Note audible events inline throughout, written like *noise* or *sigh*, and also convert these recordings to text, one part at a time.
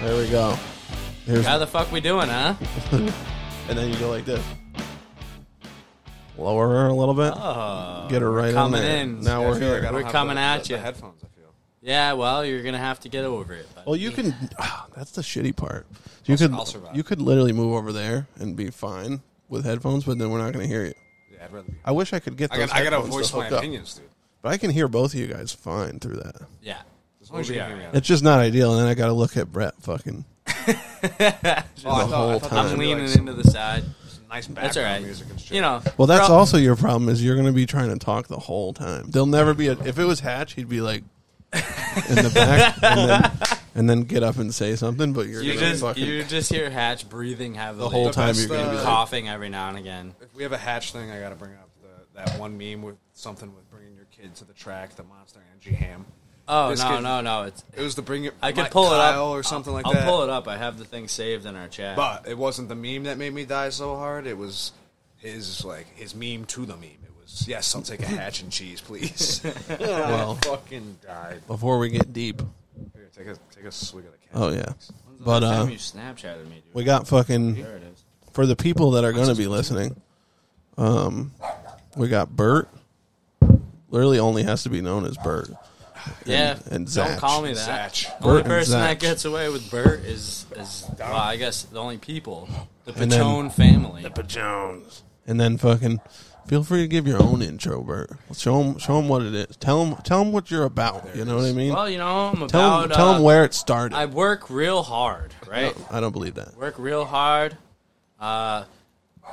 There we go. Here's, How the fuck we doing, huh? and then you go like this. Lower her a little bit. Ah, Get her right coming in there. in. Now I we're feel here. like I We're coming at ya. The headphones, I feel. Yeah, well, you're gonna have to get over it. But well, you can. ah, that's the shitty part. You could I'll survive. you could literally move over there and be fine with headphones, but then we're not going to hear you. Yeah, I'd rather be. I wish I could get. I Those got. I gotta headphones to voice my hook up. opinions, dude. but I can hear both of you guys fine through that. yeah, As long as you can hear me. out. It's just not ideal, and then I got to look at Brett fucking. Oh, I the thought- I whole thought that time. was I'm gonna be leaning like some into the side. Nice That's all right. background music and shit. You know. Well, that's Bro- also your problem is you're going to be trying to talk the whole time. There'll never be a. If it was Hatch, he'd be like in the back, and then, and then get up and say something. But you're You going to just fucking you just hear Hatch breathing heavily the whole the time. best, You're going to be uh, like, coughing every now and again. If we have a hatch thing, I gotta bring up the, that one meme with something with bringing your kid to the track, the monster Angie Ham. Oh This no kid- no no! It's It was the bring it. I could my pull it up Kyle or something I'll, like I'll that. pull it up. I have the thing saved in our chat. But it wasn't the meme that made me die so hard. It was his like his meme to the meme. It was yes, I'll take a hatch and *laughs* cheese, please. *laughs* well, Fucking died. *laughs* before we get deep. Here, take a take a swig of the. Cat. Oh yeah, When's the but last uh, time you Snapchatted me, dude? we got fucking there it is. for the people that are going to be listening. Um, we got Bert. Literally, only has to be known as Bert. Yeah, and Zach. don't call me that. Zatch. The only Bert and person Zatch. that gets away with Bert is is well, I guess the only people, the And then- Pachone family. Jones. And then fucking feel free to give your own intro, Bert. Show them, what it is. Tell them, what you're about. You know what I mean? Well, you know, I'm tell about. them, tell uh, them where it started. I work real hard, right? I don't believe that. Work real hard. Uh,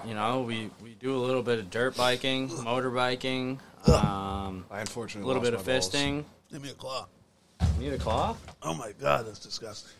you know, we we do a little bit of dirt biking, motor biking, *laughs* um, I a unfortunately little bit of lost my balls. fisting. Give me a claw. Need a claw? Oh my god, that's disgusting.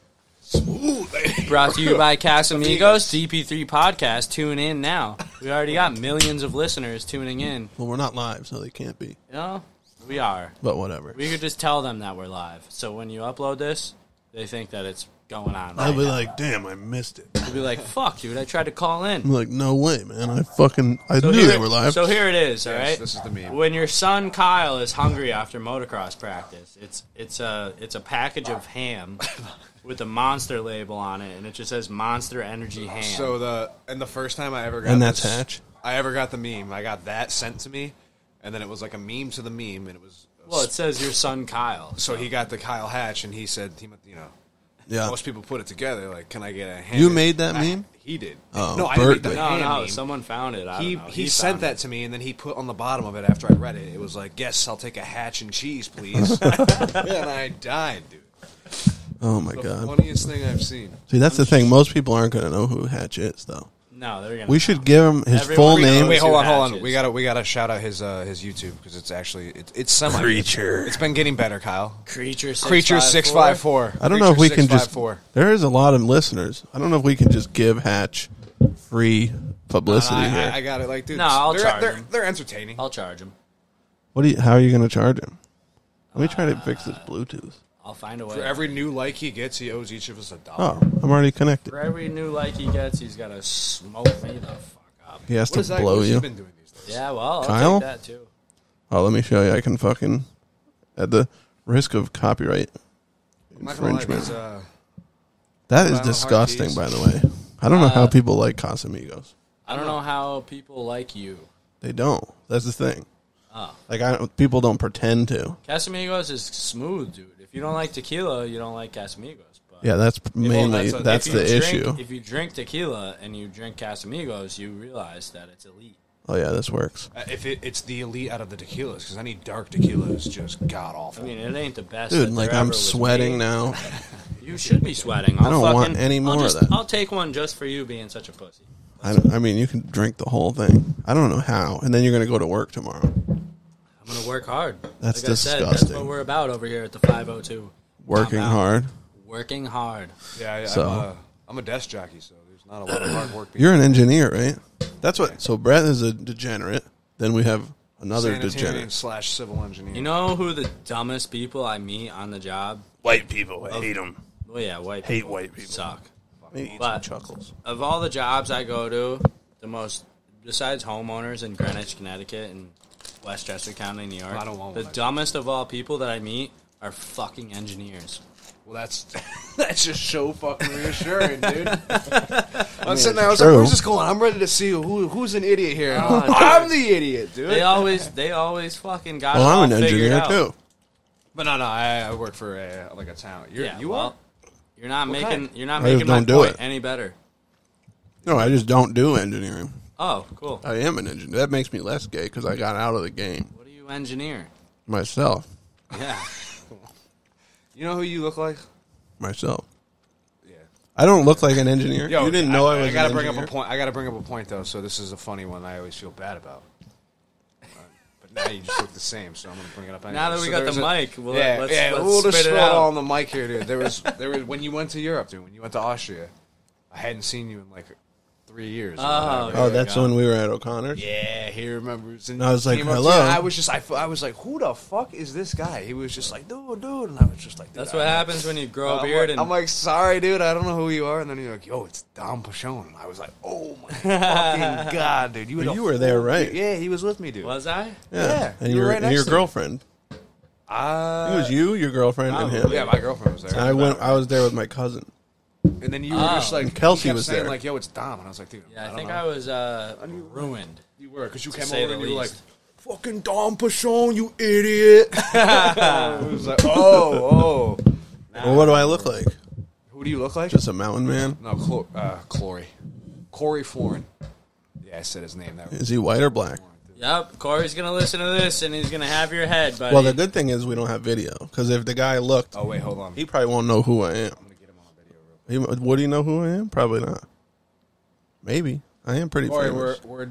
Smooth. Brought to you *laughs* by *laughs* Casamigos, DP3 Podcast. Tune in now. We already got millions of listeners tuning in. well, we're not live, so they can't be. You know, we are. But whatever. We could just tell them that we're live. So when you upload this, they think that it's going on. I'll Right be now. like, damn, I missed it. They'll be like, fuck, dude, I tried to call in. I'm like, no way, man. I fucking, I So knew here- they were live. So here it is, all right. Yes, this is the meme. When your son Kyle is hungry after motocross practice, it's it's a it's a package of *laughs* ham with a monster label on it, and it just says Monster Energy Ham. So the and the first time I ever got And that's this- Hatch? I ever got the meme. I got that sent to me, and then it was like a meme to the meme, and it was well, it says your son Kyle. so he got the Kyle Hatch, and he said he you know yeah. most people put it together like can I get a hand? You made that I- meme? He did. Oh, no, I Bert made the did. No, hand no, meme. someone found it. I he don't know. he found sent it. that to me, and then he put on the bottom of it after I read it. It was like, "Yes, I'll take a hatch and *laughs* cheese, please." *laughs* and I died, dude. Oh my The god. funniest thing I've seen. See, that's the thing. Most people aren't going to know who Hatch is, though. No, they're gonna. We should give him his Everyone full we know name. Wait, hold two on, hold on. hatches. We gotta we gotta shout out his uh, his YouTube because it's actually it, it's semi Creature. It's been getting better, Kyle. creature six Creature six five four. I don't know if we can just. There is a lot of listeners. I don't know if we can just give Hatch free publicity Uh, I, here. I, I got it. Like, dude, No, I'll they're, charge they're, him. they're entertaining. I'll charge him. what? Do you, how are you going to charge him? Let me try to fix Uh, this Bluetooth. I'll find a way. For every new like he gets, he owes each of us a dollar. Oh, I'm already connected. For every new like he gets, he's gotta smoke me the fuck up. He has What is to that? blow What's he you. been doing these days? Yeah, well, I'll Kyle? take that too. Oh, let me show you. I can fucking at the risk of copyright I'm not gonna lie, infringement. these, uh, that is violent disgusting, hard by the way. I don't know Uh, how people like Casamigos. I don't know how people like you. They don't. That's the thing. Uh. Like I don't- people don't pretend to. Casamigos is smooth, dude. If you don't like tequila, you don't like Casamigos. But Yeah, that's mainly that's a- that's, if the you drink- issue. If you drink tequila and you drink Casamigos, you realize that it's elite. oh yeah, this works. uh, if it, it's the elite out of the tequilas, because any dark tequila is just god awful. I mean, it ain't the best. Dude, that like there ever I'm was sweating made. now. You should be sweating. I'll don't fucking, want any more I'll of just, that. I'll take one just for you being such a pussy. I, don't- I mean, you can drink the whole thing. I don't know how. And then you're going to go to work tomorrow. I'm gonna work hard. That's like I said, that's disgusting. what we're about over here at the 502. Working I'm out. hard. Working hard. yeah, I, So- I'm, a, I'm a desk jockey, so there's not a lot of hard work. being You're an engineer, right? That's what. So Brett is a degenerate. Then we have another sanitarian degenerate. slash civil engineer. You know who the dumbest people I meet on the job? White people, I hate them. Well, yeah, white Hate people white people. suck. Maybe eat But- some chuckles. of all the jobs I go to, the most besides homeowners in Greenwich, Connecticut, and Westchester County, New York, I don't want the one. *laughs* dumbest of all people that I meet are fucking engineers. Well, that's that's just so fucking reassuring, dude. I'm sitting there. I was true. like, "Where's this going? I'm ready to see who who's an idiot here. Oh, dude. I'm the idiot, dude." They always, they always fucking got. Well, it all I'm an figured engineer out. too. but no, no. I, I work for a, like a town. You're, Yeah, you well, are. You're not making. kind? You're not I just making my don't do point it. any better. No, I just don't do engineering. Oh, cool. I am an engineer. That makes me less gay because I got out of the game What do you engineer? myself. *laughs* Yeah. You know who you look like? Myself. Yeah. I don't look like an engineer. Yo, you didn't know I, was. I gotta an bring up a engineer? point. I gotta bring up a point though. So this is a funny one. I always feel bad about. But now you just look the same, so I'm gonna bring it up. Anyway. Now that we So got there's the a- mic, we'll, yeah, let's, yeah, let's we'll spit just it throw it out. all on the mic here, dude. There was, there was when you went to Europe, dude. When you went to Austria, I hadn't seen you in like three years. or Oh, whatever. There Oh, we that's go. when we were at O'Connor's. yeah, he remembers. And I was he like, came up to "Hello." you, and I was just, I, f- I was like, who the fuck is this guy? He was just like, dude, dude, and I was just like, dude, That's I what don't know. happens when you grow a I'm beard like, and I'm like, sorry, dude, I don't know who you are. And then you're like, yo, it's Dom Pachon. And I was like, oh *laughs* my fucking god, dude, you, But the you were there, right? Yeah, he was with me, dude. was I? Yeah. Yeah, And you were your right and next your to me. girlfriend. Uh, oh, it was you, your girlfriend, and him. yeah, my girlfriend was there. I went. I was there with my cousin. and then you were Oh. just like, And Kelsey you kept was saying, there. Like, yo, it's Dom, and I was like, dude, Yeah, I, don't think know. I was uh, ruined. You were because you to came say over the and you were like, least. fucking Dom Pachon, you *laughs* idiot. I was like, oh, oh. Well, what do I look like? Who do you look like? Just a mountain man? no, Clo- uh, Corey, Corey Florin. Yeah, I said his name. That was Is he white or black? Yep, Corey's gonna listen to this and he's gonna have your head, buddy. Well, the good thing is we don't have video because if the guy looked, Oh wait, hold on. he probably won't know who I am. I'm gonna get him on video real quick. He, would he know who I am? Probably not. Maybe I am pretty Corey, we're famous. we're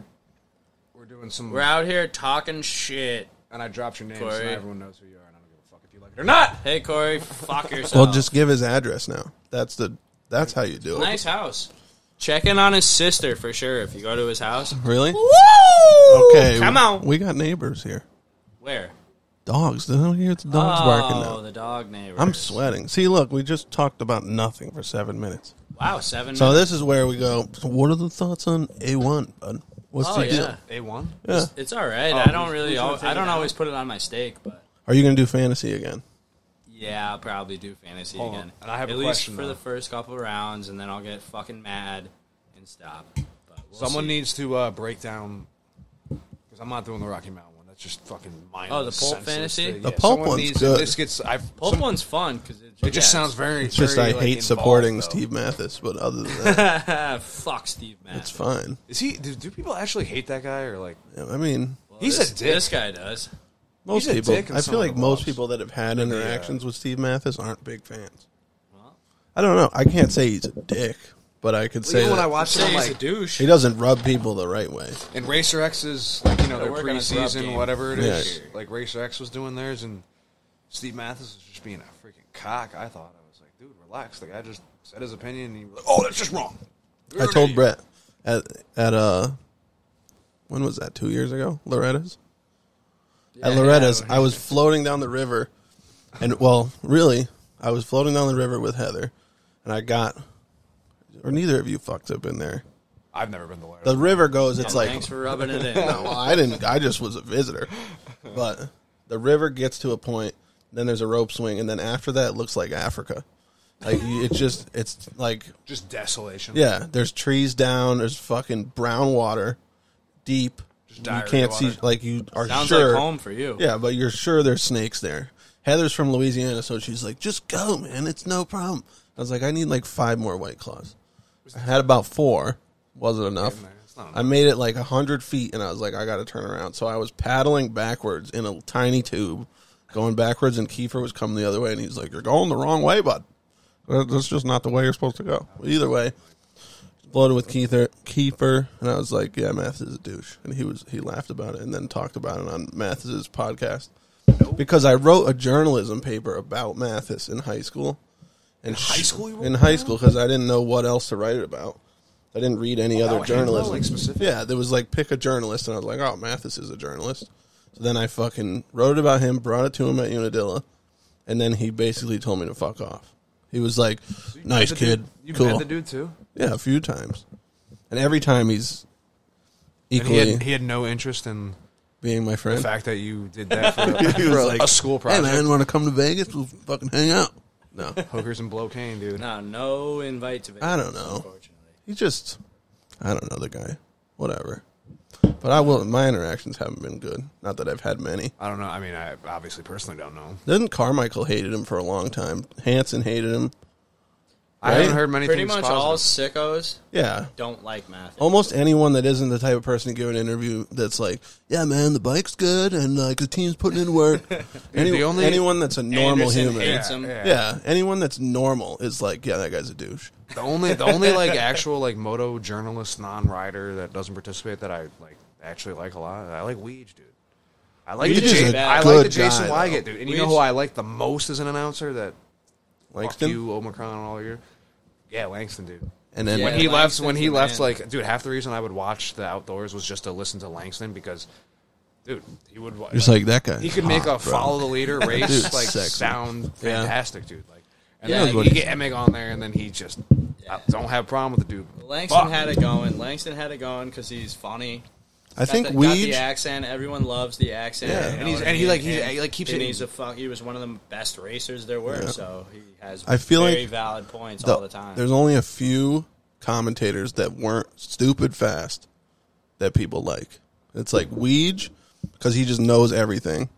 we're doing some. We're out here talking shit. and I dropped your name, so Corey. now everyone knows who you are, and I don't give a fuck if you like it or not. Hey, Corey, *laughs* fuck yourself. Well, just give his address now. That's the that's how you do it. nice house. Check in on his sister for sure if you go to his house. Really? Woo! Okay. Come we- on. We got neighbors here. Where? Dogs. They don't hear the dogs oh, barking now. the dog neighbor. I'm sweating. See, look, we just talked about nothing for seven minutes. Wow, seven. So minutes. this is where we go. So what are the thoughts on A1, bud? What's Oh the deal? yeah, A one. Yeah. it's all right. I don't who's- really. Oh, who's gonna Al- take I don't it out? always put it on my steak, but Are you gonna do fantasy again? yeah, I'll probably do fantasy Hold on. again. And I have at a least question, for though. the first couple rounds, and then I'll get fucking mad and stop. But we'll Someone see. needs to uh, break down because I'm not doing the Rocky Mountain one. That's just fucking mindless. Oh, the pulp senseless fantasy? thing. The Yeah, pulp someone one's needs- good. This gets. I've, Pulp some- one's fun because it, It just yeah, sounds very. It's just I very, hate like, involved, supporting though. Steve Mathis, but other than *laughs* that, Ah, *laughs* fuck Steve Madden. it's fine. Is he? Do, do people actually hate that guy or like? Yeah, I mean, Well, He's a this, dick. This guy does. most a people. dick in I some feel of like the uh, most blogs. people that have had interactions with Steve Mathis aren't big fans. Well, I don't know. I can't say he's a dick, but I could say Even when that I watched say him, I'm he's a like, douche. he doesn't rub people the right way. and Racer X is like you know their They're working on his rub preseason, game. whatever it is. Yeah. Like Racer X was doing theirs, and Steve Mathis was just being a freaking cock. I thought I was like, dude, relax. The guy just said his opinion, and he was like, oh, that's just wrong. I told Brett at at uh when was that? Two years ago, Loretta's. at Yeah, Loretta's, yeah. I was floating down the river, and well, really, I was floating down the river with Heather, and I got, or neither of you fucks have been there. I've never been the lawyer. The river goes. It's like Thanks for *laughs* rubbing it in. no, I didn't. I just was a visitor, but the river gets to a point. Then there's a rope swing, and then after that, it looks like Africa. Like you- it's just, it's like just desolation. yeah, there's trees down. There's fucking brown water, deep. Just You diarrhea can't water. see. Like you are Sounds sure. like home for you. Yeah, but you're sure there's snakes there. Heather's from Louisiana, so she's like, "Just go, man. It's no problem." I was like, "I need like five more white claws." I had about four. Wasn't enough. man, it's not I made it like a hundred feet, and I was like, "I got to turn around." So I was paddling backwards in a tiny tube, going backwards, and Kiefer was coming the other way, and he's like, "You're going the wrong way, bud. That- That's just not the way you're supposed to go." Either way, floated with Keither, Kiefer, and I was like, "Yeah, Mathis is a douche," and he was he laughed about it and then talked about it on Mathis's podcast because I wrote a journalism paper about Mathis in high school. In high school you wrote in high school, because I didn't know what else to write it about. I didn't read any other wow, you wrote, journalism. like, specific? Yeah, there was like pick a journalist, and I was like, "Oh, Mathis is a journalist." So then I fucking wrote it about him, brought it to him at Unadilla, and then he basically told me to fuck off. He was like, "Nice The kid, dude- You cool." met the dude too. Yeah, a few times. And every time he's And he equally had, he had no interest in being my friend. the fact that you did that for, *laughs* *laughs* He was for a school project. Hey, man, want to come to Vegas? We'll fucking hang out. No, Hookers and blow cane, dude. No, no invite to Vegas. I don't know. Unfortunately, he just I don't know the guy. Whatever. But I will. My interactions haven't been good. Not that I've had many. I don't know. I mean, I obviously personally don't know. Then Carmichael hated him for a long time. Hanson hated him. I haven't Right? heard many pretty things much positive. all sickos Yeah. don't like Matthew. Almost anyone that isn't the type of person to give an interview that's like, yeah, man, the bike's good and like the team's putting in *laughs* work. Any, the only- anyone that's a normal Anderson human. hates Yeah. him. yeah. Anyone that's normal is like, yeah, that guy's a douche. The only the only like actual like moto journalist non rider that doesn't participate that I like actually like a lot. I like Weege, dude. I like the Weege is Jason, a I good like the Jason guy, Wygant, though. dude. And you know Weege- who I like the most as an announcer that fuck Langston. you Omicron all year. Yeah, Langston, dude. And then Yeah. When he left, Langston's when he the left, man. like dude, half the reason I would watch the outdoors was just to listen to Langston because, dude, he would wa- you're just like, that guy. Ah, he could make a follow *laughs* the leader race dude's like sexy. sound Yeah. fantastic, dude. Like, and Yeah, then he like, would- you get Emig on there, and then he just I don't have a problem with the dude. Langston Fuck. had it going. Langston had it going because he's funny. I Got think the, got the Weege. accent. Everyone loves the accent. Yeah. you And know he's- what and I he, mean? like, he- he, like, keeps and it- he's a fuck. He was one of the best racers there were. So he has. I feel very like valid points the- all the time. There's only a few commentators that weren't stupid fast that people like. It's like Weege because he just knows everything,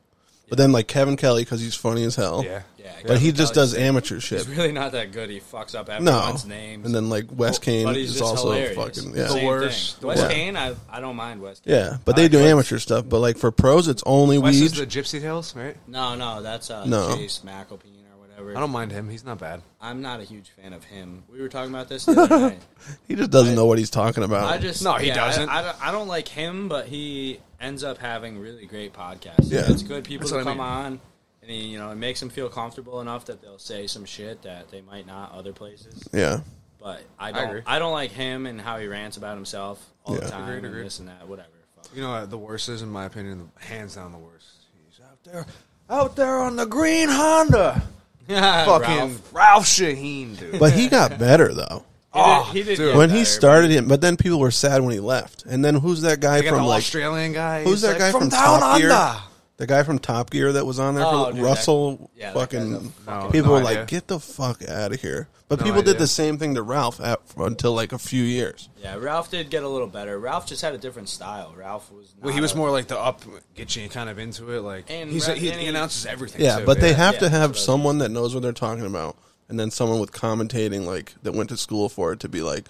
but then like Kevin Kelly because he's funny as hell. Yeah, yeah, but he Kevin just Kelly's- does amateur shit. *laughs* He's really not that good. He fucks up No, everyone's names. and then like Wes Kane but he's is just also hilarious. fucking yeah. Same worst. thing. The Wes worst. Kane, I, I don't mind Wes Kane. Yeah, but they do amateur stuff. But like for pros, it's only Wes is Weege. the Gypsy Tales, right? No, no, that's uh, No. Chase McElpeen or whatever. I don't mind him. He's not bad. I'm not a huge fan of him. We were talking *laughs* about this the other night. he just doesn't know what he's talking about. I just No, he yeah, doesn't. I, I, don't, I don't like him, but he ends up having really great podcasts. Yeah. it's good people That's to what I come mean. on, and he, you know it makes them feel comfortable enough that they'll say some shit that they might not other places. yeah, But I don't, agree. I, don't like him and how he rants about himself all Yeah. the time Agreed, agreed. and this and that, whatever. Fuck. You know, uh, the worst is, in my opinion, the, hands down the worst. He's out there, out there on the green Honda, fucking *laughs* Ralph. Ralph, Shaheen, dude. but he got better though. Oh, he did, he did dude. get When better, he but- started him, but then people were sad when he left. And then who's that guy they got from the like Australian guy. Who's He's that like, guy from, down Top Gear? under? The guy from Top Gear that was on there, Oh, for, dude, Russell. that- yeah, that fucking guy's a fucking- people No, were no like, idea. "Get the fuck out of here!" But No people did idea. the same thing to Ralph at, until like a few years. Yeah, Ralph did get a little better. Ralph just had a different style. Ralph was not Well, he was a- more like the up, get you kind of into it. Like And he's, Ra- he, and he he- announces everything. Yeah, too, but they have yeah, to have that's what I someone that knows what they're talking about, and then someone with commentating like that went to school for it to be like,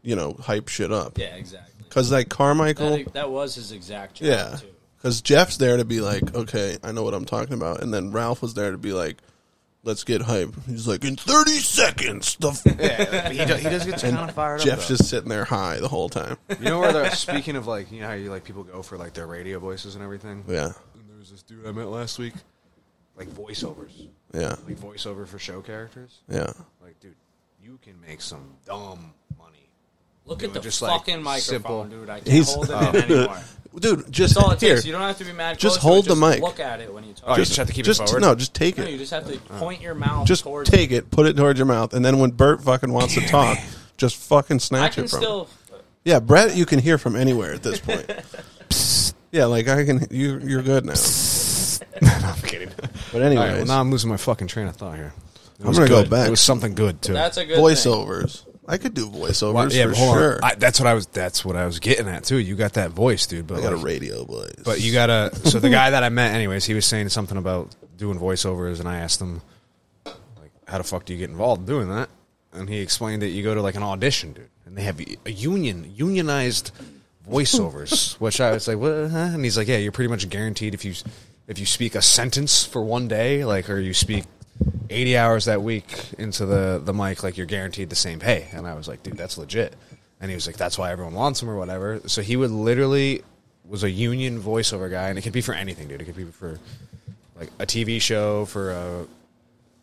you know, hype shit up. Yeah, exactly. because like Carmichael, That, that was his exact job. yeah, too. because Jeff's there to be like, "Okay, I know what I'm talking about," and then Ralph was there to be like. Let's get hype. He's like, in 30 seconds, the f- *laughs* Yeah, but he, does, he does get kind of fired up. Jeff's though. just sitting there high the whole time. *laughs* you know where they're speaking of like you know how you like people go for like their radio voices and everything. Yeah, And there was this dude I met last week, like voiceovers, yeah, like voiceover for show characters. yeah. Like, dude, you can make some dumb money. *laughs* Look It at was the just, like, fucking simple. Oh. microphone, dude. I can't He's- *laughs* hold it in anymore. Dude, just That's all it here. takes. You don't have to be mad. Just close hold to it, the mic. Look at it when you Oh, talk. you just have to keep just it forward. no, just take No, you it. just have to point your mouth. Just towards take it. Put it towards your mouth, and then when Bert fucking wants to *laughs* talk, just fucking I snatch can it from. him. still. Yeah, Brett, you can hear from anywhere at this *laughs* point. yeah, like I can. You you're good now. I'm kidding. *laughs* But All anyways, right, well, now I'm losing my fucking train of thought here. It was gonna go good. back. It was something good too. That's a good Thing. voiceovers. I could do voiceovers Well, yeah, for but hold sure. on. I, that's what I was. That's what I was getting at too. You got that voice, dude. But I got a like- radio voice. But you gotta. So the guy that I met, anyways, he was saying something about doing voiceovers, and I asked him, like, how the fuck do you get involved in doing that? And he explained that you go to like an audition, dude, and they have a union, unionized voiceovers. which I was like, what? Huh? And he's like, yeah, you're pretty much guaranteed if you if you speak a sentence for one day, like, or you speak. 80 hours that week into the, the mic, like you're guaranteed the same pay. And I was like, dude, that's legit. And he was like, that's why everyone wants him or whatever. So he would literally was a union voiceover guy, and it could be for anything, dude. It could be for like a TV show, for a,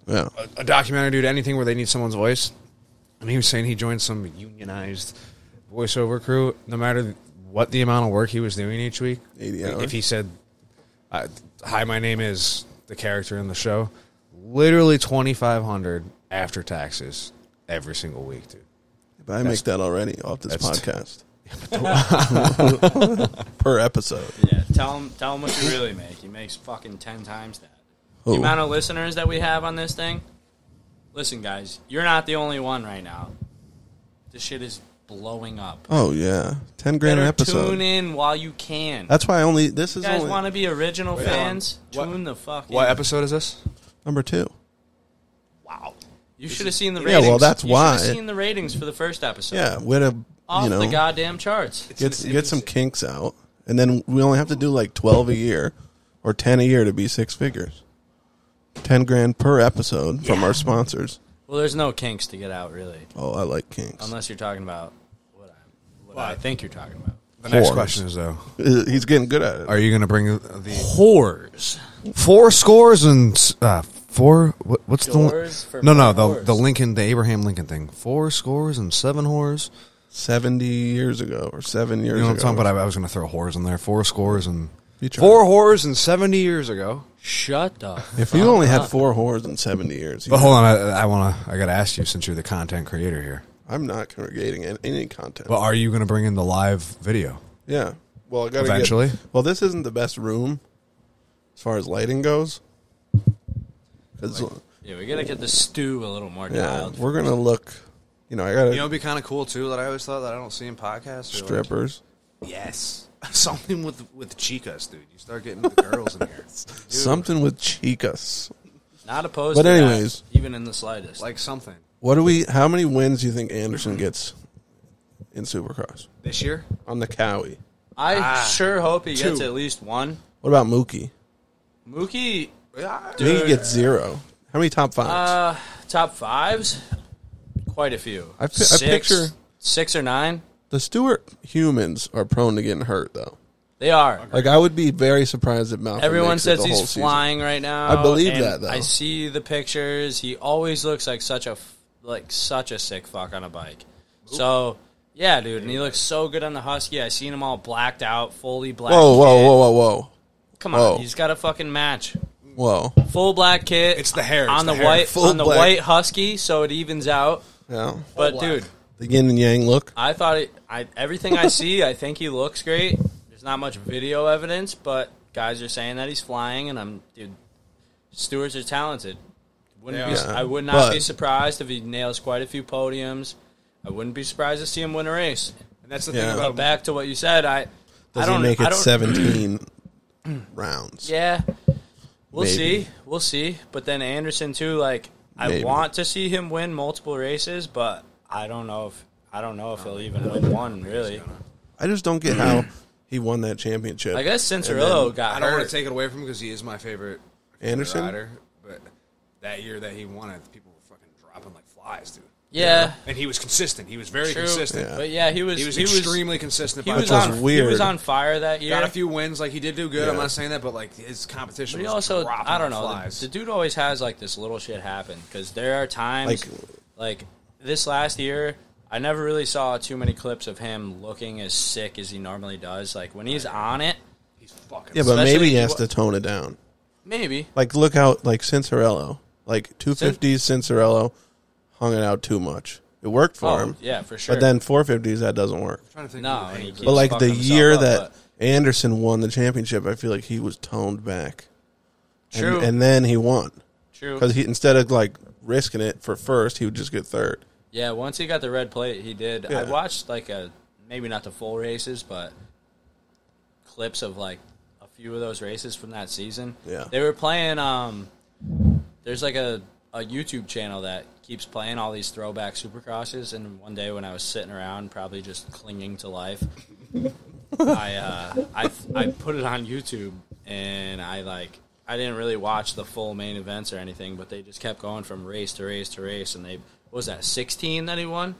yeah. Uh, a documentary, dude. Anything where they need someone's voice. And he was saying he joined some unionized voiceover crew. No matter what the amount of work he was doing each week, 80 like, hours. if he said, uh, "Hi, my name is the character in the show," literally twenty five hundred after taxes every single week, dude. But I make that already off this that's- podcast *laughs* per episode. Yeah, tell him. Tell him what you really make. He makes fucking ten times that. Who? The amount of listeners that we have on this thing, Listen, guys, you're not the only one right now. This shit is blowing up. Oh yeah, ten grand an Better episode. tune in while you can. That's why I only this is you guys only want to be original fans? What- Tune the fuck in. What episode is this? number two. Wow. You should have seen the Yeah, ratings. well, that's you why. should have seen the ratings for the first episode. Yeah, we're to Off you know the goddamn charts. get get some kinks out, and then we only have to do like twelve a year or ten a year to be six figures. Ten grand per episode from our sponsors. Well, there's no kinks to get out, really. Oh, I like kinks. Unless you're talking about what I, what I think you're talking about. The next Whores. question is though, *laughs* He's getting good at it. are you going to bring the Whores. four scores and s- uh, four? What, what's Doors the for one? No, no, the whores. the Lincoln, the Abraham Lincoln thing. Four scores and seven whores. Seventy years ago or seven years You know what I'm ago. talking about? I, I was going to throw whores in there. Four scores and You try. four whores and seventy years ago. Shut up. If you only Oh, had four whores in seventy years, But hold on, I, I want to. I got to ask you since you're the content creator here. I'm not creating an- any content. But are you going to bring in the live video? yeah. Well, I gotta get- Eventually. well, this isn't the best room as far as lighting goes. 'Cause, Yeah, we gotta get the stew a little more yeah, dialed. we're gonna look. You know, I gotta You know, it'd be kind of cool too. That I always thought that I don't see in podcasts. or, like, strippers. yes, *laughs* something with with chicas, dude. You start getting the girls in here, Something with chicas. Not opposed. But to that, anyways. even in the slightest. like something What do we? How many wins do you think Anderson gets in Supercross this year. on the Cowie? I sure hope he gets ah. two. at least one. What about Mookie? Mookie, Mookie Dude. gets zero. How many top fives? uh, top fives, quite a few. I pi- I six, picture- six or nine. the Stewart humans are prone to getting hurt, though. They are. Like I would be very surprised if Malcolm. Everyone makes it says the whole he's season. flying right now. I believe and that, though. I see the pictures. He always looks like such a f- like such a sick fuck on a bike. So yeah, dude, and he looks so good on the husky. I seen him all blacked out, fully black. Whoa, kit. whoa, whoa, whoa, Come on, whoa. he's got a fucking match. whoa, whoa. Full black kit. It's the hair, it's on the the, hair. white Full on the black. white husky, so it evens out. Yeah. But black. dude, The yin and yang look. I thought it, I everything I see, I think he looks great. There's not much video evidence, but guys are saying that he's flying, and I'm dude. Stewards are talented. Wouldn't They be, are. I would not But- be surprised if he nails quite a few podiums. I wouldn't be surprised to see him win a race. And that's the Yeah. thing But about back to what you said, I I Does he don't make I it don't- *clears throat* seventeen rounds? Yeah, we'll Maybe. see. We'll see. But then Anderson too. Like Maybe. I want to see him win multiple races, but I don't know if I don't know if he'll even win one. Really, I just don't get how he won that championship. I guess And Cincerillo then got I don't want hurt. to take it away from him because he is my favorite Anderson? rider. But that year that he won it, people were fucking dropping like flies, dude. yeah, And he was consistent. He was very true. consistent. Yeah. But yeah, he was He was extremely consistent. he by was was on he weird. was on fire that year. Got a few wins. Like he did do good. I'm Yeah. not saying that, but like his competition. But he was also, dropping I don't know. flies. The, the dude always has like this little shit happen because there are times, Like- like, this last year, I never really saw too many clips of him looking as sick as he normally does. Like when he's on it, He's fucking. Yeah, but Especially maybe he if has you to tone it down. maybe Like look out, like Cincerello, like two fifties Cincerello, hung it out too much. It worked for Oh, him, yeah, for sure. But then four fifties that doesn't work. trying to think. No, who and he was. But like fucked the himself year up, that Anderson won the championship, I feel like he was toned back. And- True. And, then he won true. because he instead of like risking it for first, he would just get third. Yeah, once he got the red plate, he did. I Yeah. watched like a maybe not the full races, but clips of like a few of those races from that season. Yeah. they were playing. Um, there's like a a YouTube channel that keeps playing all these throwback supercrosses. And one day when I was sitting around, probably just clinging to life, I uh, I I put it on YouTube, and I like I didn't really watch the full main events or anything, but they just kept going from race to race to race, and they what was that sixteen that he won?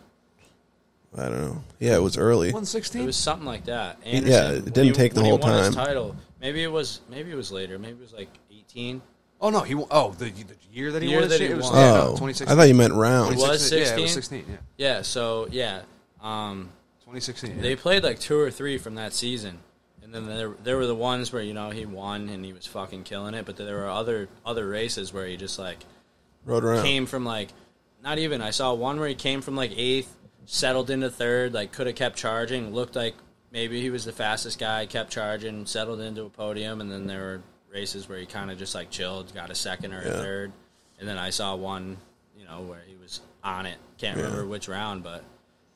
I don't know. Yeah, it was early. One It sixteen. was something like that. yeah, it didn't when he- take the when he whole won his time. title. Maybe it was maybe it was later. Maybe it was like eighteen. Oh no, he. won- Oh, the, the year that he The year won. that shit, he it was won. yeah, no, Oh, I 2016. thought you meant rounds. It was Yeah, it was 16? sixteen. Yeah, Yeah. So yeah, um, twenty sixteen. they played like two or three from that season, and then there there were the ones where you know he won and he was fucking killing it, but then there were other other races where he just like Rode around. came from like not even I saw one where he came from like eighth, settled into third, like could have kept charging, looked like maybe he was the fastest guy, kept charging, settled into a podium, and then there were races where he kind of just like chilled, got a second or a Yeah. third, and then I saw one, you know, know, where he was on it. Can't remember which round, but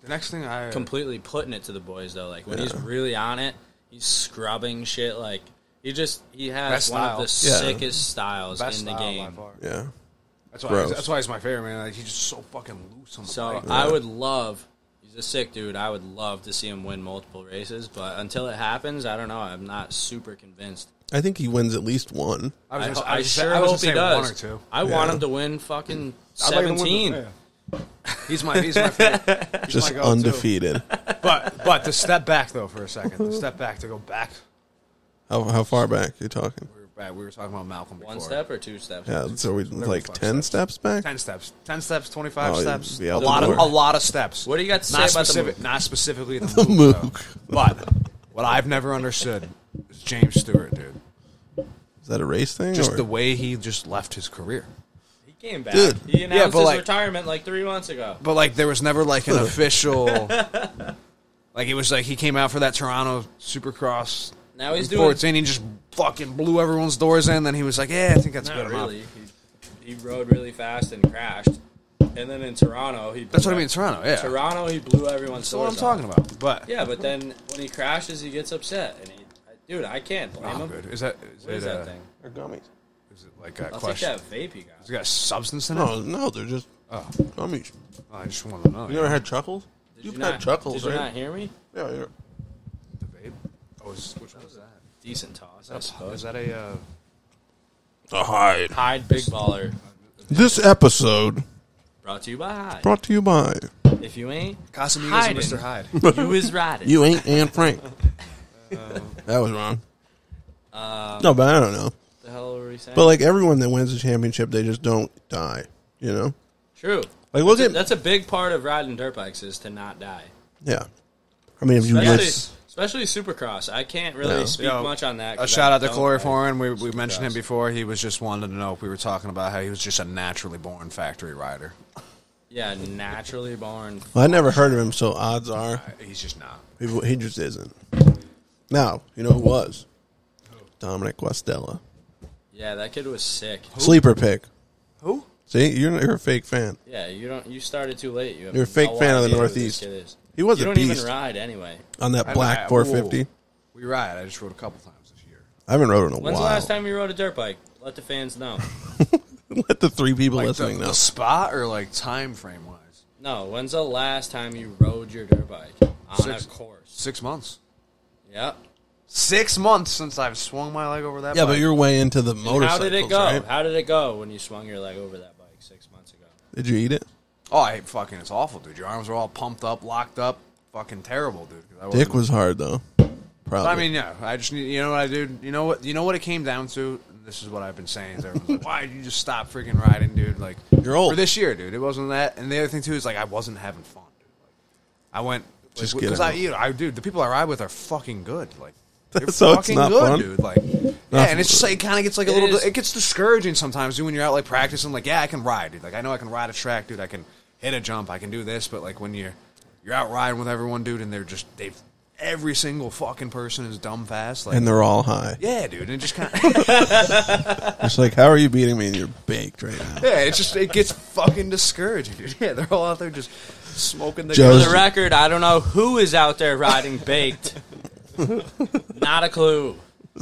The next thing I completely putting it to the boys though. Like when he's really on it, he's scrubbing shit. Like he just he has Best one of the style. Yeah. sickest styles best in the style by game. far. Yeah. That's why Gross. that's why he's my favorite man. Like he's just so fucking loose on the So bike. I would love. He's a sick dude. I would love to see him win multiple races, but until it happens, I don't know. I'm not super convinced. I think he wins at least *laughs* one. I, I, I, was gonna- was gonna sure say- I was hope he gonna say does. one or two. I want Yeah. him to win fucking I'd like him to win the- 17. yeah. He's my he's *laughs* my favorite. He's Just my go-to. undefeated. But but to step back though for a second, to step back to go back. how, how far back you talking? We were, back. we were talking about Malcolm before. One step or two steps? Yeah, so we like five ten steps, back. ten steps, ten steps, twenty five Oh, steps, the a lot of outdoor. a lot of steps. What do you got to not say about the specific, move? not specifically the, *laughs* The move, though. mook. but what I've never understood is James Stewart, dude. Is that a race thing? Just or- the way he just left his career. He came back. Dude. He announced Yeah, but his like- retirement like three months ago. But like there was never like an official like it was like he came out for that Toronto Supercross Now Oh, he's in doing. 14 he just fucking blew everyone's doors in then he was like, "Yeah, I think that's Not good really. enough." He, he rode really fast and crashed. And then in Toronto, he. blew That's what I up- mean, Toronto. Yeah. Toronto, he blew everyone's That's what I'm doors talking off. about. But Yeah, but then when he crashes, he gets upset. And he, I- dude, I can't Ah, blame Oh, him. dude, is that is, What it, is uh, that thing? Or gummies? Is it like a I'll question? take that vape you Has got. it got substance in it? No, no, they're just Oh, gummies. I just wanted to know. You never had chuckles? Did You've you had not- chuckles, Did you not right? hear me? Yeah, yeah. the vape? Oh, is, which one was that? Decent toss, I Is that a- Is suppose. that a uh, The hide. Hyde Big Baller, This episode brought to you by Hyde. brought to you by If *laughs* you ain't, Casamigos Hyden. Mr. Hyde? you is riding. You Ain't Anne Frank. that was wrong. no, but I don't know. the hell were we saying? But like everyone that wins the championship, they just don't die. You know, True. like look at That's a big part of riding dirt bikes is to not die. yeah. I mean, if you Especially, list, especially Supercross. I can't really Yeah. speak Yo, much on that. *laughs* A 'cause shout I out to don't Corey ride. Foran. We, we mentioned him Supercross. before. He was just wanted to know if we were talking about how he was just a naturally born factory rider. Yeah, naturally born. I never heard of him, so odds are He's just not. he, he just isn't. Now you know who was Dominic Guastella, Yeah, that kid was sick. sleeper pick. Who? See, you're, you're a fake fan. Yeah, you don't. You started too late. You have You're a fake no fan of the idea who this Northeast. kid is. He was You a don't beast. even ride anyway. On that black I- I- 450, whoa. We ride. I just rode a couple times this year. I haven't rode in a When's while. the last time you rode a dirt bike? Let the fans *laughs* know. Let the three people Like the, listening know. the spot or like time frame wise? no, when's the last time you rode your dirt bike on Six. a course? Six months. Yep. Six months since I've swung my leg over that. Yeah, bike. but you're way into the How motorcycles. did it go? right? How did it go when you swung your leg over that bike six months ago? Did you eat it? Oh, I fucking. It's awful, dude. Your arms are all pumped up, locked up. Fucking terrible, dude. 'Cause I wasn't- Dick was hard though. Probably. I *laughs* mean, yeah. I just need. You know what I do? You know what? You know what it came down to. This is what I've been saying. Is everyone's like, *laughs* "Why did you just stop freaking riding, dude?" Like You're old. for this year, dude. It wasn't that. And the other thing too is like I wasn't having fun, dude. Like, I went Just because get I, out. you know, I dude. The people I ride with are fucking good. Like they're So it's fucking not good, fun? dude. Like yeah, Nothing- and it's just like it kind of gets like a It little. is. bit- It gets discouraging sometimes, dude. When you're out like practicing, like yeah, I can ride, dude. Like I know I can ride a track, dude. I can hit a jump. I can do this, but like when you're you're out riding with everyone, dude, and they're just they've every single fucking person is dumb fast. Like and they're all high. yeah, dude. And it just kind of It's like, how are you beating me? And you're baked right now. *laughs* *laughs* yeah, it just it gets fucking discouraging, dude. *laughs* Yeah, they're all out there just smoking the. For Joe's- the record, I don't know who is out there *laughs* riding baked. Not a clue.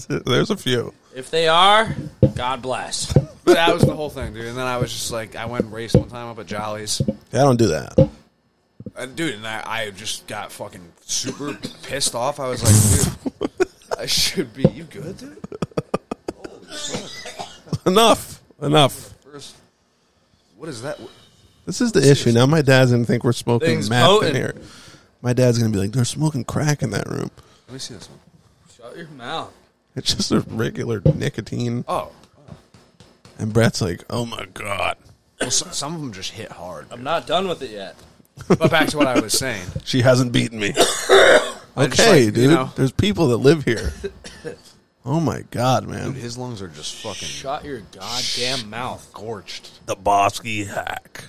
There's a few. If they are, God bless. But that was the whole thing, dude. And then I was just like, I went and raced one time up at Jolly's. Yeah, I don't do that. *laughs* Uh, dude, and I, I just got fucking super pissed off. I was like, dude, I should be. You good, dude? Enough. Enough. First, what is that? This is the issue. Now my dad's gonna think we're smoking Things meth potent. in here. My dad's gonna be like, they're smoking crack in that room. *laughs* Let me see this one. Shut your mouth. It's just a regular nicotine. Oh, And Brett's like, oh my god. well, so, some of them just hit hard. I'm not done with it yet. But back to what I was saying. She hasn't beaten me. I just okay, like, dude. you know- There's people that live *laughs* here. Oh my god, man. Dude, his lungs are just fucking Shut your goddamn mouth. scorched. the Bosky hack.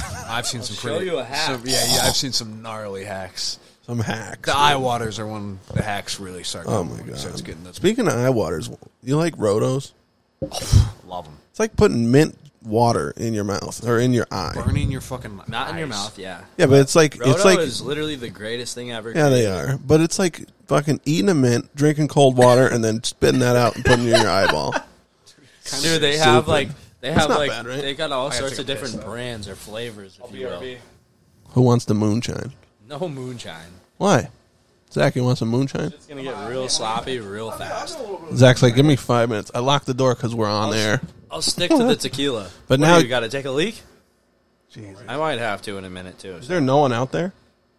I've seen some show pretty. you a hack. some- yeah, yeah, I've seen some gnarly hacks. Some hacks. The eye waters are when the hacks really start. Oh going, my when it god. starts getting the Speaking of eye waters, you like Rotos? love them. It's like putting mint water in your mouth or in your eye. burning your fucking Not in your eyes. mouth, yeah. Yeah, but it's like Roto it's like is literally the greatest thing ever. yeah, they are. But it's like fucking eating a mint, drinking cold water, and then spitting that out and putting it in your *laughs* eyeball. Dude, they have Stupid. like they have not like bad, right? they got all gotta sorts take of a piss, different though. brands or flavors, if you will. Who wants the moonshine? No moonshine. Why? Zach, you want some moonshine? It's gonna get real sloppy real fast. Zach's like, give me five minutes. I locked the door because we're on air. I'll stick to the tequila. But What, now- you got to take a leak. I might have to in a minute too. Is there no one out there?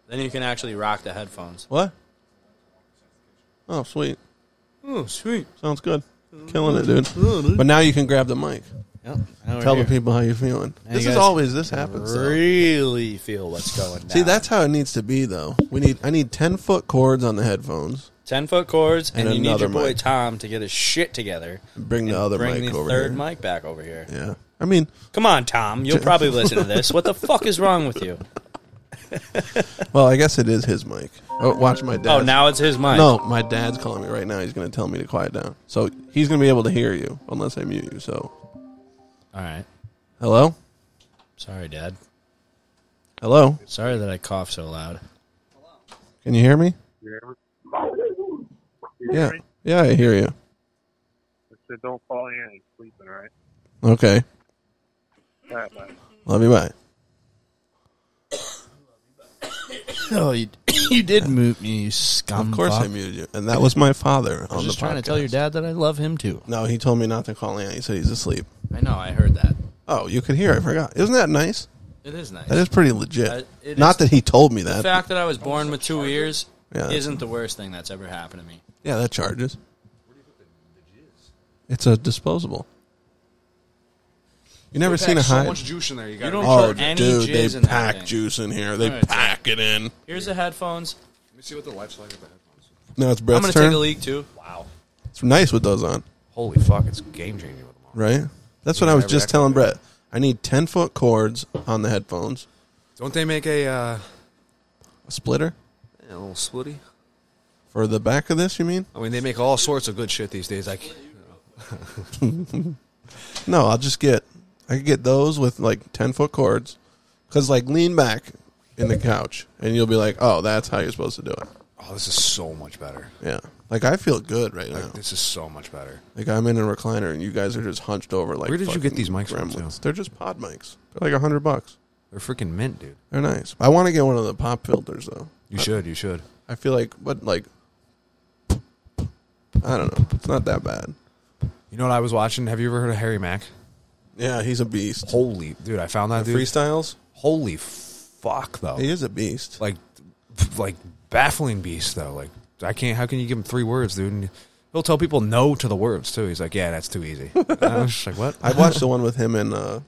Then you can actually rock the headphones. What? Oh, sweet. Oh, sweet. Sounds good. Killing it, dude. But now you can grab the mic. Yep. Tell the people how you're feeling. you This is guys always this happens. though. Really feel what's going down. See, that's how it needs to be, though. We need I need ten foot cords on the headphones. ten foot cords, and, And you need another your boy mic. Tom to get his shit together. Bring the and other bring mic the over third here. mic back over here. Yeah, I mean, Come on, Tom. You'll probably listen to this. What the fuck is wrong with you? well, I guess it is his mic. Oh, watch my dad. Oh, now it's his mic. No, my dad's calling me right now. He's going to tell me to quiet down. So he's going to be able to hear you unless I mute you. So, All right. hello, Sorry, Dad. hello. Sorry that I cough so loud. Can you hear me? Yeah, yeah, I hear you. I said, don't fall in. He's sleeping, all right? Okay, All right, bye. love you. Bye. No, you, *coughs* you did mute me, you scum. Of course, I muted you, and that was my father on the podcast. your dad that I love him too. No, he told me not to call in. He said he's asleep. I know. I heard that. Oh, you could hear. I forgot. Isn't that nice? It is nice. That is pretty Uh, legit. it Not is- that he told me the that. fact that I was born with two ears Yeah, that's- isn't the worst thing that's ever happened to me. yeah, that charges. It's a disposable. You never They seen a pack so hide? much juice in there. You got don't- oh, Any dude, jizz they in that pack thing. juice in here. They No, it's- pack it in. Here's the headphones. Let me see what the life's like with the headphones. Now it's I'm Brett's gonna turn. take a leak too. Wow. It's nice with those on, Holy fuck! It's game changing with them. all. right? That's what I was whatever just that telling Brett. I need ten foot cords on the headphones. Don't they make a, uh, A splitter a little splitty? for the back of this. You mean? I mean, they make all sorts of good shit these days. Like, No, I'll just get I could get those with like ten foot cords, because like lean back in the couch and you'll be like, oh, that's how you're supposed to do it. oh, this is so much better. Yeah, like I feel good right now. Like, this is so much better. Like I'm in a recliner and you guys are just hunched over. Like Where did you fucking get these mics from, gremlins. too? They're just pod mics. They're like a hundred bucks. They're freaking mint, dude. Uh, They're nice. I want to get one of the pop filters though. You should. You should. I feel like, but like, I don't know. It's not that bad. You know what I was watching? Have you ever heard of Harry Mack? Yeah, he's a beast. Holy dude, I found that dude. Freestyles. Holy fuck, though. He is a beast. like like baffling beast though. Like I can't. How can you give him three words, dude? And he'll tell people no to the words too. He's like, yeah, that's too easy. *laughs* And I was just like, what? *laughs* I watched the one with him and uh,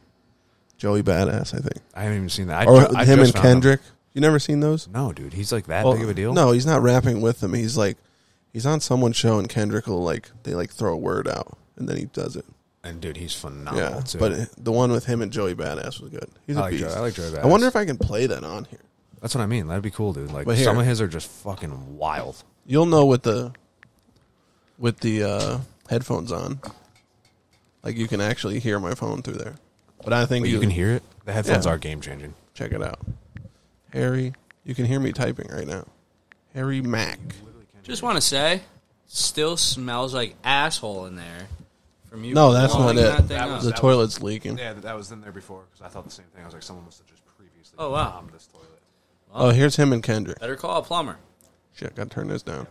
Joey Badass. I think. I haven't even seen that. I or ju- I him and just found Kendrick. You never seen those? No, dude, he's like that Well, big of a deal. No, he's not rapping with them. He's like, he's on someone's show, and Kendrick will like they like throw a word out, and then he does it. and dude, he's phenomenal Yeah, too. but it- the one with him and Joey Badass was good. He's a Oh, I like beast. Joey- I like Joey I wonder Badass. if I can play that on here. that's what I mean. That'd be cool, dude. Like But here- some of his are just fucking wild. You'll know with the with the uh, headphones on, like you can actually hear my phone through there. But I think But you can hear it. The headphones Yeah. are game changing. Check it out, Harry. You can hear me typing right now. Harry Mack. Just want to say, still smells like asshole in there. From you. No, that's blowing not it. That thing up. the was- toilet's leaking. Yeah, that was in there before because I thought the same thing. I was like, someone must have just previously Oh, wow. bombed this toilet. Oh, here's him and Kendrick. Better call a plumber. Shit, gotta turn this down.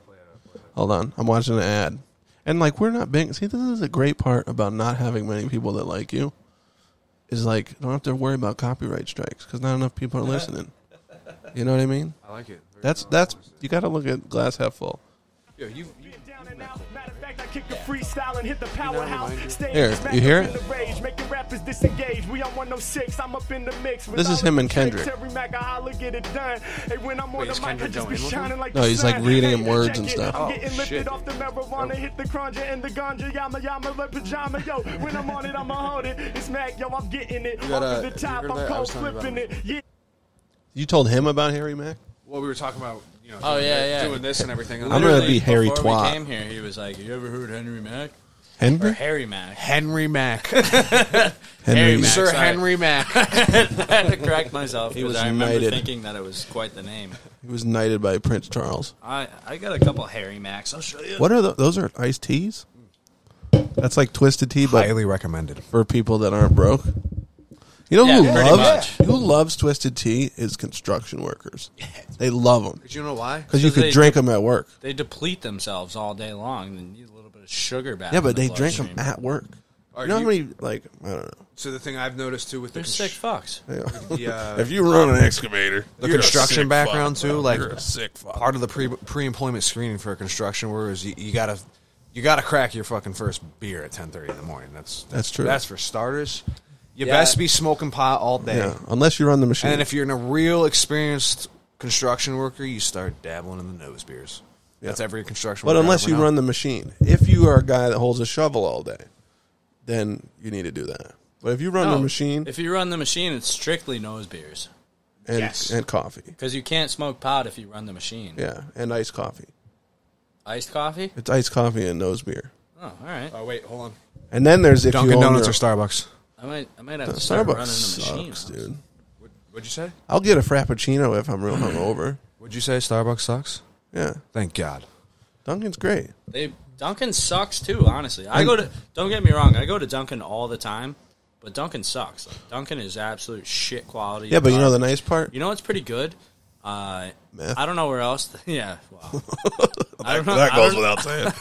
Hold on, I'm watching an ad, and like we're not big. See, this is a great part about not having many people that like you, is like you don't have to worry about copyright strikes because not enough people are *laughs* listening. You know what I mean? I like it. That's that's you gotta look at glass half full. Yo, you, you Down and out. Matter of fact, I kick a freestyle and hit the powerhouse. Stay Here, back you hear up it? in the rage, making rappers disengage. We on 106, I'm up in the mix with This is all him of and the tricks. Kendrick. Every Mac I holla, get it done. Hey, when I'm on Wait, is the mic, I Kendrick just be going in with him? shining like No, the he's, like, sun. reading Hey, him words and check it. stuff. I'm Oh, getting lifted shit. off the marijuana, hit the cruncher and the ganja, yama yama, like pajama, yo. When I'm on it, I'ma hold it. It's Mac, yo, I'm getting it. gotta- Off to have the you top, heard I'm that? I was cold talking about flipping it. it. Yeah. You told him about Harry Mack? Well, we were talking about you know. Oh, doing yeah, thi- yeah. doing this and everything. I'm gonna be Harry before Twat. We came here. He was like, "You ever heard Henry Mack?" Henry? or Harry Mack. Henry Mack. Harry Mack. Sir sorry. Henry *laughs* Mack. I had to correct myself because was I remember knighted. thinking that it was quite the name. He was knighted by Prince Charles. I I got a couple Harry Macks. I'll show you. What are those? Those are iced teas? That's like twisted tea, but Highly recommended. for people that aren't broke. You know Yeah, who pretty loves who loves twisted tea is construction workers. They love them Do you know why? because you So could they- drink them at work. They deplete themselves all day long. They need a little bit of sugar back. Yeah, in but the they drink them bloodstream. at work. Are you know how you- many like I don't know. So the thing I've noticed too with the They're sick fucks. constru- the, uh, If you run an excavator, the you're a construction sick background fuck, too, bro. like You're a sick fuck. part of the pre pre employment screening for a construction worker is you, you gotta you gotta crack your fucking first beer at ten thirty in the morning. That's, that's That's true. That's for starters. You Yeah. best be smoking pot all day. yeah, unless you run the machine. And then if you're in a real experienced construction worker, you start dabbling in the nose beers. Yeah. That's every construction. but worker unless I've you run out. run the machine, if you are a guy that holds a shovel all day, then you need to do that. But if you run No, the machine If you run the machine, it's strictly nose beers and Yes. and coffee, because you can't smoke pot if you run the machine. yeah, and iced coffee, Iced coffee. it's iced coffee and nose beer. Oh, all right. Oh wait, hold on. And then there's if you Dunkin' own Donuts or your- Starbucks? I might. I might have to start Starbucks running the machine. sucks, dude. What'd you say? I'll get a frappuccino if I'm real hungover. Would you say Starbucks sucks? Yeah, Thank God. Dunkin's great. They Dunkin' sucks too. Honestly, I go to. Don't get me wrong. I go to Dunkin' all the time, but Dunkin' sucks. Like, Dunkin' is absolute shit quality. Yeah, but you know the nice part? You know what's pretty good? Uh, Meth. I don't know where else. *laughs* yeah, *laughs* wow. I don't know. That I goes don't- without saying.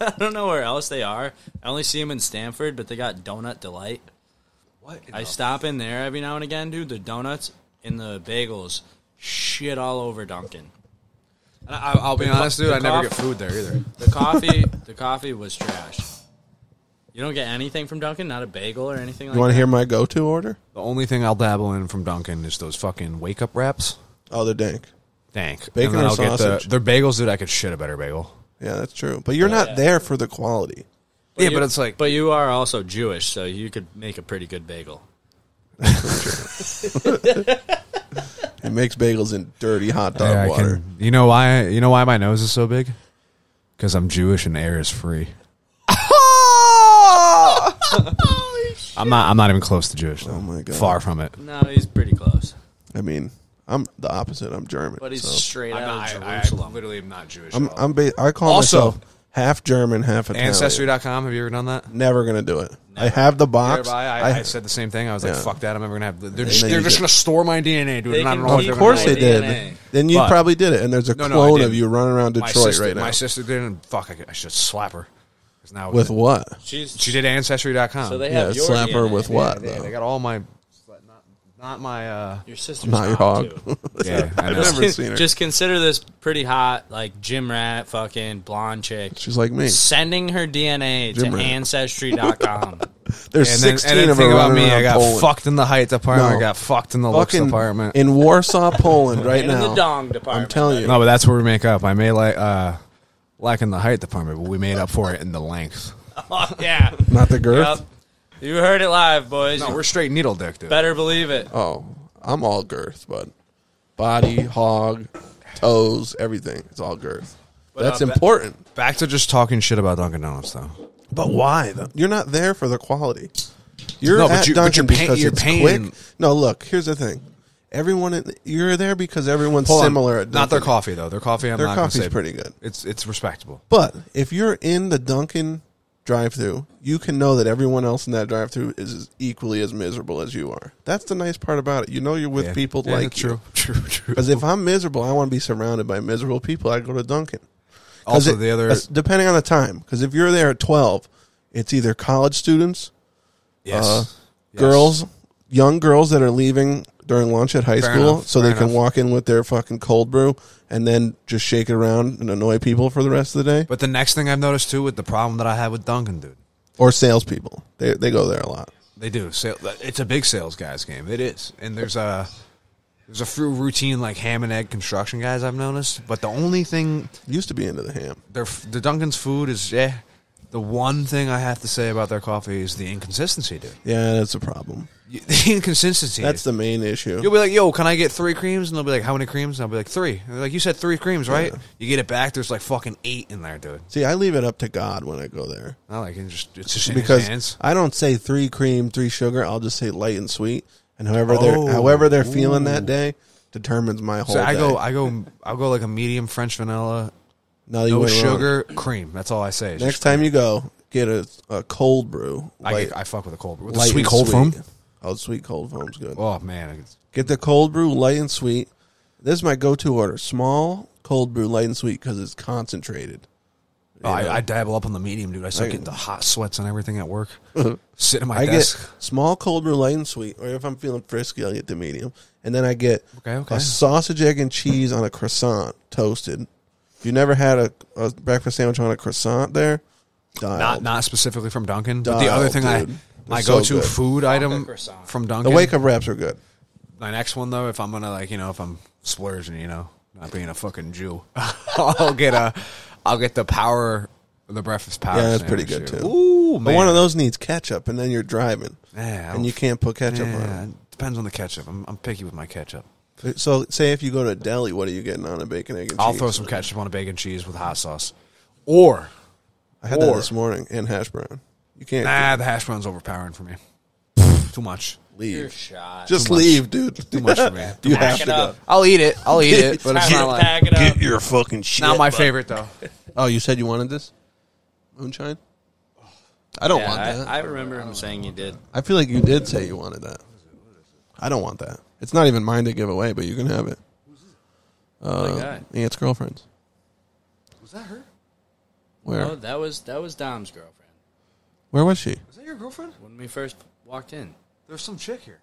I don't know where else they are. I only see them in Stanford, but they got Donut Delight. What? I stop in there every now and again, dude. The donuts and the bagels, shit all over Dunkin'. I, I'll be The honest, co- dude. the I never coff- get food there either. The coffee, *laughs* the coffee was trash. You don't get anything from Dunkin', not a bagel or anything like You want that. to hear my go-to order? The only thing I'll dabble in from Dunkin' is those fucking wake up wraps. Oh, they're dank. Thank. Bacon or I'll sausage? Get the, their bagels, dude. I could shit a better bagel. Yeah, that's true. But you're not there for the quality. yeah, you- but it's like But you are also Jewish, so you could make a pretty good bagel. It makes bagels in dirty hot dog Yeah, I water. can- you know why? You know why my nose is so big? Because I'm Jewish and air *laughs* is free. *laughs* I'm not. I'm not even close to Jewish. Though. Oh my God. Far from it. No, he's pretty close, I mean, I'm the opposite. I'm German. but he's so. straight out of Jerusalem. literally am not Jewish. I'm, I'm ba- I call Also- myself half German, half Italian. Ancestry.com. Have you ever done that? Never gonna do it. I have the box. Thereby, I, I, said the same thing. I was like, Yeah. "Fuck that! I'm never gonna have." They're, just, then they're you just did. gonna store my DNA, dude. They and I can don't know if keep they're of course my they gonna- did. DNA. Then you But- probably did it, and there's a No, no, I clone didn't. of you running around My Detroit sister, right now. my sister did, and fuck, I, I should slap her. 'Cause Now With what? She's she did Ancestry.com. So they Yeah, have your slap her DNA. with what? Yeah, though? they got all my, not, not my. uh Your sister's Not your hot, hog. *laughs* too. Yeah, *laughs* I know. never seen her. Just consider this pretty hot, like gym rat, fucking blonde chick. She's like me. Sending her DNA Gym to rat. *laughs* Ancestry.com. There's And then, 16 and then of think them about running me. I around got Poland. fucked in the height department. No. I got fucked in the looks Fucking department. in Warsaw, *laughs* Poland, right and in now. the dong department. I'm telling you, no, but that's where we make up. I may like uh, lack in the height department, but we made up for it in the length. *laughs* Oh, yeah. not the girth. yep. You heard it live, boys. No, you we're straight needle dick, dude. better believe it. Oh, I'm all girth, bud. Body, hog, toes, everything. It's all girth. That's uh, ba- important. Back to just talking shit about Dunkin' Donuts, though. But why? Though? You're not there for the quality. You're No, but at you- but Dunkin' you're pay- because you're it's paying- quick. No, look. Here's the thing. Everyone, in, you're there because everyone's Hold on. similar. At Not their Dunkin'. coffee though. Their coffee, I'm Their not gonna coffee's say- pretty good. It's it's respectable. But if you're in the Dunkin' drive-through, you can know that everyone else in that drive-through is as- equally as miserable as you are. That's the nice part about it. You know you're with Yeah. people Yeah, like you. true, *laughs* true, true. Because if I'm miserable, I want to be surrounded by miserable people. I go to Dunkin'. 'Cause also it- the other, that's depending on the time. Because if you're there at twelve, it's either college students, yes, uh, Yes. girls, young girls that are leaving during lunch at high Fair school, enough, so they fair can enough. walk in with their fucking cold brew and then just shake it around and annoy people for the rest of the day. But the next thing I've noticed too, with the problem that I had with Dunkin', dude, or salespeople, they they go there a lot. They do. Sale, it's a big sales guys game. It is, and there's a there's a few routine like ham and egg construction guys I've noticed. But the only thing Used to be into the ham. their the Duncan's food is yeah. The one thing I have to say about their coffee is the inconsistency, dude. Yeah, that's a problem. You- *laughs* The inconsistency. That's the main issue. You'll be like, yo, can I get three creams? And they'll be like, how many creams? And I'll be like, three. And they're like, you said three creams, right? You get it back, there's like fucking eight in there, dude. See, I leave it up to God when I go there I like it just it's just in his hands. because I don't say three cream, three sugar. I'll just say light and sweet, and however Oh. they're however they're feeling that day determines my whole. So I go, day. I go, I'll go like a medium French vanilla, Now you no went wrong. sugar, cream. That's all I say. It's Next just- time you go, get a, a cold brew. I, Light- get, I fuck with a cold brew. With a light sweet and cold foam. Oh, sweet cold foam's good. Oh man, it's- Get the cold brew, light and sweet. This is my go-to order: small cold brew, light and sweet, because it's concentrated. oh, I, I dabble up on the medium, dude. I start I- getting the hot sweats and everything at work. Sitting at my *laughs* I desk. get small cold brew, light and sweet, or if I'm feeling frisky, I'll get the medium, and then I get Okay, okay. a sausage, egg, and cheese on a croissant, toasted. If you never had a, a breakfast sandwich on a croissant, there, dialed. not not specifically from Dunkin', but the Dial, other thing I dude. my They're so go-to good. food item croissant. from Dunkin'. the wake up wraps are good. My next one though, if I'm gonna like you know if I'm splurging, you know, not being a fucking Jew, *laughs* I'll get a I'll get the power the breakfast power. Yeah, that's pretty sandwich, good, dude. too. Ooh Oh, man, But one of those needs ketchup, and then you're driving, Yeah, I and you don't- can't put ketchup on Yeah, it. it depends on the ketchup. I'm, I'm picky with my ketchup. So, say if you go to a deli, what are you getting on a bacon, egg, and I'll cheese? throw some ketchup on a bacon cheese with hot sauce, or I had that or- this morning and hash brown. You can't nah, ah, the hash brown's overpowering *laughs* for me. Too much. Your leave. shot. Just much. leave, dude. Too much *laughs* for me. You Pack have it to go. up. I'll eat it. I'll eat it, but it's Pack it- not like pack it up. your fucking shit. not my favorite though. Oh, you said you wanted this moonshine. I don't Yeah, want that. I, I I, remember him saying you did. feel like you did say you wanted that. I don't want that. It's not even mine to give away, but you can have it. Like Uh, that. Ant's girlfriend's. Was that her? Where? Oh, that was that was Dom's girlfriend Where was she? Was that your girlfriend? when we first walked in. There's some chick here.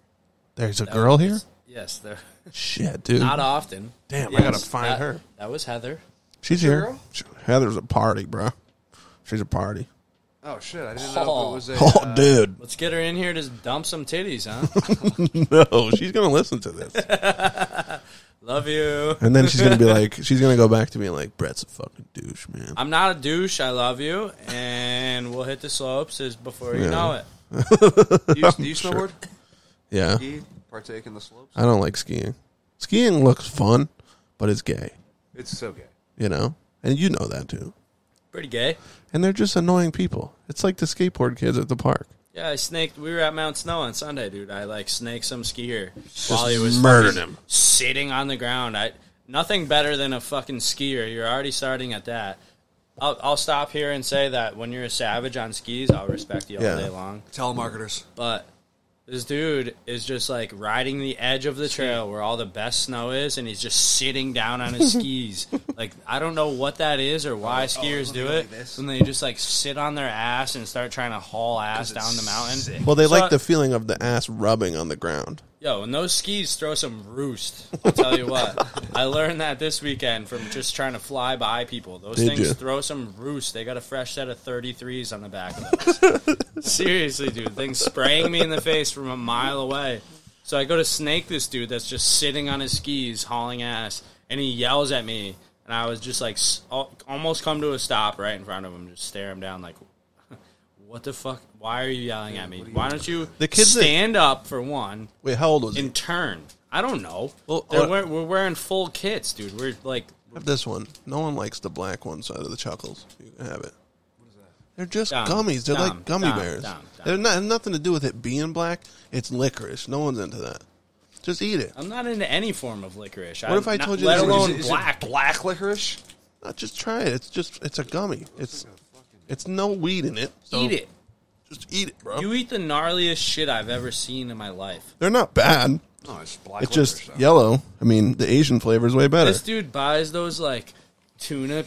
There's a girl here. Yes, they're Shit, dude. not often. *laughs* Damn, I Yes, gotta find that- her. That was Heather. She's Your here. girl? She- Heather's a party, bro. She's a party. Oh shit! I didn't know *laughs* if it was a, Oh, dude. Let's get her in here to dump some titties, huh? *laughs* *laughs* No, she's gonna listen to this, Love you. and then she's gonna be like, she's gonna go back to being like, Brett's a fucking douche, man. I'm not a douche. I love you, and we'll hit the slopes as before you Yeah. know it. uh, Do you, do you snowboard? yeah, Do you partake in the slopes? I don't like skiing. Skiing looks fun, but it's gay, It's so gay. you know, and you know that too. Pretty gay. And they're just annoying people. It's like the skateboard kids at the park. Yeah, I snaked. We were at Mount Snow on Sunday, dude. I like snaked some skier while he was murdering fucking him. sitting on the ground. I nothing better than a fucking skier. You're already starting at that. I'll, I'll stop here and say that when you're a savage on skis, I'll respect you all Yeah. day long. Telemarketers. But this dude is just like riding the edge of the trail where all the best snow is, and he's just sitting down on his skis. Like I don't know what that is or why skiers do it. when they just like sit on their ass and start trying to haul ass down the mountain. Well, they So I- like the feeling of the ass rubbing on the ground. Yo, and those skis throw some roost. I'll tell you *laughs* what. I learned that this weekend from just trying to fly by people. Those Did things you? throw some roost. They got a fresh set of 33s on the back of *laughs* those. Seriously, dude. Things spraying me in the face from a mile away. So I go to snake this dude that's just sitting on his skis hauling ass, and he yells at me. And I was just like s- al- almost come to a stop right in front of him, just stare him down like, *laughs* what the fuck? Why are you yelling at me? Why don't you The kids that- stand up for one? Wait, how old was in he? turn. I don't know. Well, They're uh, wear- we're wearing full kits, dude. We're like, Have this one. No one likes the black one side of the chuckles. You can have it. They're just Dom, gummies. They're Dom, like gummy Dom, bears. Dom, Dom. They're not have nothing to do with it being black. It's licorice. No one's into that. Just eat it. I'm not into any form of licorice. What if I told you Let this was- alone is it- is it black. Black licorice. Uh, just try it. It's just it's a gummy. It's it's no weed in it. So Eat it. Just eat it, bro. You eat the gnarliest shit I've ever seen in my life. They're not bad. No, it's black. It's licorice, just though. yellow. I mean, the Asian flavor is way better. This dude buys those like tuna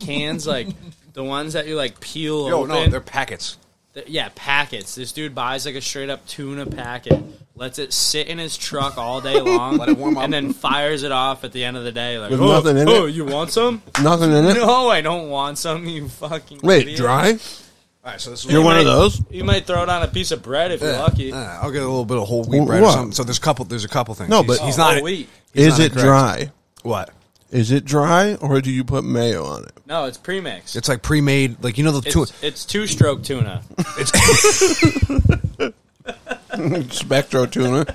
cans, like *laughs* the ones that you like peel Yo, open. no, they're packets. Th- yeah, packets. This dude buys like a straight up tuna packet, lets it sit in his truck *laughs* all day long, Let it warm up. and then fires it off at the end of the day. Like, With oh, nothing in oh, it? you want some? Nothing *laughs* in it. *laughs* No, I don't want some. You fucking Wait, idiot. dry? All right, so this is You're what- one of might- those? You might throw it on a piece of bread if you're Yeah, *laughs* lucky. yeah, I'll get a little bit of whole wheat bread What? or something. So there's a couple. There's a couple things. No, He's- but- he's Oh, not wheat. he's Is not it incorrect. dry? What? Is it dry or do you put mayo on it? No, it's pre-mixed. It's like pre-made, like you know the It's, two. it's two-stroke tuna. Spectro tuna.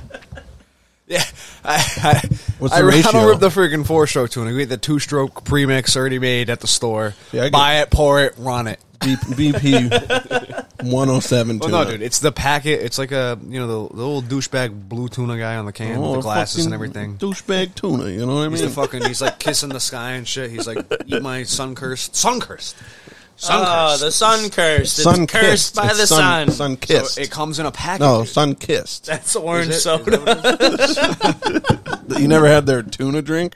Yeah, I, I, What's I, the I don't ratio? rip the freaking four-stroke tuna. We get the two-stroke premix already made at the store. Yeah, I get- Buy it, pour it, run it. B- BP 107 Well, tuna. no, dude, it's the packet. It's like a you know the, the little douchebag blue tuna guy on the can Oh, with the glasses and fucking everything. Douchebag tuna, you know what I mean? He's the fucking. He's like kissing the sky and shit. He's like, "Eat my sun cursed, sun cursed, sun Oh, cursed." the sun cursed. It's sun cursed kissed. by It's the sun. sun. Sun kissed. it comes in a packet. no, dude. sun kissed. That's orange Is it- is soda. that what it is? You never had their tuna drink?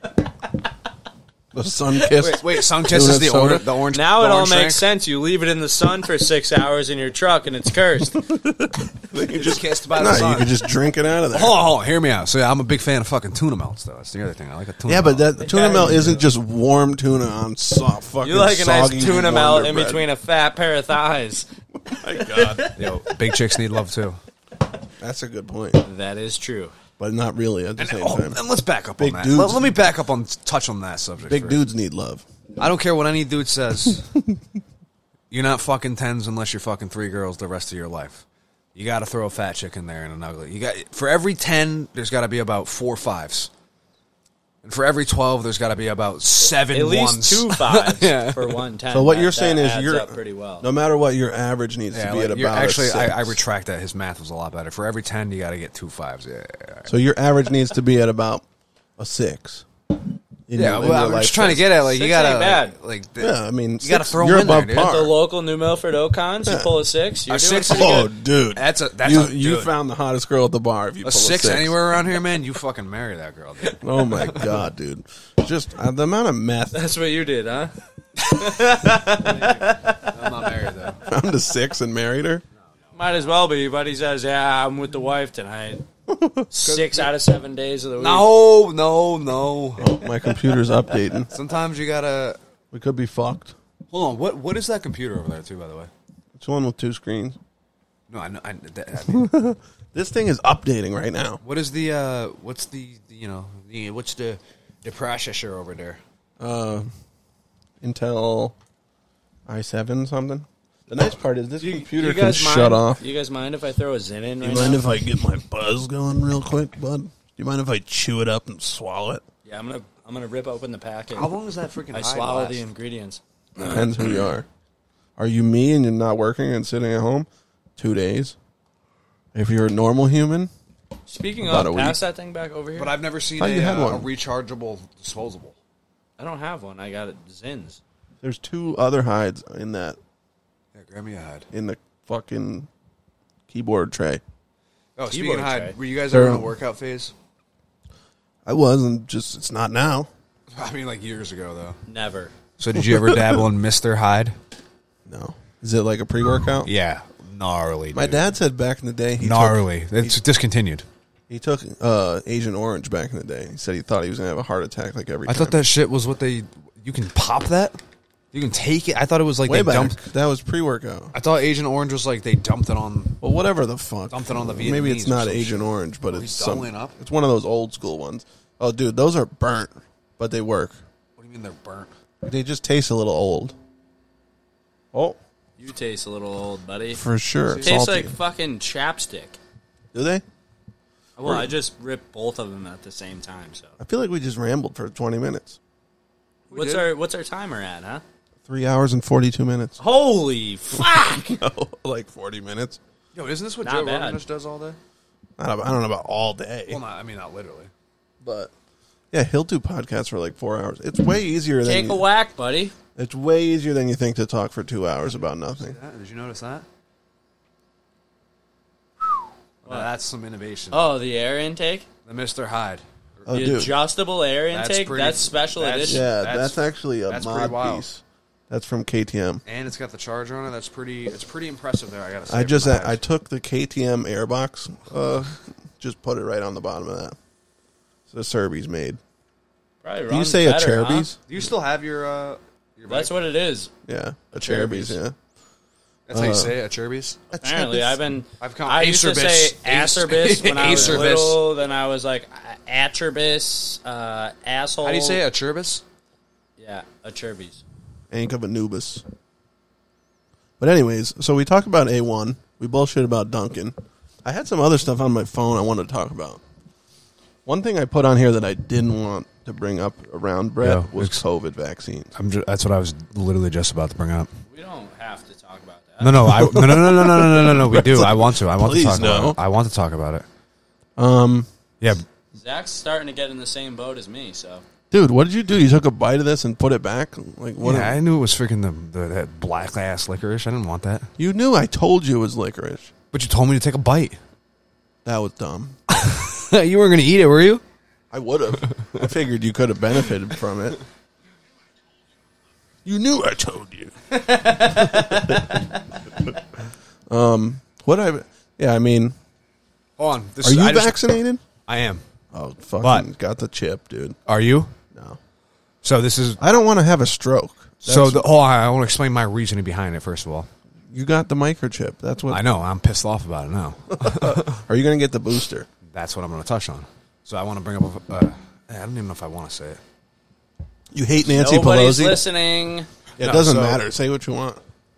The sun kissed. Wait, wait, sun kissed is Tuna the soda. orange. The orange. Now the it all orange makes drink? sense. You leave it in the sun for six hours in your truck, and it's cursed. It's just kissed by the No, sun. you could just drink it out of there. Hold on, hold on, hear me out. So yeah, I'm a big fan of fucking tuna melts, though. That's the other thing. I like a tuna. Yeah, but melt. that tuna melt isn't just warm tuna on soft fucking. You like a nice soggy tuna melt Wonder in Bread. between a fat pair of thighs. yo, big chicks need love too. That's a good point, That is true. but not really at the same Oh, time. and let's back up Big on that. dudes. Let, let me back up on touch on that subject. Big for- dudes need love. I don't care what any *laughs* dude says. you're not fucking tens unless you're fucking three girls the rest of your life. You got to throw a fat chick in there and an ugly. You got for every ten, there's got to be about four fives, and for every twelve, there's got to be about seven. At least ones. two fives for one ten. So what That- you're saying that is adds you're up pretty well. No matter what, your average needs Yeah, to be like, at you're- about. actually, a six. I, I retract that. His math was a lot better. For every ten, you got to get two fives. Yeah, yeah, So your average needs to be at about a six. in your- yeah. in well, your I'm life just trying to test. get at like you Six gotta ain't bad. like, like the- Yeah, I mean, you gotta six- throw 'em you're in there, above dude. par. the local New Milford Ocons, you Yeah. pull a six. You're A doing six pretty Oh, good. dude, That's a- that's you, a- you dude. found the hottest girl at the bar. If you a pull six, anywhere around here, man. You fucking marry that girl. Dude. Oh my god, dude! Just uh, the amount of meth *laughs* *laughs* That's what you did, huh? *laughs* I'm not married though. found a six and married her. Might as well be. Buddy says, "Yeah, I'm with the wife tonight." six out of seven days of the week. *laughs* No, no, no. Oh, my computer's updating. Sometimes you gotta We could be fucked. hold on. What what is that computer over there too? By the way, It's one with two screens. no, I, know- I, that, I mean, This thing is updating right now. what is the uh, what's the, the you know the what's the the processor over there? Uh, Intel i7 something. The nice part is this computer You can guys mind, shut off. You guys mind if I throw a zin in? Right You mind now? if I get my buzz going real quick, bud? Do you mind if I chew it up and swallow it? yeah, I'm gonna I'm gonna rip open the packet. How long is that freaking? I swallow the ingredients. Depends who you are. Are you me and you're not working and sitting at home? Two days. If you're a normal human, Speaking About a of, week. pass that thing back over here. But I've never seen Thought a, you had uh, one. a rechargeable disposable. I don't have one. I got it Zins. there's two other hides in that Yeah, grab me a hide. in the fucking keyboard tray. Oh, speaking of Keyboard hide, tray. were you guys They're- ever in a workout phase? I was and just it's not now. I mean, like years ago though. Never. So did you ever dabble in Mister Hyde? No. Is it like a pre-workout? Yeah, gnarly. My dude. dad said back in the day he took gnarly. it's discontinued. He took uh, Asian Orange back in the day. He said he thought he was gonna have a heart attack like every I time. thought that shit was what they. You can pop that. You can take it. I thought it was like way they back. dumped. That was pre-workout. I thought Agent Orange was like they dumped it on. Well, whatever the fuck. Something on the Maybe it's Vietnamese or not some Asian shit. Orange, but Are we it's some, doubling up? It's one of those old school ones. Oh, dude, those are burnt, but they work. What do you mean they're burnt? They just taste a little old. Oh, You taste a little old, buddy. for sure. Tastes Salty. like fucking chapstick. Do they? Well, I just ripped both of them at the same time. So I feel like we just rambled for twenty minutes. what's did. our what's our timer at, huh? Three hours and forty-two minutes. *laughs* Holy fuck! Oh, like forty minutes. Yo, isn't this what Not Joe bad. Rogan just does all day? I don't, I don't know about all day, Well, not. I mean, not literally. but yeah, he'll do podcasts for like four hours. It's way easier than Take a whack, buddy. It's way easier than you think to talk for two hours about nothing. That, did you notice that? Now that's some innovation. Oh, the air intake, The Mister Hyde. Oh, the dude. adjustable air That's intake. That's, pretty- special that's- edition. yeah, that's, that's- actually a that's pretty mod wild. piece. That's from KTM. And it's got the charger on it. That's pretty. It's pretty impressive. There, I gotta say. I from just the I, Hyde. took the KTM Airbox, uh, just put it right on the bottom of that. So the Serbies made. Probably Do you runs say a better, huh? Cherbys? Do you still have your? uh your That's bike? what it is. Yeah, a Cherbys. Cherbys. Yeah. That's how you say it, Acherbis. Apparently, I've been. I've come- I used to Acerbis. say Ace- acerbis when I was Acerbis. little. Then I was like a- acerbis, uh, asshole. How do you say Acherbis? Yeah, acerbis. Ank of Anubis. But anyways, so we talked about A1. We bullshit about Duncan. I had some other stuff on my phone I wanted to talk about. One thing I put on here that I didn't want to bring up around Brett Yeah, was it's- COVID vaccines. I'm just, that's what I was literally just about to bring up. We don't have to talk about that. No, no, I, no, no, no, no, no, no, no, no, no. We do. I want to. I want to Please, talk no. about it. I want to talk about it. Um, Yeah, Zach's starting to get in the same boat as me, so dude, what did you do? You took a bite of this and put it back? Like what? yeah I knew it was freaking the, the that black ass licorice. I didn't want that. you knew I told you it was licorice. But you told me to take a bite. That was dumb. you weren't going to eat it, were you? I would have. I figured you could have benefited from it. You knew I told you. *laughs* um, Um, what I yeah, I mean, Hold on. This are you I just- vaccinated? I am. Oh, fucking But- got the chip, dude. Are you? No, So this is. I don't want to have a stroke. so That's- the, hold on. I want to explain my reasoning behind it. First of all, you got the microchip. That's what. I know I'm pissed off about it now. Are you going to get the booster? That's what I'm going to touch on. So I want to bring up. A, uh, I don't even know if I want to say it. You hate Nancy nobody's Pelosi. listening. It No, doesn't so- matter. Say what you want.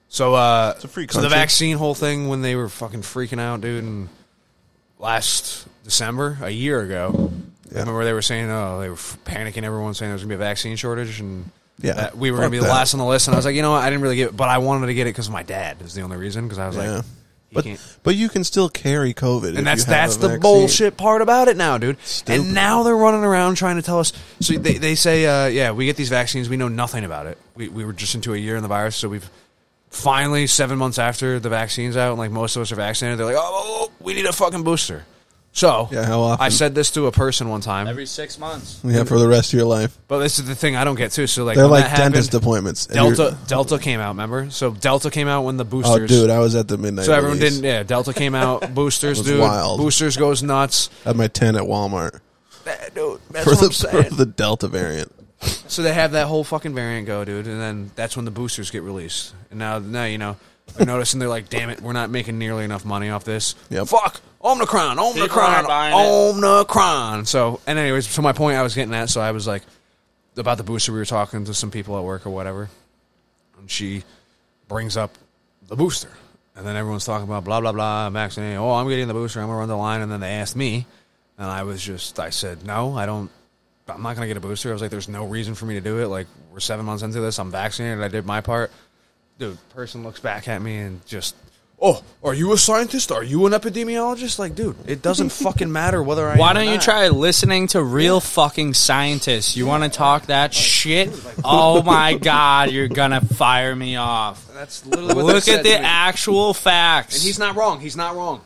So uh, a free so the country. vaccine whole thing when they were fucking freaking out, dude, and last December, a year ago, I remember they were saying, oh, they were f- panicking, everyone saying there was gonna be a vaccine shortage, and Yeah, that we were fuck gonna be the that. last on the list. And I was like, you know, what? I didn't really get, it, but I wanted to get it because my dad is the only reason. Because I was Yeah. like, he But can't- but you can still carry COVID, if and that's you have that's a the vaccine. bullshit part about it now, dude. Stupid. And now they're running around trying to tell us. So they, they say, uh, yeah, we get these vaccines, we know nothing about it. We we were just into a year in the virus, so we've finally seven months after the vaccines out, and like most of us are vaccinated. They're like, oh, we need a fucking booster. So Yeah, how often? I said this to a person one time, Every six months. Yeah, for the rest of your life. but this is the thing I don't get too. So like They're when like that happened, dentist appointments. And you're- Delta Delta came out, remember? So Delta came out when the Oh, boosters. dude, I was at the midnight. so everyone release didn't. Yeah, Delta *laughs* came out. Boosters, was dude. wild. Boosters goes nuts. at my tent at Walmart That- dude, *laughs* that's for what the I'm saying. for the Delta variant. So they have that whole fucking variant go, dude, and then that's when the boosters get released. And now, now you know, they're noticing they're like, damn it, we're not making nearly enough money off this. Yep. Fuck Omicron, Omicron, aren't buying it. Omicron. So, and anyways, to my point, I was getting at. So I was like, about the booster, we were talking to some people at work or whatever, and she brings up the booster, and then everyone's talking about blah blah blah vaccinating. Oh, I'm getting the booster. I'm gonna run the line, and then they asked me, and I was just, I said, no, I don't. I'm not gonna get a booster. I was like, there's no reason for me to do it. Like we're seven months into this. I'm vaccinated. I did my part. Dude, person looks back at me and just. Oh, are you a scientist? Are you an epidemiologist? Like, dude, it *laughs* doesn't fucking matter whether I. Why am or don't you not. try listening to real fucking scientists? You want to talk that shit? Oh my god, you're gonna fire me off. That's literally what Look they at said the to me. actual facts. And he's not wrong. He's not wrong.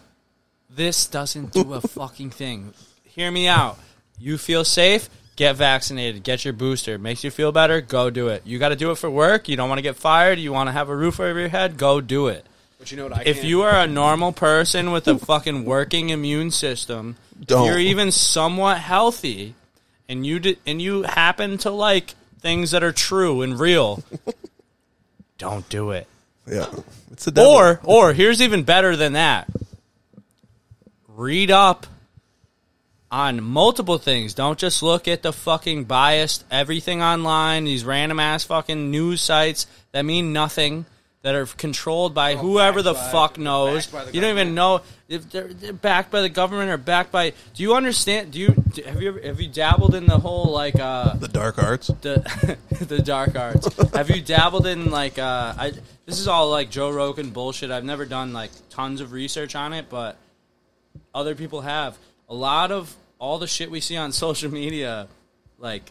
this doesn't do a fucking thing. Hear me out. You feel safe, get vaccinated, get your booster. Makes you feel better, go do it. You got to do it for work. You don't want to get fired. You want to have a roof over your head, go do it. But you know what? I If you are a normal person with a fucking working immune system, Don't. if you're even somewhat healthy, and you di- and you happen to like things that are true and real, don't do it. Yeah, it's the devil. Or or here's even better than that. Read up on multiple things. Don't just look at the fucking biased everything online, these random ass fucking news sites that mean nothing that are controlled by whoever the fuck knows. by the you don't even know if they're, they're backed by the government or backed by Do you understand? Do you do- have you ever, have you dabbled in the whole like uh the dark arts. the *laughs* the dark arts. Have you dabbled in like uh I this is all like Joe Rogan bullshit. I've never done like tons of research on it, but other people have. A lot of all the shit we see on *laughs* social media like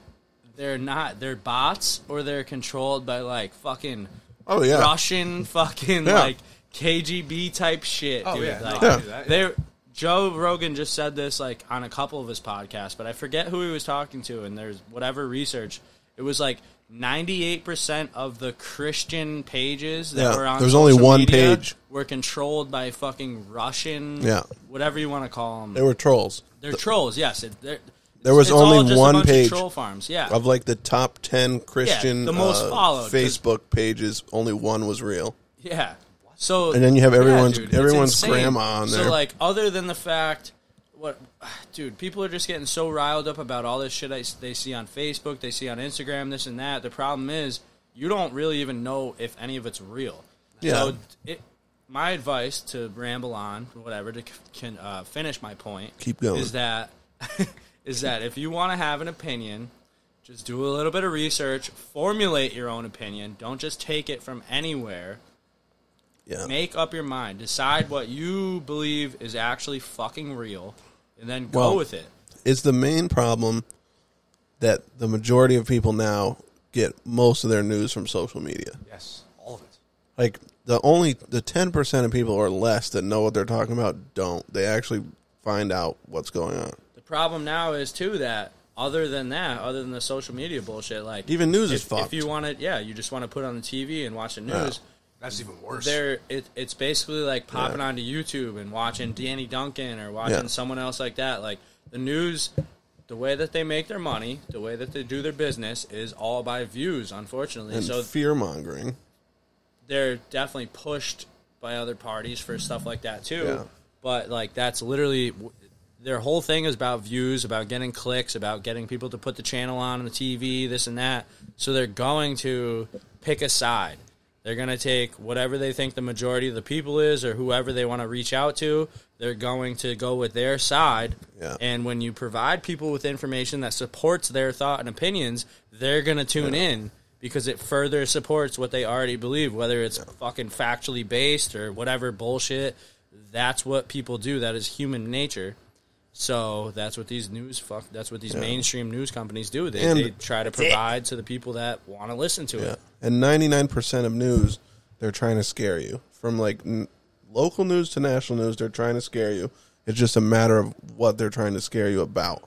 they're not they're bots or they're controlled by like fucking Oh yeah, Russian fucking Yeah. like KGB type shit, dude. yeah, no, Like, I knew that, they're- Joe Rogan just said this like on a couple of his podcasts, but I forget who he was talking to. And there's whatever research, it was like 98% of the Christian pages that Yeah, were on there's only social one media page. were controlled by fucking Russian, Yeah. whatever you want to call them. they were trolls They're trolls, yes. It, they're, There was it's all only just a one bunch of page troll farms, yeah. of like the top ten Christian the most uh, followed, 'cause- Facebook pages. Only one was real. Yeah. Was So And then you have everyone's- dude, it's everyone's insane. grandma on So there. like, other than the fact, what, dude, people are just getting so riled up about all this shit I, they see on Facebook, they see on Instagram, this and that. The problem is, you don't really even know if any of it's real. Yeah. So it, my advice to ramble on, whatever, to c- can uh, finish my point. Keep going. Is that *laughs* is that if you want to have an opinion, just do a little bit of research, formulate your own opinion. Don't just take it from anywhere Yeah. make up your mind. Decide what you believe is actually fucking real, and then go Well- with it. It's the main problem that the majority of people now get most of their news from social media. Yes, all of it. Like the only the ten percent of people or less that know what they're talking about don't. They actually find out what's going on. The problem now is too that other than that, other than the social media bullshit, like Even news if, is fucked. If you want to, yeah, you just want to put on the TV and watch the news. That's even worse. There, it, it's basically like popping onto YouTube and watching Danny Duncan or watching Yeah. someone else like that. Like the news, the way that they make their money, the way that they do their business is all by views. Unfortunately, And so fear mongering. they're definitely pushed by other parties for stuff like that too. Yeah. But like that's literally their whole thing is about views, about getting clicks, about getting people to put the channel on the TV, this and that. So they're going to pick a side. They're going to take whatever they think the majority of the people is or whoever they want to reach out to. They're going to go with their side. Yeah. And when you provide people with information that supports their thought and opinions, they're going to tune in because it further supports what they already believe, whether it's fucking factually based or whatever bullshit. That's what people do. That is human nature. So that's what these news fuck. That's what these mainstream news companies do. They, And- they try to provide to the people that want to listen to Yeah. it. And 99% of news, they're trying to scare you. From like n- local news to national news, they're trying to scare you. It's just a matter of what they're trying to scare you about.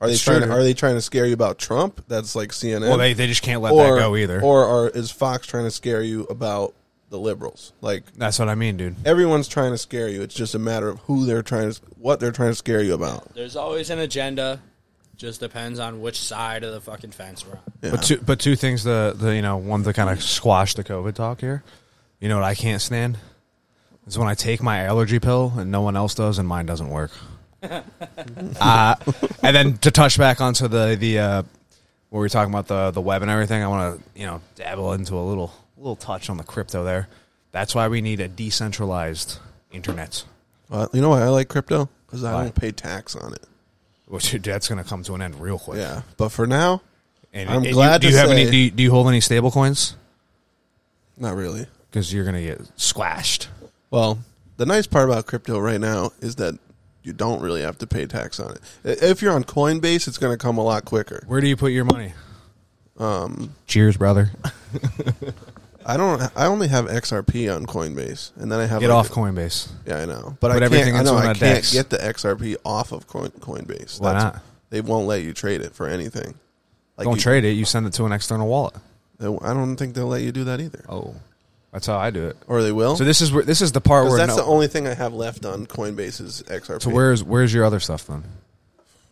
Are they It's trying? true. Are they trying to scare you about Trump? That's like CNN. Well, they, they just can't let that go either. Or are, is Fox trying to scare you about the liberals? Like That's what I mean, dude. everyone's trying to scare you. It's just a matter of who they're trying to, what they're trying to scare you about. There's always an agenda. Just depends on which side of the fucking fence *laughs* we're on. Yeah. But two, but two things. The, the you know one to kind of squash the COVID talk here. You know what I can't stand is when I take my allergy pill and no one else does and mine doesn't work. uh, and then to touch back onto the the uh, where we were talking about the the web and everything, I want to you know dabble into a little little touch on the crypto there. That's why we need a decentralized internet. Uh, you know why I like crypto? Because I Why? don't pay tax on it. Which *laughs* that's going to come to an end real quick. Yeah, but for now, And, I'm and you- glad Do to you have say- any? Do you, do you hold any stable coins? not really. Because you're going to get squashed. Well, the nice part about crypto right now is that you don't really have to pay tax on it. I- If you're on Coinbase, it's going to come a lot quicker. Where do you put your money? Um, Cheers, brother. I don't. I only have XRP on Coinbase, and then I have Get like *laughs* off a- Coinbase. Yeah, I know, but, I Put can't. everything I into know one I of can't Dex. get the XRP off of Coin, Coinbase. Why That's- not? They won't let you trade it for anything. Like Don't you- trade it. You send it to an external wallet. they- I don't think they'll let you do that either, Oh, that's how I do it. or they will. So this is where this is the part 'Cause where that's no- the only thing I have left on Coinbase is XRP. So where's where's your other stuff then?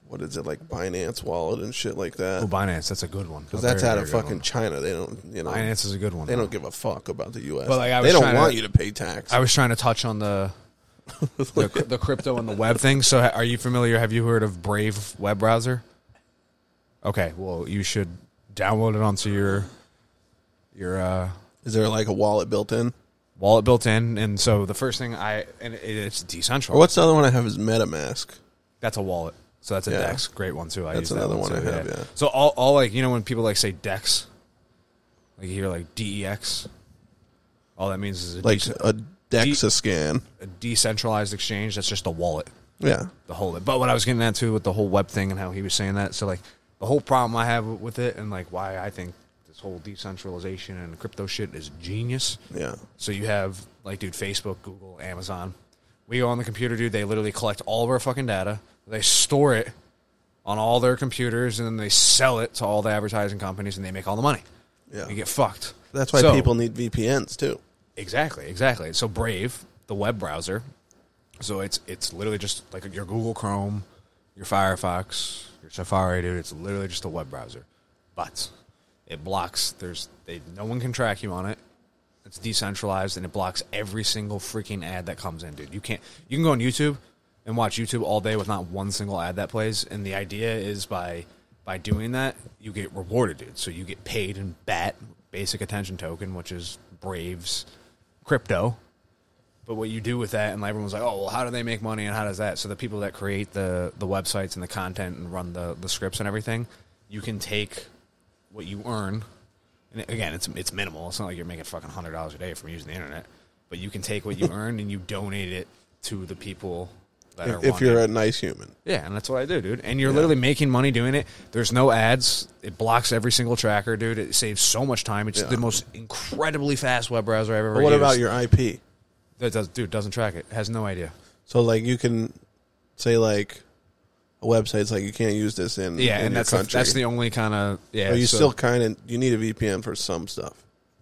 what is it like Binance Wallet and shit like that? Oh, Binance. That's a good one. Because that's out of fucking China. They don't, you know. Binance is a good one. They don't give a fuck about the U.S. But, like, I they was don't trying to- want you to pay tax. I was trying to touch *laughs* on the the, the crypto and the web thing. So, ha- are you familiar? Have you heard of Brave web browser? Okay, well, you should download it onto your your uh, Is there like a wallet built in? wallet built in, and so the first thing I and it, it's decentralized. Or what's the other one I have is MetaMask. That's a wallet. So that's a Yeah. Dex. Great one too. I That's use that another one too, I have, yeah. So all, all like you know when people like say Dex, like you hear like DEX. All that means is a, Like uh, dec- a DEXA scan. a decentralized exchange. That's just a wallet. Yeah. the whole But what I was getting at too with the whole web thing and how he was saying that. So like the whole problem I have with it and like why I think this whole decentralization and crypto shit is genius. Yeah. So you have like dude, Facebook, Google, Amazon. We go on the computer, dude. They literally collect all of our fucking data. They store it on all their computers and then they sell it to all the advertising companies and they make all the money. Yeah. We get fucked. That's why So- people need VPNs too. Exactly, exactly. So Brave, the web browser, so it's it's literally just like your Google Chrome, your Firefox, your Safari, dude. It's literally just a web browser, but it blocks. There's they no one can track you on it. It's decentralized and it blocks every single freaking ad that comes in, dude. You can't. You can go on YouTube and watch YouTube all day with not one single ad that plays. And the idea is by by doing that, you get rewarded, dude. So you get paid in BAT, basic attention token, which is Braves crypto. But what you do with that, and everyone's like, "Oh, well, how do they make money, and how does that?" So the people that create the the websites and the content and run the the scripts and everything, you can take what you earn, and again, it's it's minimal. It's not like you're making fucking hundred dollars a day from using the internet, but you can take *laughs* what you earn and you donate it to the people that are. If, if you're running. a nice human, Yeah, and that's what I do, dude. And you're literally making money doing it. There's no ads. It blocks every single tracker, dude. It saves so much time. It's Yeah. the most incredibly fast web browser I've ever. but what used. about your IP? That does, dude, doesn't track it. Has no idea. So like you can say like a website's like you can't use this in Yeah, in your and that's the, country. that's the only kind of yeah. But you so, still kind of you need a VPN for some stuff.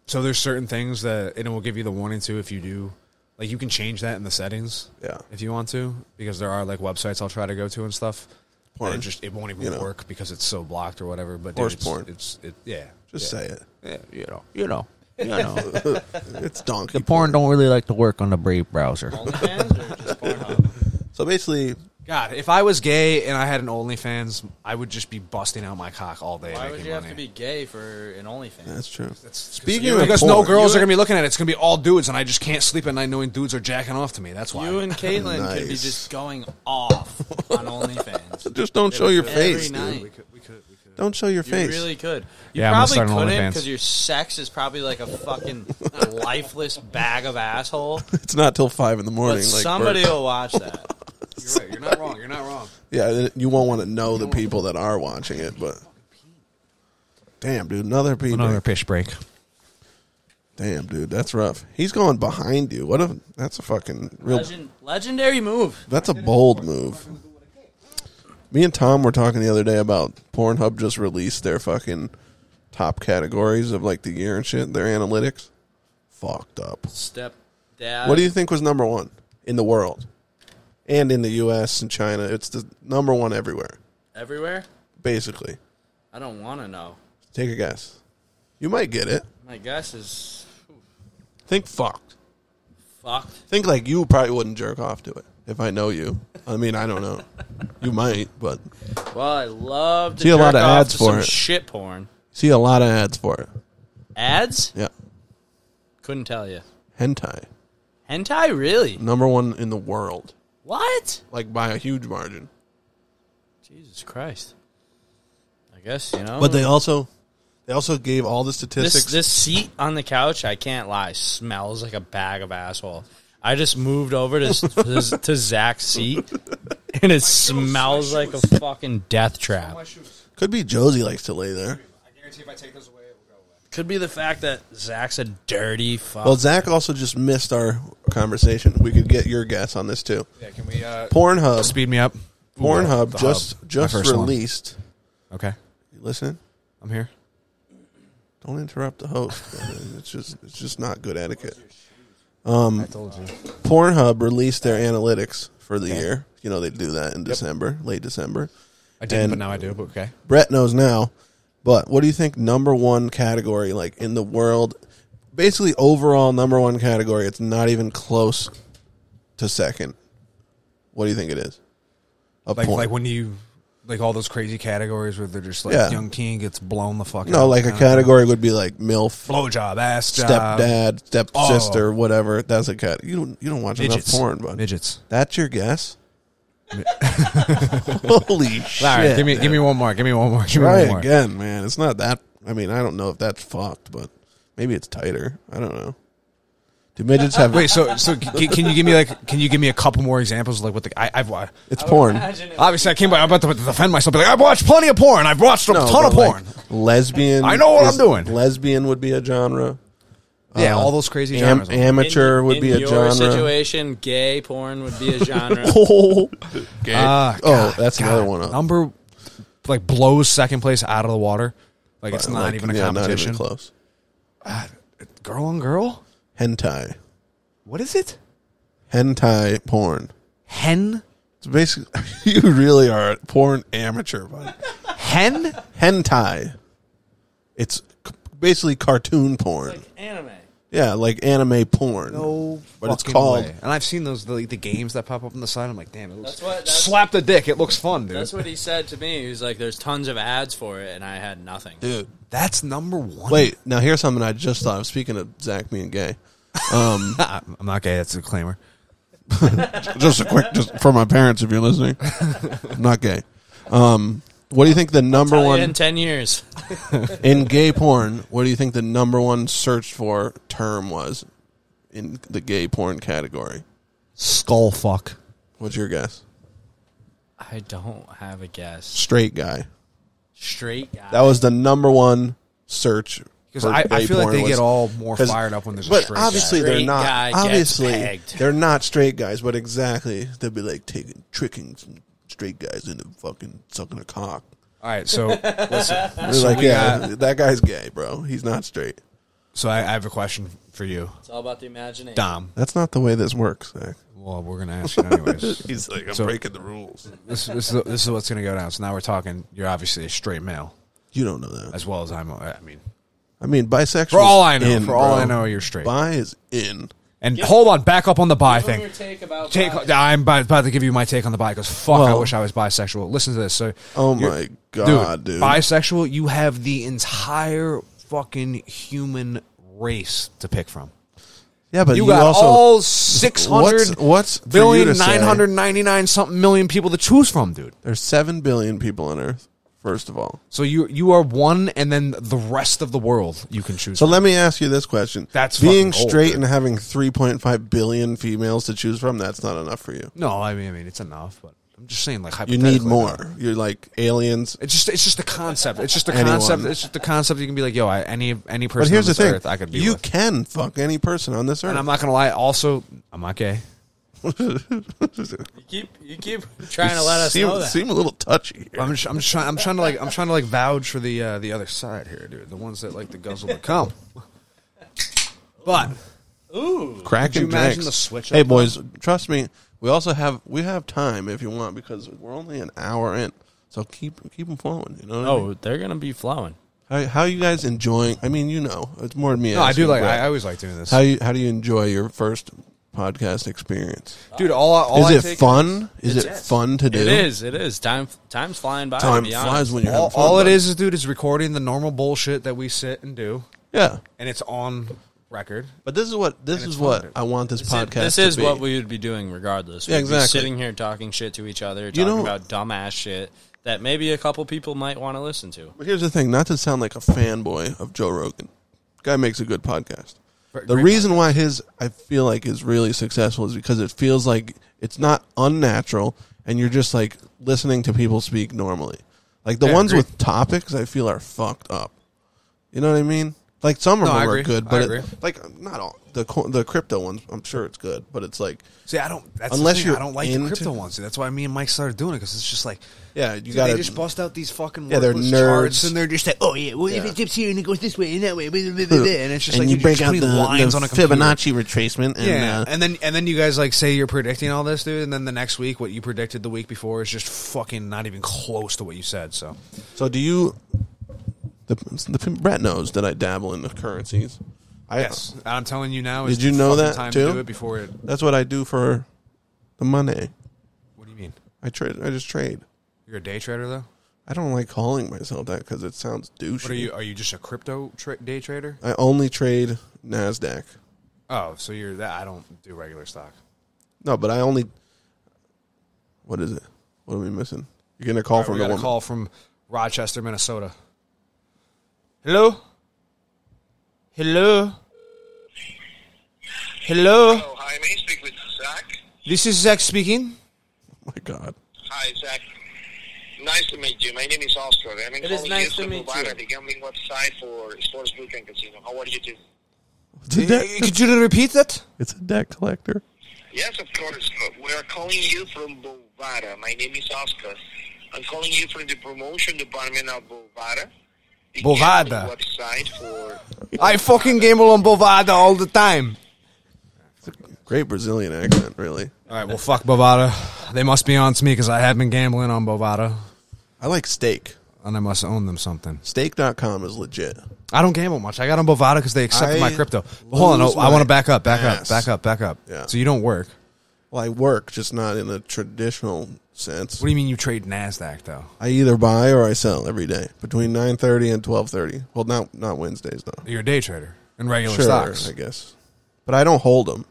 so there's certain things that and it will give you the warning too if you do. Like you can change that in the settings, Yeah. if you want to, because there are like websites I'll try to go to and stuff. Porn. And it just it won't even You know. work because it's so blocked or whatever. But dude, Horse it's, porn. it's it yeah. Just yeah. say it. yeah, you know, you know, you know. *laughs* it's donkey. Porn don't really like to work on the Brave browser. OnlyFans or just Pornhub? So basically, God, if I was gay and I had an OnlyFans, I would just be busting out my cock all day. Why making would you have money. to be gay for an OnlyFans? that's true. Speaking Speaking of of because no porn- girls You- are gonna be looking at it. It's gonna be all dudes, and I just can't sleep at night knowing dudes are jacking off to me. That's why. You and Caitlin could be Nice. just going off *laughs* on OnlyFans. Just don't show your Every face, dude. night. Don't show your You face. really could. You Yeah, I'm gonna probably start an couldn't OnlyFans. because your sex is probably like a fucking *laughs* lifeless bag of asshole. It's not till five in the But morning. like somebody Bert. will *laughs* watch that. You're right. You're not wrong. You're not wrong. yeah, you won't want to know the people that are watching it, but damn, dude, another people. pitch break. Damn, dude, that's rough. He's going behind you. What a that's a fucking real. Legend, legendary move. That's a bold move. Me and Tom were talking the other day about Pornhub just released their fucking top categories of like the year and shit. Their analytics, fucked up. Step dad. What do you think was number one in the world, and in the U.S. and China? It's the number one everywhere, everywhere? basically. I don't want to know. Take a guess. You might get it. My guess is Think fucked. fucked. Think like you probably wouldn't jerk off to it if I know you. I mean, I don't know. You might, but Well, I love to See a jerk lot of off ads to for some it. shit porn. see a lot of ads for it. Ads? Yeah, Couldn't tell you. hentai, Hentai, really? number one in the world, What? like by a huge margin. Jesus Christ. I guess you know. But they also, they also gave all the statistics. this this seat on the couch, I can't lie, smells like a bag of asshole. I just moved *laughs* over to to, to Zach's seat, and it smells like a fucking death trap. Could be Josie likes to lay there. I guarantee if I take this away, it will go away. Could be the fact that Zach's a dirty fuck. Well, Zach also just missed our conversation. We could get your guess on this too. Yeah, can we uh, Pornhub, speed me up? Pornhub The just hub. My just first one. released. Okay, You Listen, I'm here. don't interrupt the host. it's just it's just not good etiquette. Um, I told you. Pornhub released their analytics for the year. You know they do that in December, late December. I didn't, And- but now I do. But okay. Brett knows now. But what do you think number one category like in the world? Basically overall number one category, it's not even close to second. What do you think it is? A Like porn. like when you like all those crazy categories where they're just like Yeah. young king gets blown the fuck. no, out. like a Uh, category would be like MILF, blowjob, ass job, stepdad, stepsister, Oh. whatever. That's a cat. You don't you don't watch midgets, enough porn, bud. midgets. That's your guess. *laughs* Holy shit! All right, give me give me one more. Give me one more. Give me Try one it more. again, man. It's not that. I mean, I don't know if that's fucked, but maybe it's tighter. I don't know. Do midgets have? Wait, so so c- can you give me like can you give me a couple more examples of, like what the I, I've uh, watched? it's porn. Obviously, I came by. I'm about to defend myself. But like, I've watched plenty of porn. I've watched a No, ton of but, porn. like, lesbian. I know what I'm doing. Lesbian would be a genre. yeah, uh, all those crazy Am- genres. amateur in, would in be a your genre. situation, gay porn *laughs* would be a genre. Oh, Ah, *laughs* oh, God, that's God. another one. Up. Number like blows second place out of the water. Like it's not Like, even a yeah, competition. Not even close. girl on girl. Hentai, What is it? hentai porn. Hen It's basically *laughs* you really are a porn amateur, bud. hen. *laughs* hentai. It's c- basically cartoon porn. Anime. Yeah, like anime porn. No, But it's fucking called- way. And I've seen those the, the games that pop up on the side. I'm like, damn, it looks. That's what- that's- slap the dick. It looks fun, dude. That's That's, what he said to me. He was like, "There's tons of ads for it," and I had nothing. Dude. number one. Wait, now here's something I just thought of. Speaking of Zach being gay. I'm not gay. That's a disclaimer. *laughs* just a quick just for my parents if you're listening. I'm not gay. Um what do you think the number Tell you one in ten years. in gay porn, what do you think the number one searched for term was in the gay porn category? Skull fuck. What's your guess? I don't have a guess. Straight guy. Straight guy. That was the number one search. Because for I, I gay feel like porn they was- get all more 'cause- fired up when there's a But straight obviously guy. they're Straight not. guy gets obviously pegged. they're not straight guys, but exactly they'd be like taking tricking some straight guys into fucking sucking a cock. All right, so listen. They're like, yeah, that guy's gay, bro. He's not straight. *laughs* So I, I have a question for you, it's all about the imagination. Dom. That's not the way this works. Zach. Well, we're gonna ask you anyways. *laughs* He's like, I'm So- breaking the rules. this, this, is, this is what's gonna go down. So now we're talking. You're obviously a straight male, You don't know that. as well as I'm. I mean, I mean, bisexual. For all I know, for all bro. I know, you're straight. Bi is in. and hold on, back up on the bi Give him thing. your take about Take, guys. I'm about, about to give you my take on the bi because fuck, I Well- wish I was bisexual. Listen to this. So, Oh you're- my god, dude. bisexual, you have the entire fucking human race to pick from. yeah, but You, you, got also all 600 What's- what's for you billion, to say? 999 something million people to choose from, dude. there's seven billion people on Earth. First of all, So you you are one, and then the rest of the world you can choose. So from. let me ask you this question: That's being fucking gold, straight dude. and having 3.5 billion females to choose from. That's not enough for you. no, I mean, I mean it's enough, but I'm just saying, like, You need hypothetically, more. You're like aliens. It's just it's just a concept. It's just a Anyone. concept. It's just a concept. You can be like, yo, I, any any person But here's on the this thing: earth, I could be you with. can fuck any person on this And I'm earth. not gonna lie. Also, I'm not gay. You keep you keep trying to let us seem, know that. seem a little touchy here. I'm just, I'm just trying. I'm trying to like I'm trying to like vouch for the uh, the other side here, dude. The ones that like the guzzle to come. But Crack could you and imagine drinks. the switch Hey up, boys, trust me. We also have we have time if you want because we're only an hour in. So keep keep them flowing. You know. What I mean? Oh, they're gonna be flowing. how, how you guys enjoying? I mean, you know, it's more than me. no, I asking, do like. but I always like doing this, how you how do you enjoy your first podcast experience? dude. All, I- all I is it take- fun? Is it fun to do? It is. It is. Time time's flying by. Time to be flies honest. when you're All, having fun. all it bud. is is, dude, is recording the normal bullshit that we sit and do, yeah. and it's on record. But this is what this is it's what fun, dude. I want this, This is- podcast. This to is be. what we would be doing regardless. We'd Yeah, be exactly. sitting here talking shit to each other, talking know- about dumbass shit that maybe a couple people might want to listen to. But here's the thing: not to sound like a fanboy of Joe Rogan, guy makes a good podcast. Great- The great reason why his I feel like is really successful is because it feels like it's not unnatural, and you're just like listening to people speak normally. Like the Yeah, ones agreed. with topics, I feel are fucked up. You know what I mean? Like some of No, I them are agree. good, I but agree. it, like not all the co- the crypto ones. I'm sure it's good, but it's like See, I don't. That's the Unless thing, you're I don't like into- the crypto ones. That's why me and Mike started doing it because it's just like, yeah, you dude, got they just bust out these fucking Yeah, they're worthless nerds. charts and they're just like, oh yeah, well if Yeah. it dips here and it goes this way and that way, blah, blah, blah, blah, *laughs* blah. and it's just like you dude, break you're out just the, putting lines on a computer. Fibonacci retracement, and Yeah, uh, and then and then you guys like say you're predicting all this, dude, and then the next week what you predicted the week before is just fucking not even close to what you said. So So do you? The, the Brett knows that I dabble in the currencies. I, yes, I'm telling you now. Is Did you the know fucking that, time too? To do it before it. That's what I do for the money. What do you mean? I trade. I just trade. You're a day trader though. I don't like calling myself that because it sounds douchey. What are you? Are you just a crypto tra- day trader? I only trade Nasdaq. Oh, so you're that? I don't do regular stock. No, but I only. What is it? What are we missing? You're getting a call All right, from we the got a woman. call from Rochester, Minnesota. Hello. Hello. Hello. Oh, hi, may I speak with Zach? This is Zach speaking. Oh my God. Hi, Zach. Nice to meet you. My name is Oscar. I'm It is calling nice you to from meet Nevada, you. the gambling website for sportsbook and casino. How are you doing? It's a debt. Could you repeat that? *laughs* It's a debt collector. Yes, of course. We are calling you from Bovada. My name is Oscar. I'm calling you from the promotion department of Bovada. the Bovada. gambling website for I fucking gamble on Bovada all the time. Great Brazilian accent, really. All right, well, fuck Bovada. They must be on to me because I have been gambling on Bovada, I like steak. and I must own them something. Steak.com is legit. I don't gamble much. I got on Bovada because they accepted my I crypto. But hold on, lose oh, I want my to back up, back up, ass. back up, back up. Yeah. So you don't work. Well, I work, just not in a traditional sense. What do you mean you trade Nasdaq though? I either buy or I sell every day between nine thirty and twelve thirty. Well, not not Wednesdays though. You're a day trader in regular Sure, stocks. I guess, but I don't hold them.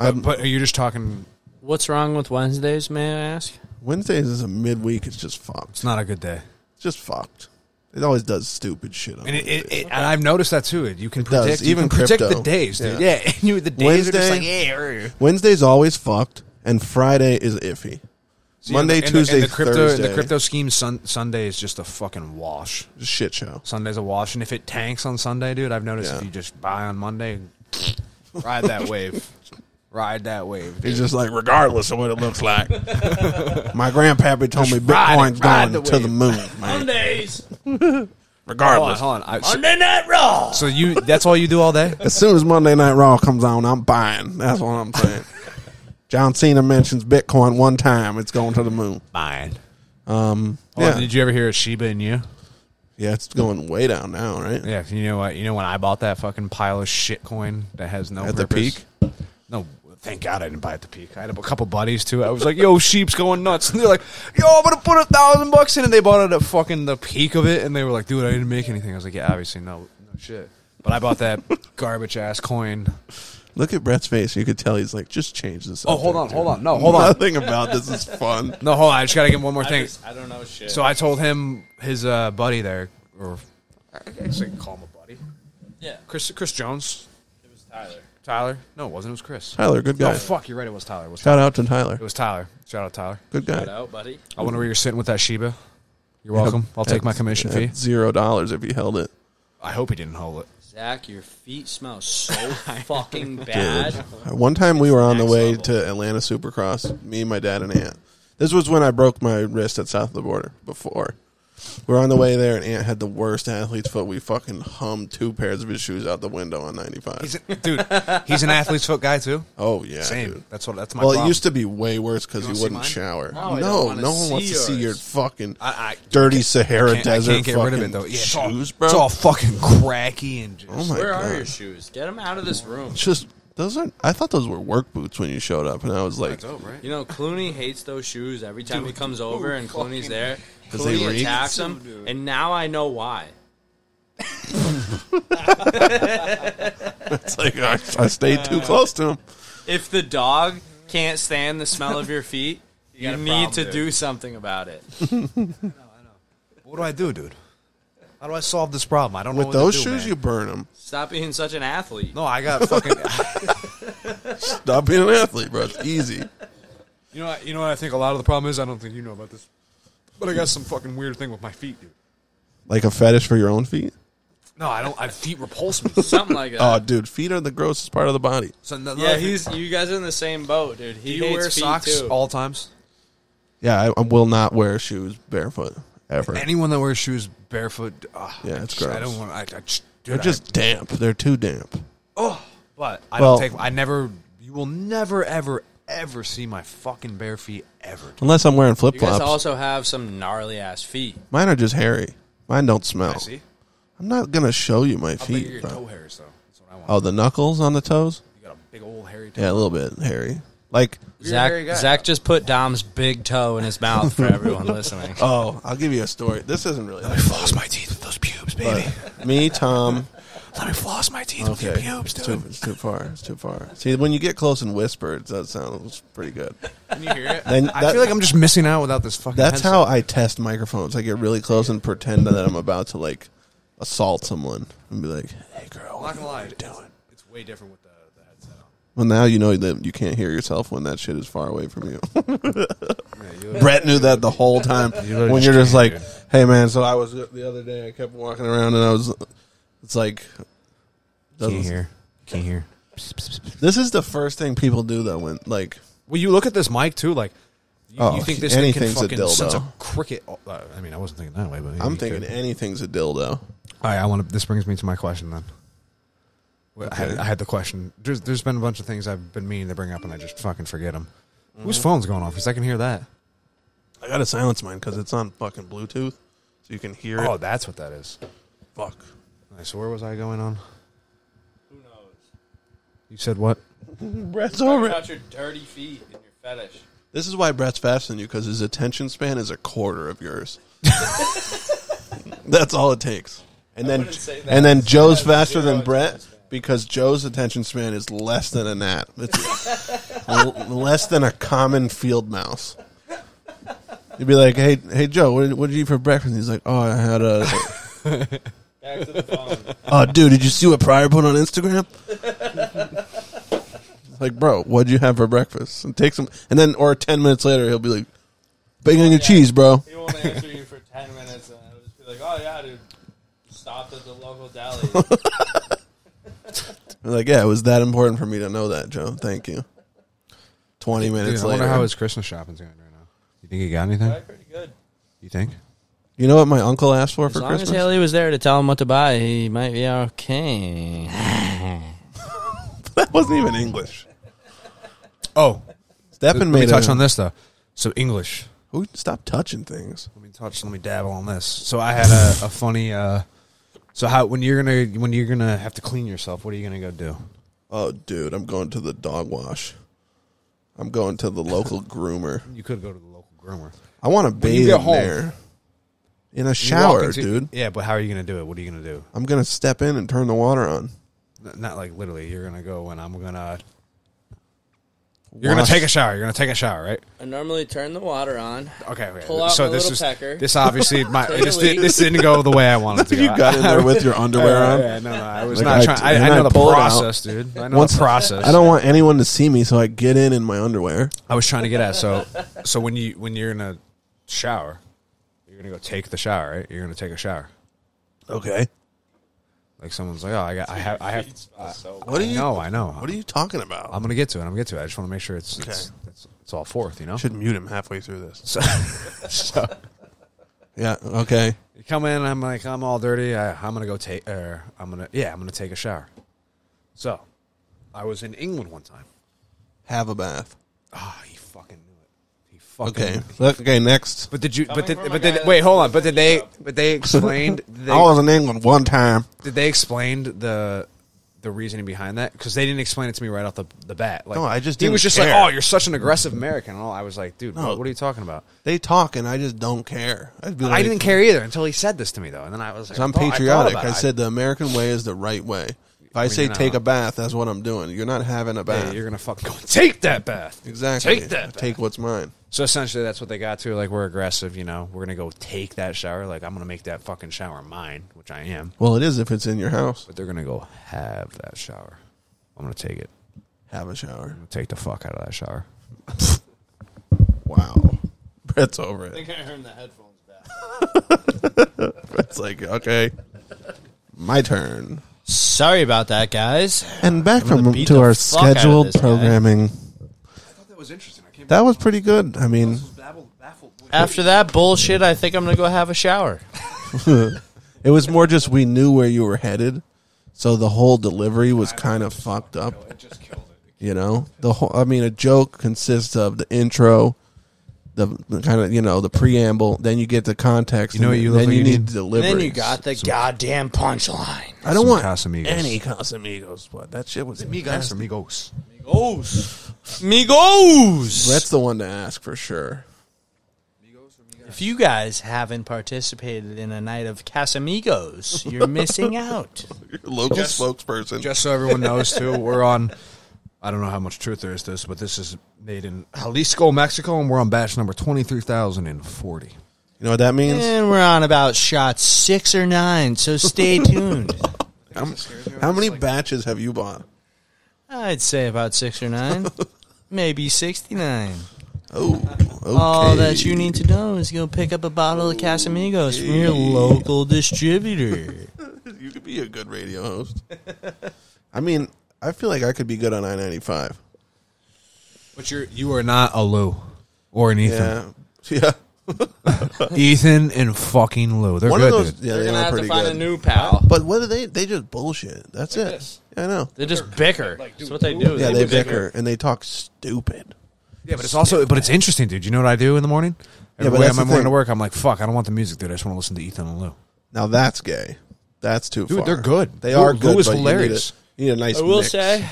I'm, But are you just talking? What's wrong with Wednesdays, may I ask? Wednesdays is a midweek. It's just fucked. It's not a good day. It's just fucked. It always does stupid shit. On And, it, it, Wednesdays. it, and I've noticed that too. You can does, predict you even can predict crypto. the days, dude. Yeah. Yeah, and *laughs* you the days are just Wednesday- like yeah. er. Wednesday's always fucked, and Friday is iffy. So, yeah, Monday, and the- and the- Tuesday, and the crypto, Thursday, the crypto scheme. Sun, Sunday is just a fucking wash. shit show. Sunday's a wash, and if it tanks on Sunday, dude, I've noticed Yeah. if you just buy on Monday, *laughs* ride that wave, ride that wave. dude. It's just like regardless of what it looks *laughs* like. My grandpappy told me ride it, Bitcoin's going ride the to the wave. moon, man. *laughs* Mondays. Hold on, Regardless, hold on. I- so, Monday Night Raw. so you that's all you do all day? as soon as Monday Night Raw comes on, I'm buying. That's what I'm *laughs* saying. John Cena mentions Bitcoin one time; it's going to the moon. Fine. Um, Yeah, Did you ever hear of Shiba and you? yeah, it's going way down now, right? Yeah, you know what? You know when I bought that fucking pile of shit coin that has no At the purpose? peak? No, thank God I didn't buy at the peak. I had a couple buddies too. I was like, "Yo, sheep's going nuts," *laughs* and they're like, "Yo, I'm gonna put a thousand bucks in," and they bought it at fucking the peak of it, and they were like, "Dude, I didn't make anything." I was like, "Yeah, obviously, no, no shit." But I bought *laughs* that garbage ass coin. Look at Brett's face; you could tell he's like, just change this. Oh, subject, hold on, dude. hold on, *laughs* no, hold on, Nothing about this is *laughs* fun. no, hold on. I just gotta get one more I, thing. just, I don't know shit. So I told him his uh, buddy there, or I guess I can call him a buddy, yeah, Chris Chris Jones, it was Tyler. Tyler. No, it wasn't. It was Chris. Tyler, good guy. Oh fuck, you're right. It was Tyler. It was Tyler. Shout out to Tyler, It was Tyler. Shout out Tyler. good guy. Shout out, buddy. I wonder where you're sitting with that Sheba. You're welcome. I'll take my commission fee. At Zero dollars if you held it. I hope he didn't hold it. Zach, your feet smell *laughs* so fucking bad. Oh One time we were on the Next way level. to Atlanta Supercross, me, my dad, and Aunt. This was when I broke my wrist at South of the Border before. We were on the way there, and Aunt had the worst athlete's foot. We fucking hummed two pairs of his shoes out the window on 95. He's a, dude. He's an athlete's foot guy too. oh, yeah. Same. dude. That's what. That's my. Well, problem. it used to be way worse because you, wanna see wouldn't mine? shower. No, I don't no, wanna no one see wants to see your yours. fucking I- I- dirty Sahara Can't- Desert I can't get fucking rid of it though. Yeah, it's all- shoes, bro. It's all fucking cracky and just. oh, my Where God. are your shoes? Get them out of this room. Just, those are, I thought those were work boots when you showed up, and I was like, right? You know, Clooney hates those shoes every time he comes over and Clooney's there. Does they Clooney reek? attacks him, and now I know why. it's like I, I stayed too close to him. If the dog can't stand the smell of your *laughs* feet, you, got a need problem, to dude. do something about it. What do I do, dude? How do I solve this problem? I don't know. With what those to do, shoes, man. you burn them. Stop being such an *laughs* athlete. No, I got fucking. Stop being an athlete, bro. It's easy. you know. what- You know what I think a lot of the problem is. I don't think you know about this, but I got some fucking weird thing with my feet, dude. Like a fetish for your own feet? No, I don't. I feet repulse me. Something like that. Oh, dude, feet are the grossest part of the body. *laughs* So another yeah, thing- he's you guys are in the same boat, dude. He Do you hates wear feet socks too. all times? Yeah, I, I will not wear shoes barefoot ever. Anyone that wears shoes barefoot, ugh, Yeah, it's I just- I gross. don't want. I, I just, dude, They're just damp. They're too damp. I, but I Well- don't take. I never. You will never, ever, ever see my fucking bare feet ever. dude. Unless I'm wearing flip you guys flops. also have some gnarly ass feet. Mine are just hairy. Mine don't smell. I see. I'm not gonna show you my How big are your feet. toe Bro. hairs though? That's what I want. Oh, the knuckles on the toes? You got a big old hairy toe. Yeah, a little bit hairy. Like, You're a hairy guy. Zach, Zach just put Dom's big toe in his mouth for *laughs* everyone listening. oh, I'll give you a story. This isn't really. Let me floss my teeth with those pubes, baby. But me, Tom. *laughs* Let me floss my teeth with your Okay, pubes, it's dude. too, it's too far. It's too *laughs* far. See, when you get close and whisper, it does sound pretty good. Can you hear it? Then I that- feel like I'm just missing out without this fucking. That's headset. how I test microphones. I get really close and pretend that I'm about to like assault someone and be like, "Hey, girl, I'm not what gonna are lie. you It's, doing?" it's way different with the, the headset on. Well, now you know that you can't hear yourself when that shit is far away from *laughs* you. *laughs* Yeah, you- Brett knew that the whole time. really when just you're just like, can't, dude. "Hey, man," so I was the other day. I kept walking around and I was, it's like, doesn't- Can't hear. Can't hear. This is the first thing people do though when like Well, you look at this mic too, like you, Oh, you think this thing can anything's a fucking sense a dildo. cricket. oh, uh, I mean, I wasn't thinking that way, but I'm thinking anything's a dildo. All right, I want to. This brings me to my question then. Well, I, had, Okay. I had the question. There's, there's been a bunch of things I've been meaning to bring up, and I just fucking forget them. Mm-hmm. Whose phone's going off? Because I can hear that. I gotta silence mine because it's on fucking Bluetooth, so you can hear it. Oh, that's what that is. fuck. All All right, so where was I going on? You said what? Brett's Talk over. about your dirty feet and your fetish. This is why Brett's faster than you because his attention span is a quarter of yours. That's all it takes. And then, wouldn't say that. and then Joe's faster zero than Brett attention span. because Joe's attention span is less than a gnat. It's l- less than a common field mouse. You'd be like, "Hey, hey, Joe, what did, what did you eat for breakfast?" And he's like, "Oh, I had a." Back to the phone. Oh, dude, did you see what Pryor put on Instagram? It's like, bro, what'd you have for breakfast? And take some, and then or ten minutes later, he'll be like, bacon Oh, and cheese, bro. He won't answer you for ten minutes, and I'll just be like, "Oh yeah, dude, stopped at the local deli." I'm like, yeah, it was that important for me to know that, Joe. Thank you. Twenty minutes Dude, I wonder later, how his Christmas shopping's going right now. You think he got anything? Probably pretty good. You think? you know what my uncle asked for As for long Christmas? as Haley was there to tell him what to buy, he might be okay. *laughs* that wasn't even English. Oh, Steppen let me made touch a, on this though. So English. Who stop touching things? Let me touch. Let me dabble on this. So I had a, a funny. Uh, so how when you're gonna when you're gonna have to clean yourself? What are you gonna go do? Oh, dude, I'm going to the dog wash. I'm going to the local groomer. You could go to the local groomer. I want to bathe get in home. there. In a You walk shower, into- dude. Yeah, but how are you gonna do it? What are you gonna do? I'm gonna step in and turn the water on. N- Not like literally. You're gonna go and I'm gonna. You're gonna Wash. take a shower. You're gonna take a shower, right? I normally turn the water on. Okay. okay. Pull out so my this little is pecker. this *laughs* obviously my Take a this, did, leak. this didn't go the way I wanted it to go. You got in there with *laughs* your underwear *laughs* Yeah, on. yeah, no, no, I was Like, not I- trying. I, and I know I the pulled out. process, dude. I know Once- the process. I don't want anyone to see me, so I get in in my underwear. I was trying to get at so so when you when you're in a shower, you're gonna go take the shower, right? You're gonna take a shower. Okay. Like someone's like, oh, I got, I have, I have. I, What are you? know, I know. What are you talking about? I'm gonna get to it. I'm gonna get to it. I just want to make sure it's it's, it's it's all forth, you know. should mute him halfway through this. So, *laughs* so Yeah. Okay. you come in, I'm like, I'm all dirty. I, I'm gonna go take, or I'm gonna, yeah, I'm gonna take a shower. So, I was in England one time. Have a bath. Ah, he fucking knew it. He fucking. Okay. Knew it. Look, Okay. Next. But did you? Coming But did, from a but guy did, that wait, hold on. lives But in did they? Europe. But they explained. did *laughs* they, I was in England one time. did they explain the the reasoning behind that? Because they didn't explain it to me right off the, the bat. Like, No, I just he didn't was just care. like, "Oh, you're such an aggressive American." And all I was like, "Dude, No. what, what are you talking about?" They talk, and I just don't care. I'd be like, I didn't care either until he said this to me though, and then I was like, "Oh, I'm "I thought- I thought patriotic. about I, it." said the American way is the right way. If I mean, say you're take not. a bath, that's what I'm doing. You're not having a "Hey, bath. you're gonna fucking go and take that bath." exactly. Take that. bath. Take what's mine. So essentially, that's what they got to. Like, we're aggressive, you know. We're gonna go take that shower. Like, I'm gonna make that fucking shower mine, which I am. Well, it is if it's in your house. But they're gonna go have that shower. I'm gonna take it. Have a shower. I'm gonna take the fuck out of that shower. Wow. *laughs* Brett's over it. I think I earned the headphones back. It's like, okay, my turn. Sorry about that, guys. And back gonna from beat to the our fuck out of scheduled this guy. programming. That was interesting. I can't. That was pretty good. I mean, After that bullshit, I think I'm gonna go have a shower. it was more just we knew where you were headed, so the whole delivery was kind of fucked up. It just killed it. You know, the whole. I mean, a joke consists of the intro. The, the kind of you know the preamble, then you get the context. You know and what you look then like you you need need? delivery. then you got the goddamn punchline. I don't Some want Casamigos. any Casamigos, but that shit was Amigos. Amigos. Migos. Migos. Brett's the one to ask for sure. If you guys haven't participated in a night of Casamigos, *laughs* you're missing out. Local spokesperson. Just so everyone knows, too, *laughs* we're on. I don't know how much truth there is to this, but this is made in Jalisco, Mexico, and we're on batch number 23,040. you know what that means? And we're on about shot six or nine, *laughs* so stay tuned. How many batches have you bought? I'd say about six or nine, maybe 69. Oh, okay. All that you need to know is go pick up a bottle of Casamigos from your local distributor. *laughs* You could be a good radio host. I mean, I feel like I could be good on I ninety five. But you're, you are not a Lou or an Ethan. Yeah, yeah. *laughs* Ethan and fucking Lou. They're One good, of those. dude. Yeah, they are pretty good. pal. but what do they? They just bullshit. That's it. Yeah, I know. They just bicker. That's what they do. Yeah, they bicker and they talk stupid. Yeah, but it's also, but it's interesting, dude. You know what I do in the morning? Yeah, Every but way that's I'm the going thing. to work, I'm like, fuck, I don't want the music, dude. I just want to listen to Ethan and Lou. Now that's gay. That's too Dude, far. they're good. They Lou- are Lou good. is but you need hilarious. a- You need a, nice. I will mix. say,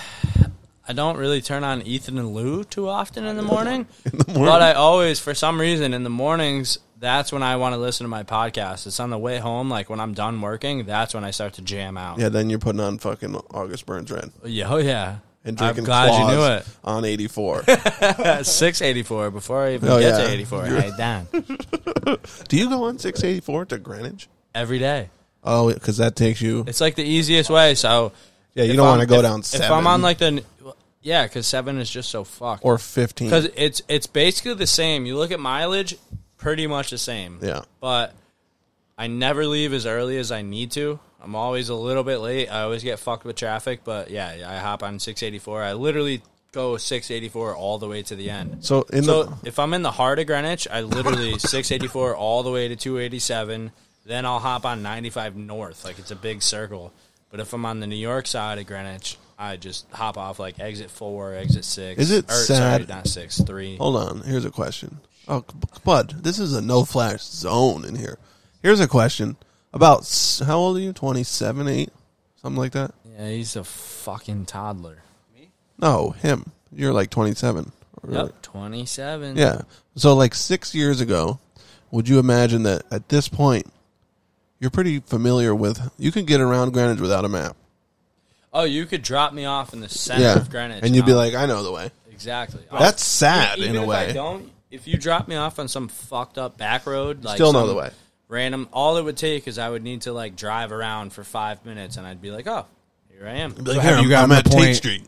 I don't really turn on Ethan and Lou too often in the morning. In the morning. But I always, for some reason, in the mornings, that's when I want to listen to my podcast. It's on the way home, like when I'm done working. That's when I start to jam out. yeah, then you're putting on fucking August Burns Red Yeah, oh yeah. and drinking I'm glad Claws you knew it. on *laughs* 84. At 684 before I even Oh, get yeah. to 84. Hey, Dan. Do you go on 684 to Greenwich? Every day. Oh, because that takes you. It's like the easiest way. So Yeah, you if don't I'm- want to go if- down If seven. I'm on like the, yeah, because seven is just so fucked. or 15. because it's it's basically the same. You look at mileage, pretty much the same. Yeah. but I never leave as early as I need to. I'm always a little bit late. I always get fucked with traffic, but yeah, I hop on 684. I literally go 684 all the way to the end. So in so the if I'm in the heart of Greenwich, I *laughs* literally 684 all the way to 287. Then I'll hop on 95 north, like it's a big circle. But if I'm on the New York side of Greenwich, I just hop off like exit four, exit six. Is it or, Sorry, sad- not six, three. Hold on. Here's a question. Oh, c- bud, this is a no flash zone in here. Here's a question about s- how old are you? 27, 8? Something like that? Yeah, he's a fucking toddler. No, him. You're like 27. or- Yep, 27. Yeah. So, like six years ago, would you imagine that at this point, you're pretty familiar with, you can get around Greenwich without a map. Oh, you could drop me off in the center yeah. of Greenwich. and you'd be I'll- like, I know the way. exactly. I'll- That's sad even in a if I way. don't, if you drop me off on some fucked up back road, like Still know some the way. Random. All it would take is I would need to like drive around for five minutes, and I'd be like, oh, here I am. Be like, have "Here, you gotten I'm, I'm at the Tate point- Street.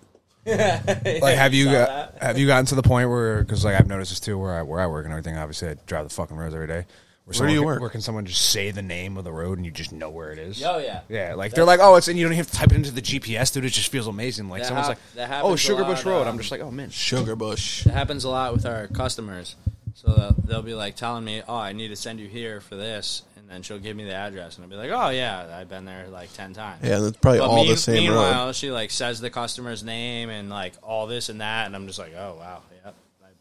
Like, have you got, have you gotten to the point where? Because like I've noticed this too, where I where I work and everything. Obviously, I drive the fucking roads every day. Where, someone you can- work? Where can someone just say the name of the road and you just know where it is? Oh, yeah. yeah. Like they're like, oh, it's and you don't even have to type it into the GPS, dude. It just feels amazing. Like That someone's hap- that like, happens oh, a Sugarbush lot, Road. I'm um, just like, oh man, Sugarbush. It happens a lot with our customers. So they'll- they'll be like telling me, "Oh, I need to send you here for this," and then she'll give me the address, and I'll be like, "Oh yeah, I've been there like ten times." Yeah, that's probably all the same Meanwhile, road. she like says the customer's name and like all this and that, and I'm just like, "Oh wow, yep." Like,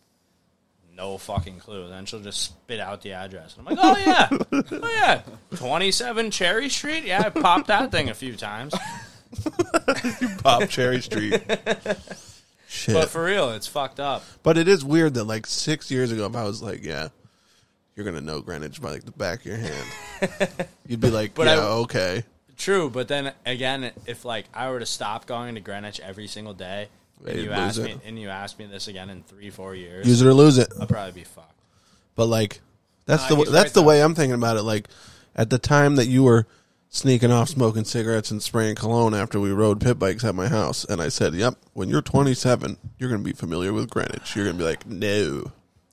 no fucking clue. And then she'll just spit out the address. And I'm like, oh *laughs* yeah, oh yeah, 27 Cherry Street. Yeah, I popped that thing a *laughs* few times. *laughs* Pop Cherry Street. *laughs* Shit. But for real, it's fucked up. But it is weird that like six years ago, if I was like, yeah, you're gonna know Greenwich by like the back of your hand, *laughs* you'd be like, But yeah, I- okay, True, but then again, if like I were to stop going to Greenwich every single day, and They'd you lose ask it. me, and you ask me this again in three, four years, use it or lose it. I'll probably be fucked. But like, that's Nah, the he's that's right, the though. way I'm thinking about it. Like, at the time that you were sneaking off smoking cigarettes and spraying cologne after we rode pit bikes at my house, and I said, "Yep, when you're 27, you're gonna be familiar with Greenwich. You're gonna be like, no,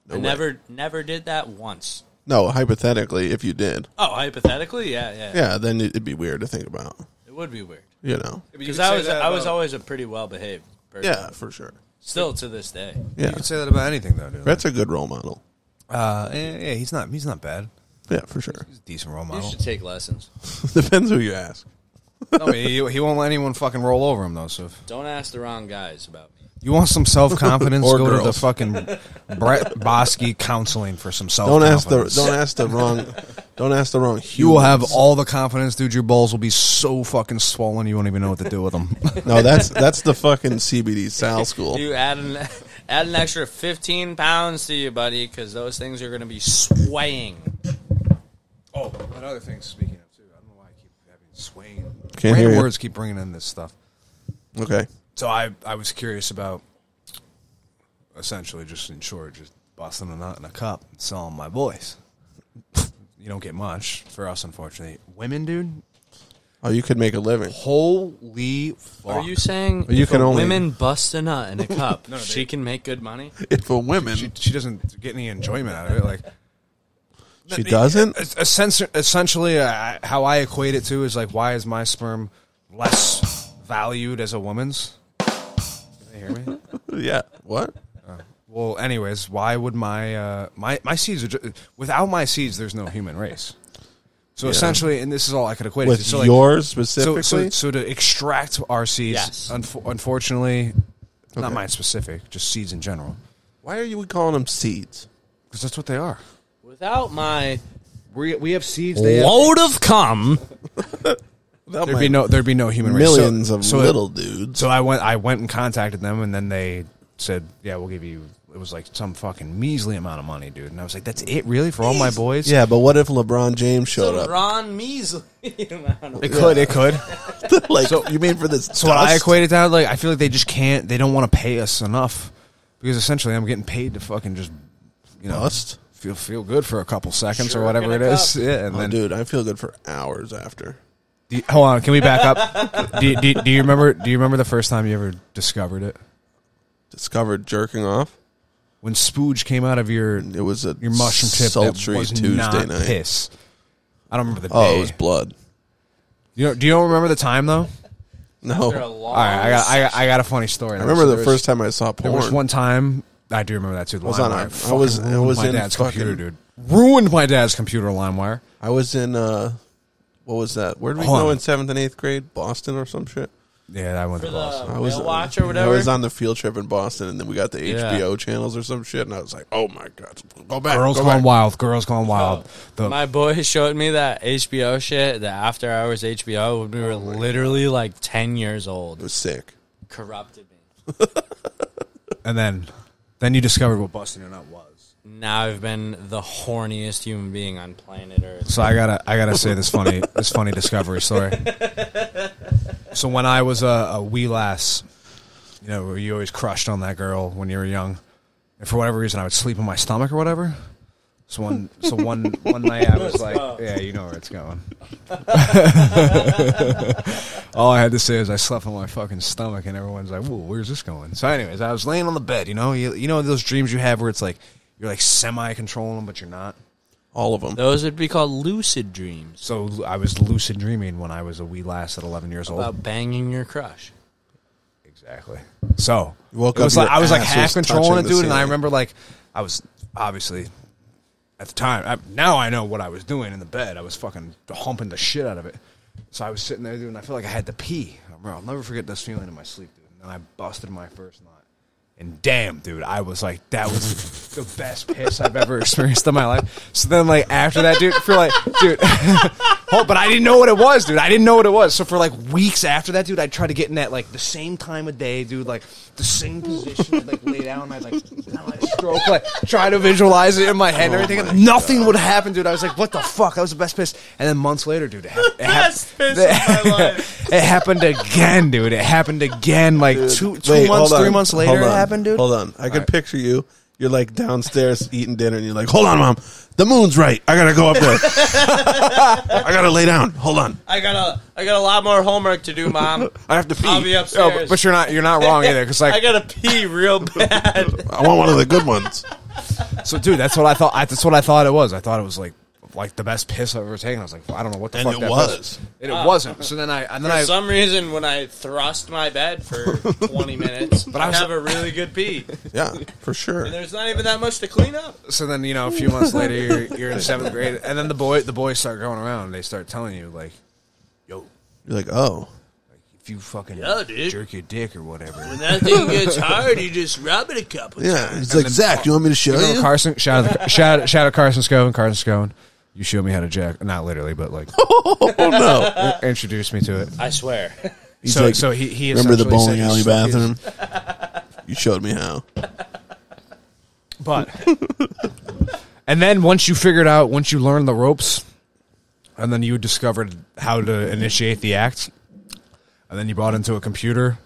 no, I way. never, never did that once. no." Hypothetically, if you did, Oh, hypothetically, yeah, yeah, yeah, then it'd be weird to think about. it would be weird You know, because I was, I was always a pretty well behaved person, yeah, for sure. still to this day. Yeah, You could say that about anything though, dude. Brett's a good role model. Uh, yeah, yeah, he's not he's not bad. Yeah, for *laughs* sure. He's a decent role You model. should take lessons. Depends who you ask. no, but he, he won't let anyone fucking roll over him though. So if Don't ask the wrong guys about me. you want some self *laughs* confidence, Or go to the girls. fucking Brett Bosky counseling for some self. Don't ask the don't ask the wrong don't ask the wrong. Humans. You will have all the confidence, dude. Your balls will be so fucking swollen you won't even know what to do with them. No, that's that's the fucking CBD Sal school. You add an, *laughs* add an extra fifteen pounds to you, buddy, because those things are going to be swaying. *laughs* oh, another thing. Speaking of too, I don't know why I keep having swaying. Can't hear you. words keep bringing in this stuff. Okay, So I I was curious about essentially just in short, just busting a nut in a cup and selling my voice. you don't get much for us, unfortunately. Women, dude. oh, you could make a living. Holy fuck! Are you saying You if can a only- women bust a nut in a cup, she can make good money? If a woman she, she, she doesn't get any enjoyment out of it. Like *laughs* doesn't, es- essen- essentially, uh, how I equate it to is like, why is my sperm less valued as a woman's? Can they *laughs* hear me? yeah. uh, What? Well, anyways, why would my uh, my my seeds are ju- without my seeds? There's no human race. So essentially, and this is all I could equate it With to. So like, yours so, specifically? so so to extract our seeds, Yes. unf- unfortunately, not Okay. mine specific, just seeds in general, Why are you calling them seeds? because that's what they are. Without my We we have seeds. load of cum, That There'd be might- no there'd be no human race. So- millions of so- little dudes. So I went I went and contacted them and then they said, "Yeah, we'll give you it was like some fucking measly amount of money, dude." And I was like, "That's it really for all my boys?" yeah, but what if LeBron James showed So up? Ron Measley. It could, *laughs* it could. like, you mean for this? So what I *laughs* dust? equate it down to, like I feel like they just can't they don't want to pay us enough because essentially I'm getting paid to fucking just you know Bust? feel feel good for a couple seconds Sure, or whatever gonna it is. cup. Yeah, and Oh, then dude, I feel good for hours after. Do you- hold on, can we back up? *laughs* do, do, do you remember do you remember the first time you ever discovered it? Discovered jerking off. When spooge came out of your It was a your mushroom tip sultry that was Tuesday not night. piss. I don't remember the Oh, day. it was blood. you don't, do you don't remember the time though? No, They're a I long All right, I got I got, I got a funny story. I remember the first time I saw There porn. was one time I do remember that too. The I was on LimeWire a- I fucking was- I ruined was my in dad's computer, fucking- dude. Ruined my dad's computer. LimeWire. I was in uh, what was that? Where did we Hold go on. in seventh and eighth grade? Boston or some shit. Yeah, I went for to Boston. the I was whale uh, watch or I whatever. was on the field trip in Boston, and then we got the Yeah. HBO channels or some shit, and I was like, "Oh my god, go back, Girls go gone back. wild. Girls gone wild. The, Oh, My boy showed me that HBO shit, the After Hours HBO, when we were literally like 10 years It old. was sick. Corrupted me. and then then you discovered what busting it up was. Now I've been the horniest human being on planet Earth. So I gotta I gotta say this funny this funny discovery story. So when I was a, a wee lass, you know, where you always crushed on that girl when you were young, and for whatever reason I would sleep in my stomach or whatever. So one so one one night I was like, yeah, you know where it's going. All I had to say is I slept on my fucking stomach, and everyone's like, "Whoa, where's this going?" So, anyways, I was laying on the bed. You know, you, you know those dreams you have where it's like you're like semi controlling them, but you're not. All of them. Those would be called lucid dreams So l- I was lucid dreaming when I was a wee lass at 11 years old. about banging your crush. Exactly. So You woke it was up, like your I was like ass half was controlling touching it, the dude, and I ceiling. remember like I was obviously at the time. I, now I know what I was doing in the bed. I was fucking humping the shit out of it. So I was sitting there, dude, and I feel like I had to pee. I remember- I'll never forget this feeling in my sleep, dude. And then I busted my first knot. And damn, dude, I was like, that was the best piss I've ever experienced in my life. So then, like after that, dude, for like, dude, *laughs* oh, but I didn't know what it was, dude. I didn't know what it was. So for like weeks after that, dude, I tried to get in at like the same time of day, dude, like the same position, I'd, like lay down, I'd like, I'd stroke, like try to visualize it in my Oh head and everything. and nothing would happen, dude. I was like, what the fuck? That was the best piss. And then months later, dude, it, hap- it, hap- Best piss of my life. *laughs* it happened again, dude. It happened again, like two two Wait, months, hold three on. months later, Hold it on. happened, dude. Hold on, I can picture you. You're like downstairs *laughs* eating dinner, and you're like, "Hold on, mom, the moon's right. I gotta go up *laughs* there. I gotta lay down. Hold on, I got a I got a lot more homework to do, *laughs* mom. I have to pee. I'll be No, upstairs. but, Oh, but you're not you're not wrong either. Because like, I gotta pee *laughs* real bad. I want one of the good ones." so dude, that's what I thought. I, that's what I thought it was. I thought it was like like the best piss I've ever taken. I was like, well, I don't know what the And fuck it that was. And it wasn't. So then I and then For I. some reason, when I thrust my bed for *laughs* 20 minutes, but I I, was- have a really good pee. Yeah, for sure. There's not even that much to clean up. so then you know a few months later you're, you're in seventh grade, and then the boy the boys start going around. and They start telling you like, yo, You're like, "Oh, if you fucking Yeah, dude. Oh, jerk your dick or whatever. That thing gets hard. You just rub it a couple. yeah." He's like, "Zach, you want me to show Remember you?" Carson? Shout out, the, shout, shout out Carson Scone. Carson Scone, you showed me how to jack. Not literally, *laughs* but like Oh no! introduced me to it. I swear. He's so like, so he, he remember the essentially said bowling alley he's- bathroom? *laughs* You showed me how. But *laughs* and then once you figured out, once you learned the ropes, and then you discovered how to initiate the act, and then you bought into a computer.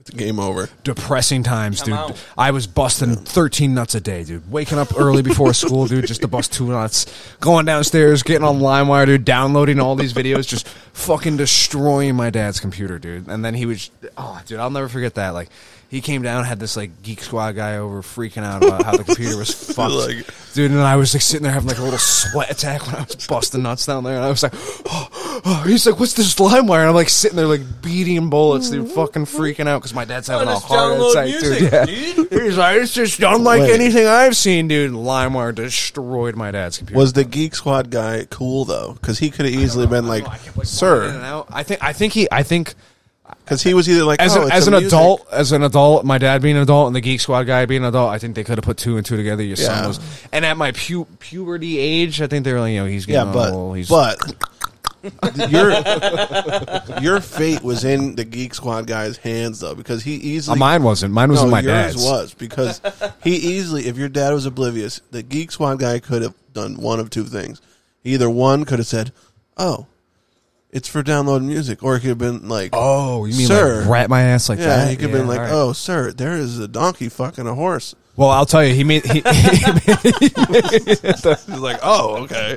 It's game over. Depressing times, dude. out. I was busting thirteen nuts a day, dude. Waking up early before school, dude, just to bust two nuts. Going downstairs, getting on LimeWire, dude. Downloading all these videos, just fucking destroying my dad's computer, dude. And then he was, oh, dude, I'll never forget that. Like, he came down, had this like Geek Squad guy over, freaking out about how the computer was fucked, Like- dude. And I was like sitting there having like a little sweat attack when I was busting nuts down there, and I was like, oh, oh. he's like, *gasps* what's this LimeWire? And I'm like sitting there like beating bullets, dude, fucking freaking out because my dad's having a just heart download attack, dude. music, Yeah. dude. *laughs* He's like, it's just unlike Wait. anything I've seen, dude. LimeWire destroyed my dad's computer. Was the Geek Squad guy cool though? Because he could have easily been like, Oh, I kept, like, walking in and "Sir," out. I think I think he I think because he was either like, as "Oh, an, it's as a an music- adult, as an adult, my dad being an adult and the Geek Squad guy being an adult, I think they could have put two and two together. Your Yeah. son was, and at my pu- puberty age, I think they were like, you know, he's Yeah, getting *laughs* but old, he's but your your fate was in the Geek Squad guy's hands though, because he easily Uh, mine wasn't. Mine was no, in my yours dad's. was because he easily, if your dad was oblivious, the Geek Squad guy could have done one of two things. Either one could have said, "Oh, it's for download music," or he could have been like, Oh, you mean Sir. like wrap my ass like yeah." that? he could have been like, all right. "Oh, sir, there is a donkey fucking a horse." Well, I'll tell you, he made. He, *laughs* He's like, "Oh, okay."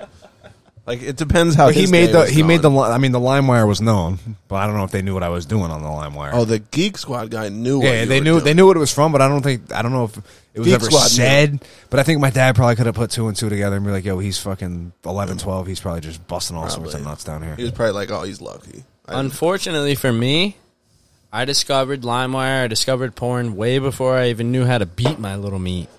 Like it depends how But he his made day the was he made the going. li- I mean the LimeWire was known, but I don't know if they knew what I was doing on the LimeWire. oh the Geek Squad guy knew. what yeah, you they were knew doing. they knew what it was from, but I don't think I don't know if it was Geek ever Squad knew. said. But I think my dad probably could have put two and two together and be like, "Yo, he's fucking 11, 12. He's probably just busting all sorts of Probably. nuts down here." *laughs* He was probably like, "Oh, he's lucky." I- *laughs* Unfortunately for me, I discovered LimeWire. I discovered porn way before I even knew how to beat my little meat.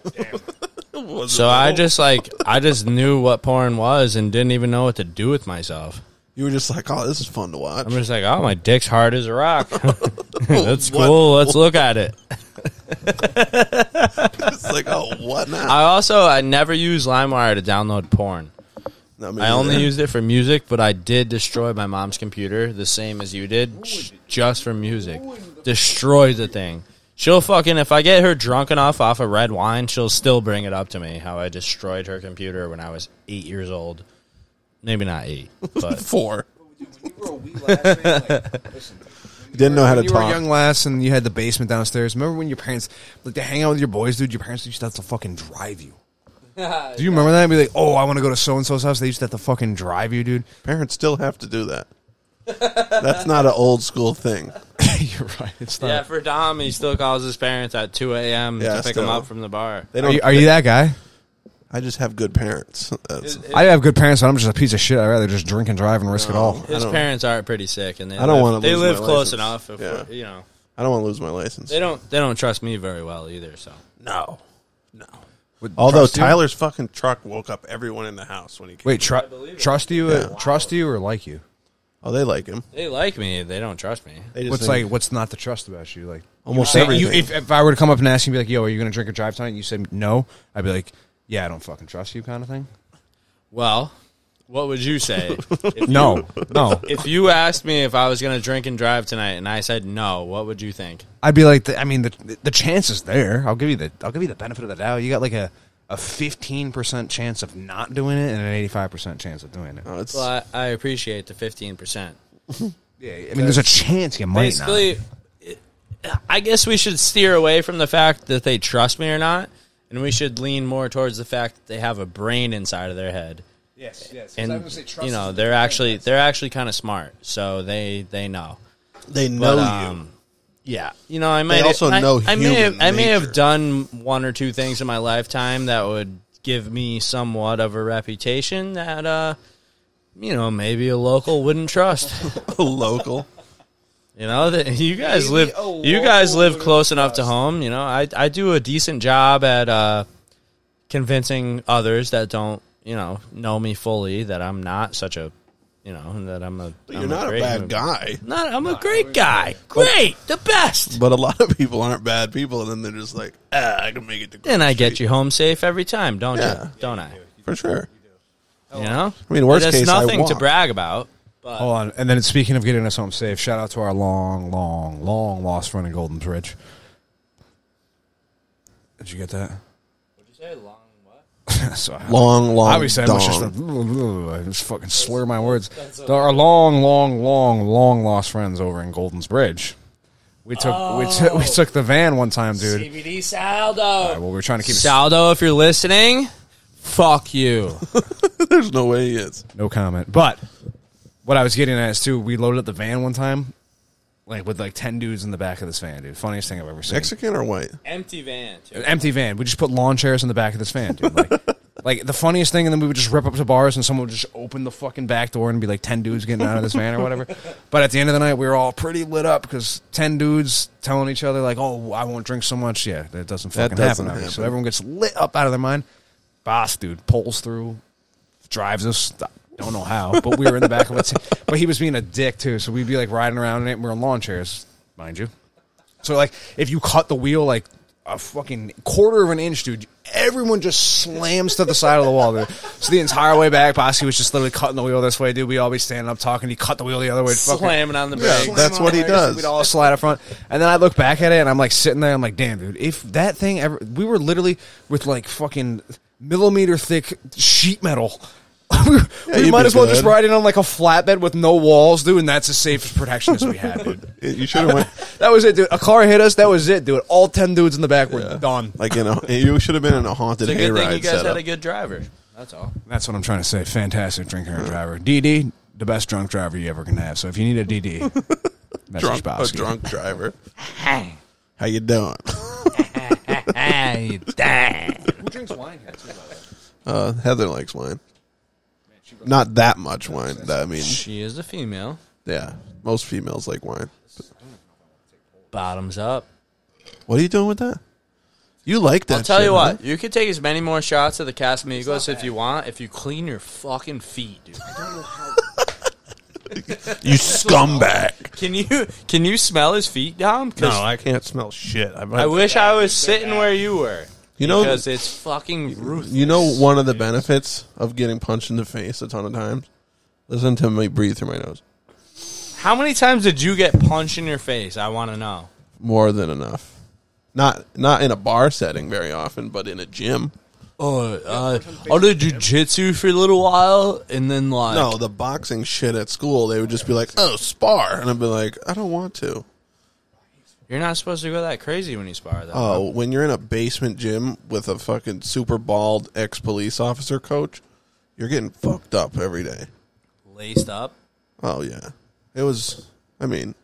Was So it- I just like I just knew what porn was and didn't even know what to do with myself. you were just like, "Oh, this is fun to watch." I'm just like, oh, my dick's hard as a rock. *laughs* *laughs* That's What- cool. Let's look at it. it's like, "Oh, what *laughs* now?" I also I never used LimeWire to download porn. No, me I only neither. used it for music, but I did destroy my mom's computer the same as you did, j- just for music. Destroy the thing. She'll fucking if I get her drunk enough off of red wine, she'll still bring it up to me how I destroyed her computer when I was eight years old. Maybe not *laughs* eight, but four. Didn't know how to When you were talk. a young lass and you had the basement downstairs. Remember when your parents like to hang out with your boys, dude? Your parents used to have to fucking drive you. Do you remember that? be like, oh, I want to go to so and so's house. They used to have to fucking drive you, dude. Parents still have to do that. That's not an old school thing. *laughs* You're right. It's not. yeah, for Dom, he still calls his parents at two a.m. Yeah, to pick him still. up from the bar. They Are don't. you, are you that guy? I just have good parents. *laughs* That's, I have good parents, but I'm just a piece of shit. I'd rather just drink and drive and risk it all. I His don't- parents are pretty sick, and they I don't live- wanna they lose live my license. close enough. If Yeah. we're- you know, I don't want to lose my license. they don't they don't trust me very well either. So No, no. Although trust you? Tyler's fucking truck woke up everyone in the house when he came. Wait, tru- trust you? uh, Trust you or like you? Oh, they like him. they like me, they don't trust me. They just What's think like? What's not to trust about you? Like Almost you say- everything. You, if, if I were to come up and ask you, be like, "Yo, are you going to drink or drive tonight?" And you said no, I'd be like, "Yeah, I don't fucking trust you," kind of thing. Well, what would you say? If No, no. If you asked me if I was going to drink and drive tonight and I said no, what would you think? I'd be like, the, I mean, the the chance is there. I'll give you the I'll give you the benefit of the doubt. You got like a a fifteen percent chance of not doing it and an eighty five percent chance of doing it. Oh, it's- Well, I, I appreciate the 15%. yeah, I mean, there's a chance you might Basically, it- I guess we should steer away from the fact that they trust me or not, and we should lean more towards the fact that they have a brain inside of their head. Yes, yes. And you know, they're actually they're actually kind of smart, so they they know. they know But, you. um, Yeah, you know, I may also I, know I may human have I may nature. have done one or two things in my lifetime that would give me somewhat of a reputation that uh, you know, maybe a local wouldn't trust. *laughs* A local. you know, that you guys live you guys live close enough to home. You know, I I do a decent job at uh, convincing others that don't you know know me fully that I'm not such a you know that I'm a You're I'm not a great bad human- guy. Not, I'm a great guy. Great, the best. But a lot of people aren't bad people, and then they're just like, ah, I can make it to. Then grocery." I get you home safe every time, don't Yeah. you? Don't I? for sure. You know, I mean, worst That's case, I nothing to walk. brag about. Hold on. And then speaking of getting us home safe, shout out to our long, long, long lost friend in Golden Bridge. Did you get that? *laughs* so I- Long, long. obviously, I was just, dong. *laughs* *laughs* I just fucking slur my words. There are long, long, long, long lost friends over in Golden's Bridge. We took we took we took the van one time, dude. CBD Saldo. Well, we were trying to keep it Saldo, if you're listening, fuck you. There's no way he is. No comment. But what I was getting at is too, we loaded up the van one time, like with like ten dudes in the back of this van, dude. Funniest thing I've ever seen. Mexican or white? Empty van. An empty van. We just put lawn chairs in the back of this van, dude. *laughs* Like, like the funniest thing, and then we would just rip up to bars, and someone would just open the fucking back door and be like ten dudes getting out of this van or *laughs* whatever. But at the end of the night, we were all pretty lit up because ten dudes telling each other like, "Oh, I won't drink so much." Yeah, that doesn't That fucking doesn't happen. obviously. So happen. everyone gets lit up out of their mind. Boss dude pulls through, drives us. Don't know how, but we were in the back of a. T- but he was being a dick too, so we'd be like riding around in it. And we're in lawn chairs, mind you. So like, if you cut the wheel like a fucking quarter of an inch, dude, everyone just slams to the side of the wall. Dude. So the entire way back, Bosky was just literally cutting the wheel this way, dude. We all be standing up talking. He cut the wheel the other way. Fucking slamming on the Yeah, brakes. that's what he does. We'd all slide up front, and then I look back at it, and I'm like sitting there. I'm like, damn, dude, if that thing ever, we were literally with like fucking millimeter thick sheet metal. *laughs* we you'd we might be as well just good. ride in on like a flatbed with no walls, dude, and that's as safe as protection as we had, dude. You should have went That was it, dude. A car hit us. That was it, dude. All ten dudes in the back were done. like you know *laughs* you should have been in a haunted It's a good thing you hayride guys had a setup. good driver. That's all. That's what I'm trying to say. Fantastic drinker and driver. DD, the best drunk driver you ever can have. So if you need *laughs* a DD, message Drunk, a Bosky. drunk driver. *laughs* How you *laughs* doing? Who drinks wine here too, by the way? Uh, Heather likes wine. Not that much wine. I mean, She is a female. yeah, most females like wine. Bottoms up. What are you doing with that? You like that? I'll tell shit, you huh? what, you could take as many more shots of the Casamigos if you want, if you clean your fucking feet, dude. You scumbag. Can you can you smell his feet, Dom? 'Cause I can't smell shit. I, I wish I was sitting where you were. You know- because it's fucking ruthless. You know one of the benefits of getting punched in the face a ton of times? Listen to me breathe through my nose. How many times did you get punched in your face? I want to know. More than enough. Not not in a bar setting very often, but in a gym. Oh, uh, I did jujitsu for a little while, and then like No, the boxing shit at school, they would just be like, "Oh, spar," and I'd be like, "I don't want to." you're not supposed to go that crazy when you spar, though. Oh, when you're in a basement gym with a fucking super bald ex police officer coach, you're getting fucked up every day. Laced up. Oh yeah, it was. I mean,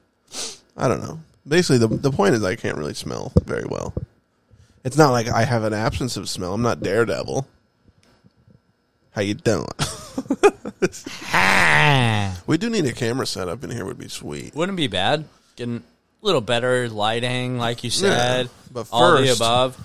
I don't know. Basically, the the point is I can't really smell very well. It's not like I have an absence of smell. I'm not Daredevil. How you doing? we do need a camera setup in here. Would be sweet. Wouldn't be bad. Getting a little better lighting, like you said. Yeah, but all the first- above.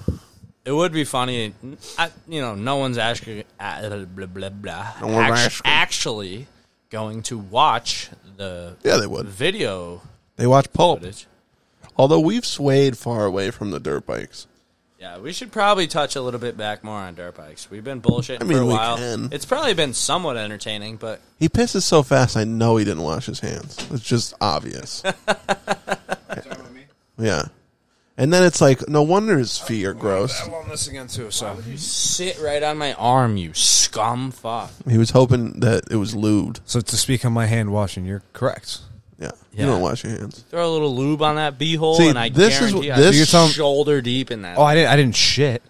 It would be funny. I, you know, no one's actually uh, blah, blah, blah, No one's act- asking. actually going to watch the Yeah, they would. video They watch Pulp. footage. Although we've swayed far away from the dirt bikes. Yeah, we should probably touch a little bit back more on dirt bikes. We've been bullshitting I mean, for a we while. can. It's probably been somewhat entertaining, but He pisses so fast, I know he didn't wash his hands. It's just *laughs* obvious. yeah. And then it's like, no wonder his feet are gross. on this again too. So sit right on my arm, you scum fuck. He was hoping that it was lubed. So to speak on my hand washing, you're correct. Yeah. Yeah. You don't wash your hands. Throw a little lube on that beehole, See, and I this is- guarantee this- I'm You're telling- shoulder deep in that. Oh, I didn't. I didn't shit.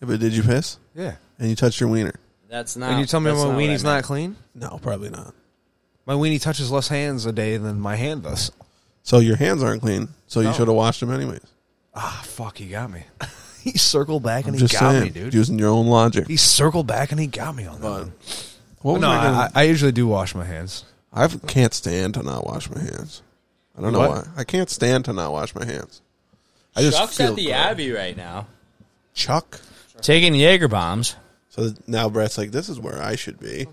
Yeah, but did you piss? Yeah. And you touched your wiener? that's not. And you tell me my that's not what I weenie's meant. Oh, not clean? No, probably not. My weenie touches less hands a day than my hand does. So your hands aren't clean, so you should have washed them anyways. Ah, fuck. He got me. *laughs* he circled back and he Just got saying. me, dude. Using your own logic. He circled back and he got me on that. But one. what was No, I gonna- I, I usually do wash my hands. I can't stand to not wash my hands. I don't know What? why. I can't stand to not wash my hands. I just Chuck's feel at the gross. Abbey right now, Chuck. taking Jaeger bombs. So now Brett's like, "This is where I should be."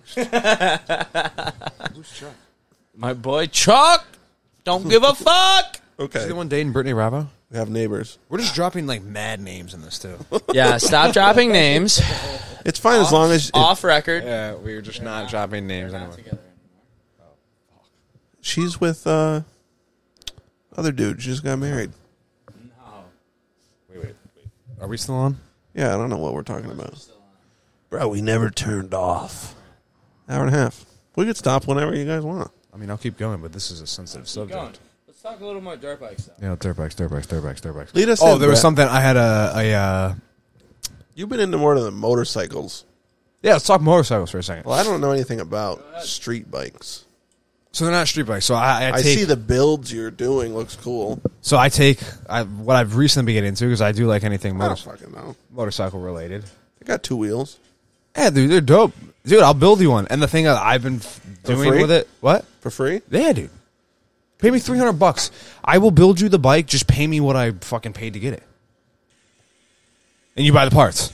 My boy Chuck, don't give a fuck. Okay, one dating Brittany Rabo? we have neighbors. We're just dropping like mad names in this too. Yeah, stop dropping names It's fine as long as it- *laughs* off record. *laughs* yeah, we're just not, dropping names anymore. she's with uh, other dude. She just got married. Wait, wait, wait. Are we still on? Yeah, I don't know what we're talking about, bro. We never turned off. Hour and a half. We could stop whenever you guys want. I mean, I'll keep going, but this is a sensitive subject. Let's talk a little more dirt bike stuff. Yeah, dirt bikes, dirt bikes, dirt bikes, dirt bikes. Lead us Oh, in, there was Brett. something I had a, a uh, You've been into more of the motorcycles. yeah. Let's talk motorcycles for a second. Well, I don't know anything about street bikes. So they're not street bikes. So I, I, I take, see the builds you're doing. Looks cool. So I take I, what I've recently been getting into because I do like anything I don't motor, fucking know. motorcycle related. They got two wheels Yeah, dude, they're dope, dude. I'll build you one. And the thing that I've been f- doing free? with it, what? for free. Yeah, dude. Pay me three hundred bucks. I will build you the bike. Just pay me what I fucking paid to get it, and you buy the parts.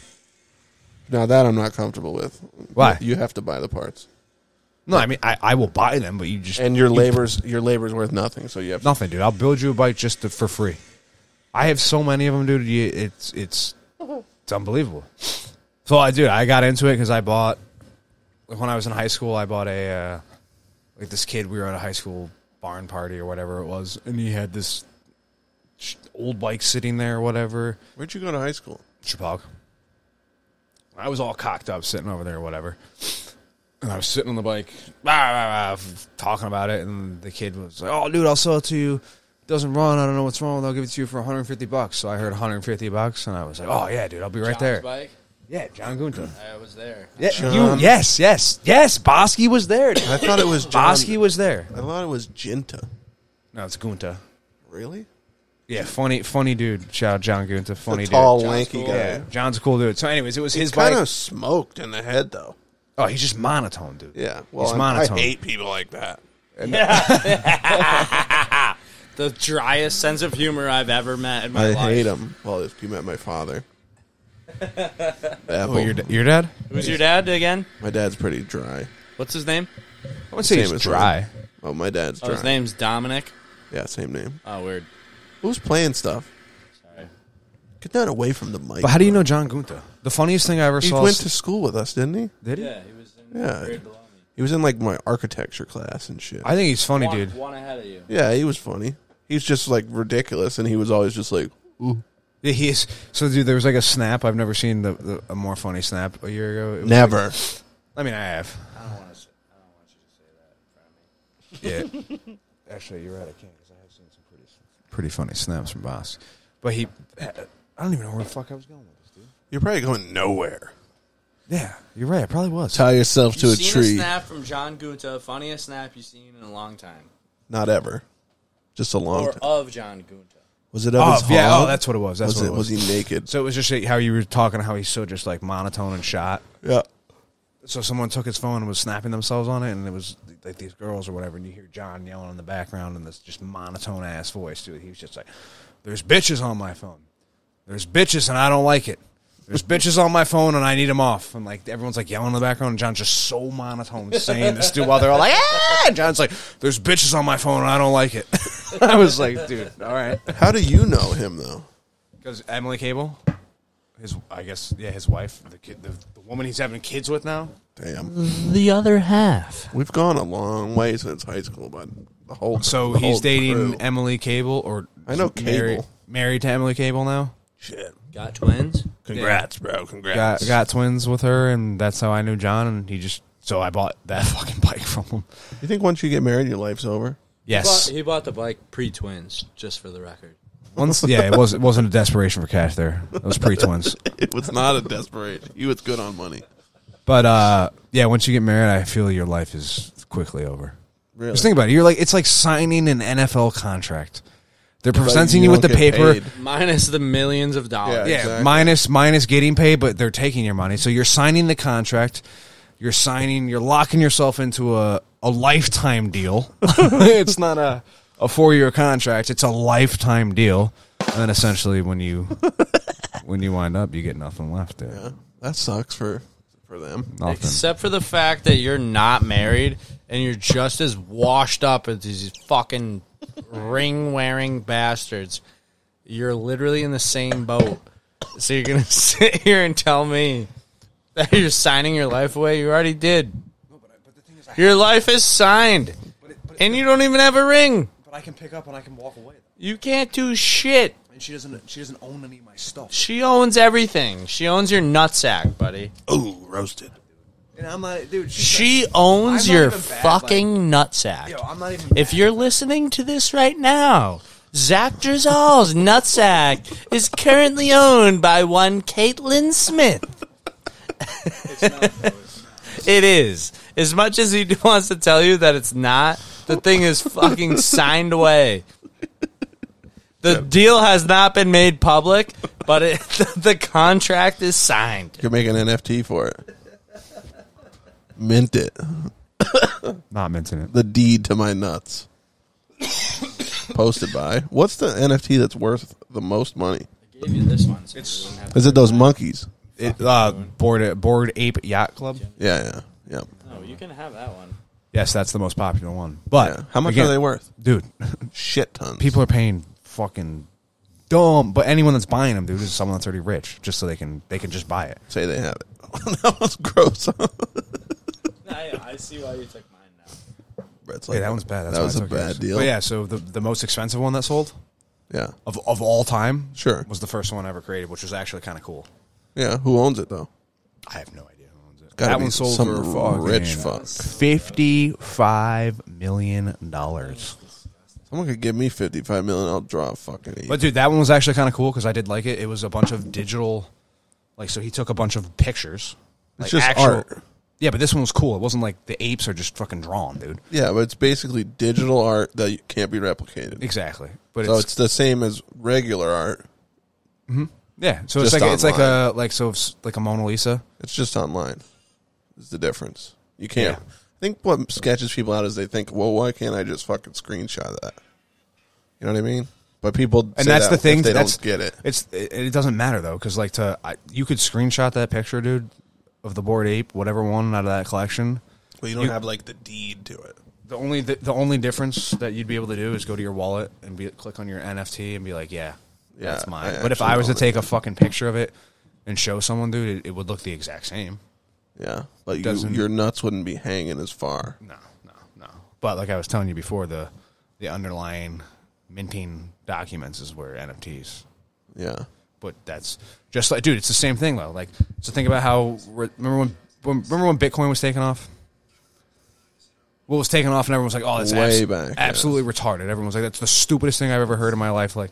Now that I'm not comfortable with. Why? You have to buy the parts. No, I mean I, I will buy them, but you just and your you- labor's your labor's worth nothing. So you have nothing, dude. I'll build you a bike just to, for free. I have so many of them, dude. You, it's it's it's unbelievable. So I do. I got into it because I bought like when I was in high school. I bought a uh, like this kid. We were at a high school barn party or whatever it was, and he had this sh- old bike sitting there or whatever. Where'd you go to high school? Chipog. I was all cocked up sitting over there or whatever. And I was sitting on the bike, rah, rah, rah, f- talking about it, and the kid was like, "Oh, dude, I'll sell it to you. It doesn't run. I don't know what's wrong. I'll give it to you for 150 bucks." So I heard 150 bucks, and I was like, "Oh yeah, dude, I'll be right John's there." Bike. Uh, Yeah, John Gunter. I was there. Yeah, you, John- yes, yes, yes. Bosky was there. I thought it *laughs* was John. Bosky was there. I thought it was Jinta. No, it's Gunta. Really? Yeah, funny, funny dude. Shout out John Gunta. Funny the tall, dude. lanky cool. guy. Yeah, John's a cool dude. So, anyways, it was his He's bike. kind of smoked in the head, though. oh, he's just monotone, dude. Yeah. Well, he's I'm- monotone. I hate people like that. The driest sense of humor I've ever met in my I life. hate him. Well, if you met my *laughs* father. Apple. Oh, your, da- your dad? Who's your dad again? my dad's pretty dry. What's his name? I would say Same he's as dry. mine. Oh, my dad's Oh, dry. his name's Dominic. Yeah, same name. Oh, weird. Who's playing stuff? Sorry. Get that away from the mic. But how do you know John Gunta? The funniest thing I ever He saw. went is- to school with us, didn't he? did he? Yeah, he was in Yeah. the grade below me. He was in like my architecture class and shit. I think he's funny, One, dude. one ahead of you. yeah, he was funny. He was just like ridiculous, and he was always just like, "Ooh, Yeah, he is. So, dude, there was like a snap. I've never seen the, the a more funny snap a year ago. It was never." I mean, I have. I don't want to. I don't want you to say that in front of me. Yeah. *laughs* Actually, you're right. I can't because I have seen some pretty pretty funny snaps from Boss. But he, uh, I don't even know where the fuck I was going with this, dude. You're probably going nowhere. Yeah, you're right. I probably was. Tie yourself to You've a seen tree. a snap from John Gunta, funniest snap you've seen in a long time, Not ever. Just a long or time. of John Gunta. Was it of Oh, his yeah, hog? oh, that's what it was. That's was what it. it Was he naked? So it was just like how you were talking, how he's so just like monotone and shot. yeah. So someone took his phone and was snapping themselves on it, and it was like these girls or whatever. And you hear John yelling in the background in this just monotone ass voice, dude. He was just like, "There's bitches on my phone. There's bitches, and I don't like it. There's bitches on my phone, and I need them off." And like everyone's like yelling in the background, and John's just so monotone saying this dude while they're all like, "Ah!" And John's like, "There's bitches on my phone, and I don't like it." *laughs* I was like, "Dude, all right." How do you know him though? Because Emily Cable, his I guess yeah, his wife, the kid, the, the woman he's having kids with now. Damn, The other half. we've gone a long way since high school, but the whole So the he's whole dating crew. Emily Cable, or I know married- Cable. married to Emily Cable now. Shit, Got twins. congrats, bro, congrats. Got got twins with her, and that's how I knew John. And he just so I bought that *laughs* fucking bike from him. You think once you get married, your life's over? *laughs* He bought, Yes, he bought the bike pre-twins, just for the record. once yeah, it was it wasn't a desperation for cash there. It was pre *laughs* twins, It was not a desperate. You was good on money. but uh, yeah, once you get married, I feel your life is quickly over. Really? Just think about it. You're like it's like signing an NFL contract. They're But presenting you, don't with the get paper. paid. Minus the millions of dollars. Yeah, Exactly. minus minus getting paid, but they're taking your money. So you're signing the contract. You're signing. You're locking yourself into a a lifetime deal. *laughs* it's not a a four year contract. It's a lifetime deal. And then essentially, *laughs* when you when you wind up, you get nothing left. Dude. That sucks for for them. Nothing. Except for the fact that you're not married and you're just as washed up as these fucking ring wearing bastards. You're literally in the same boat. So you're gonna *laughs* sit here and tell me that you're signing your life away? You already did. Your life is signed. And you don't even have a ring. but I can pick up and I can walk away. You can't do shit. And she doesn't. She doesn't own any of my stuff. She owns everything. She owns your nutsack, buddy. Oh, roasted. And I'm not, dude. She owns I'm not your even bad, fucking nutsack. I'm not even. If you're listening to this right now, Zach Drizal's nutsack is currently owned by one Caitlin Smith. *laughs* it is. As much as he *laughs* wants to tell you that it's not, the thing is fucking signed away. The deal has not been made public, but it, *laughs* the contract is signed. You could make an NFT for it. Mint it. not mentioning it. The deed to my nuts. Posted by. What's the NFT that's worth the most money? Gave you this one. Is it those monkeys? it uh, board board ape yacht club. Yeah, yeah, yeah. no, Oh, you can have that one. *laughs* Yes, that's the most popular one. But Yeah. How much again, are they worth? dude? *laughs* Shit tons. People are paying fucking dumb. But anyone that's buying them, dude, is someone that's already rich, just so they can they can just buy it. say they have it. *laughs* that was gross. *laughs* I, I see why you took mine now. Brett's Hey, like, that one's bad. That's that why was I a took bad yours. deal. But yeah, so the the most expensive one that sold yeah, of of all time, Sure. was the first one ever created, which was actually kind of cool. yeah. Who owns it though? I have no idea who owns it. Gotta that be one sold some for fucking- rich fuck. Fifty-five million dollars. Someone could give me fifty five million. I'll draw a fucking. E. But dude, that one was actually kind of cool because I did like it. It was a bunch of digital, like so he took a bunch of pictures. Like just art. Yeah, but this one was cool. It wasn't like the apes are just fucking drawn, dude. yeah, but it's basically digital art that you- can't be replicated. Exactly. But So it's, it's the same as regular art. yeah. So it's just like it's like online. a like so it's like a Mona Lisa. It's just online. Is the difference? You can't. Yeah. I think what sketches people out is they think, well, why can't I just fucking screenshot that? You know what I mean? But people say And that's that the thing. if they that's don't get it. It's it, it doesn't matter though because like to I, you could screenshot that picture, dude, of the board ape, whatever one out of that collection. Well, you don't have like the deed to it. The only the, the only difference that you'd be able to do is go to your wallet and be click on your NFT and be like, yeah, Yeah, that's mine. I but if actually I was to own it. take a fucking picture of it and show someone, dude, it, it would look the exact same. Yeah, but you, Doesn't- your nuts wouldn't be hanging as far. No, no, no. But like I was telling you before, the the underlying minting documents is where NFTs. Yeah, But that's just like, dude, it's the same thing though. Like, so think about how re- remember when, when remember when Bitcoin was taken off. What was taken off, and everyone was like, "Oh, that's Way abs- back, yeah. absolutely retarded." Everyone was like, "That's the stupidest thing I've ever heard in my life." Like,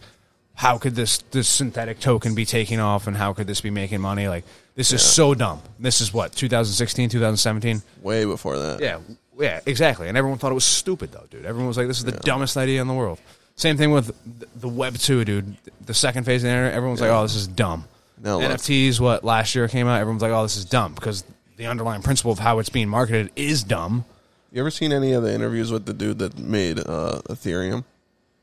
how could this this synthetic token be taking off, and how could this be making money? Like, this is so dumb. This is what 2016, 2017. way before that. Yeah, yeah, exactly. And everyone thought it was stupid, though, dude. Everyone was like, "This is the dumbest idea in the world." Same thing with th- the Web two, dude. The second phase of the internet, everyone's like, "Oh, this is dumb." Now look. NFTs, what last year came out, everyone's like, "Oh, this is dumb," because the underlying principle of how it's being marketed is dumb. You ever seen any of the interviews with the dude that made uh, Ethereum?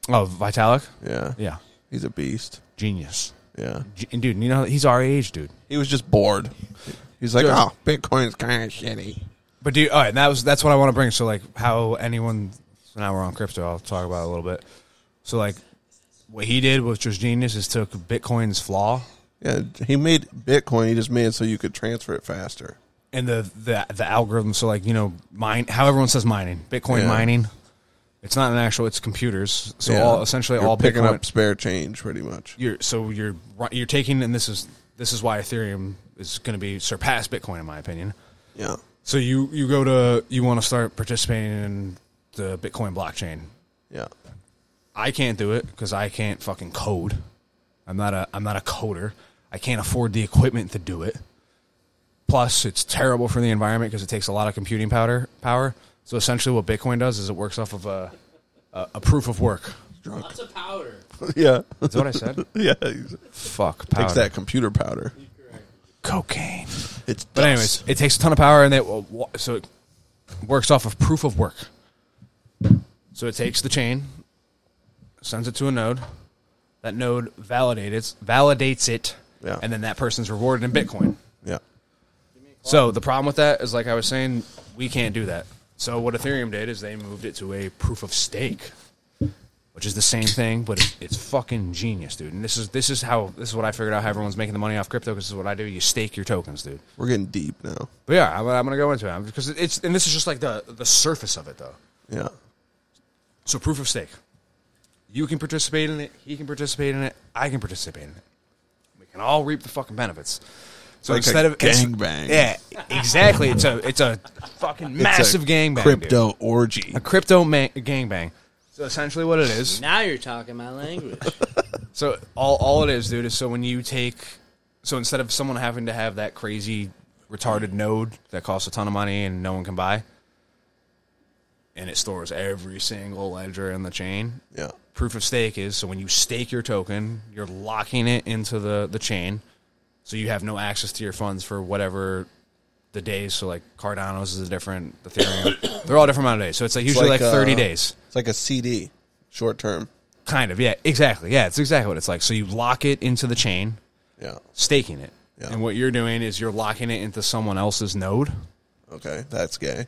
Oh, Vitalik, Yeah, yeah, he's a beast. genius. Yeah, G- and dude, you know he's our age, dude. he was just bored. He's like, oh, Bitcoin's kind of shitty. But do you, all right, that was that's what I want to bring. So like how anyone so now we're on crypto, I'll talk about it a little bit. So like what he did, which was genius, is took Bitcoin's flaw Yeah, he made Bitcoin. He just made it so you could transfer it faster. and the the the algorithm. So like you know, mine how everyone says mining, Bitcoin Yeah. mining. It's not an actual. It's computers. So Yeah. all essentially You're all picking Bitcoin. up spare change, pretty much. You're so you're ri- you're taking and this is this is why Ethereum is going to be surpass Bitcoin in my opinion. Yeah, So you you go to you want to start participating in the Bitcoin blockchain. yeah, I can't do it because I can't fucking code. I'm not a I'm not a coder. I can't afford the equipment to do it. Plus, it's terrible for the environment because it takes a lot of computing powder power. So essentially, what Bitcoin does is it works off of a a, a proof of work. Lots of powder. *laughs* *laughs* yeah, Is that what I said? yeah. He Fuck Takes powder. that computer powder. Cocaine. It's But anyways, it takes a ton of power, and they so it works off of proof of work. So it takes the chain, sends it to a node. That node validates validates it, Yeah. and then that person's rewarded in Bitcoin. yeah, So the problem with that is, like I was saying, we can't do that. So what Ethereum did is they moved it to a proof of stake, which is the same thing, but it- it's fucking genius, dude. And this is this is how this is what I figured out how everyone's making the money off crypto. Because this is what I do. You stake your tokens, dude. we're getting deep now. But yeah, I'm, I'm gonna go into it because it's and this is just like the the surface of it though. Yeah, So proof of stake. You can participate in it. He can participate in it. I can participate in it. We can all reap the fucking benefits. So Like a instead of it's- gangbang. yeah, exactly. It's a it's a fucking massive gangbang, dude. crypto orgy. a crypto man- gangbang. So essentially, what it is. Now you're talking my language. So all all it is, dude, is so when you take so instead of someone having to have that crazy retarded node that costs a ton of money and no one can buy, and it stores every single ledger in the chain. Yeah, Proof of stake is so when you stake your token, you're locking it into the the chain, so you have no access to your funds for whatever the days. So like Cardano's is a different Ethereum, *coughs* they're all different amount of days. So it's like usually like, like, thirty uh, days. it's like a CD, short term. Kind of, yeah, exactly. Yeah, it's exactly what it's like. So you lock it into the chain, Yeah, staking it. Yeah. And what you're doing is you're locking it into someone else's node. okay, that's gay.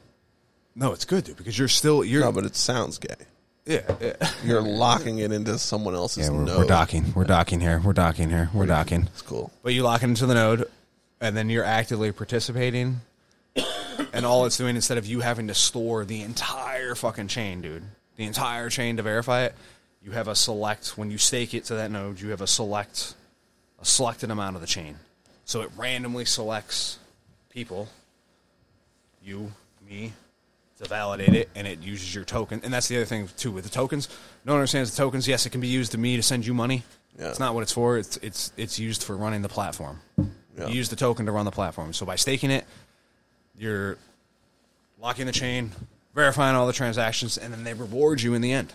No, it's good, dude, because you're still you're No, but it sounds gay. yeah, yeah. You're locking it into someone else's we're, node. we're docking. We're docking here. We're docking here. We're docking. It's cool. But you lock it into the node. and then you're actively participating, and all it's doing instead of you having to store the entire fucking chain, dude, the entire chain to verify it, you have a select when you stake it to that node, you have a select, a selected amount of the chain, so it randomly selects people, you, me, to validate it, and it uses your token. And that's the other thing too with the tokens. No one understands the tokens. Yes, it can be used to me to send you money. Yeah. It's not what it's for. It's it's it's used for running the platform. Yeah. You use the token to run the platform. So by staking it, you're locking the chain, verifying all the transactions, and then they reward you in the end.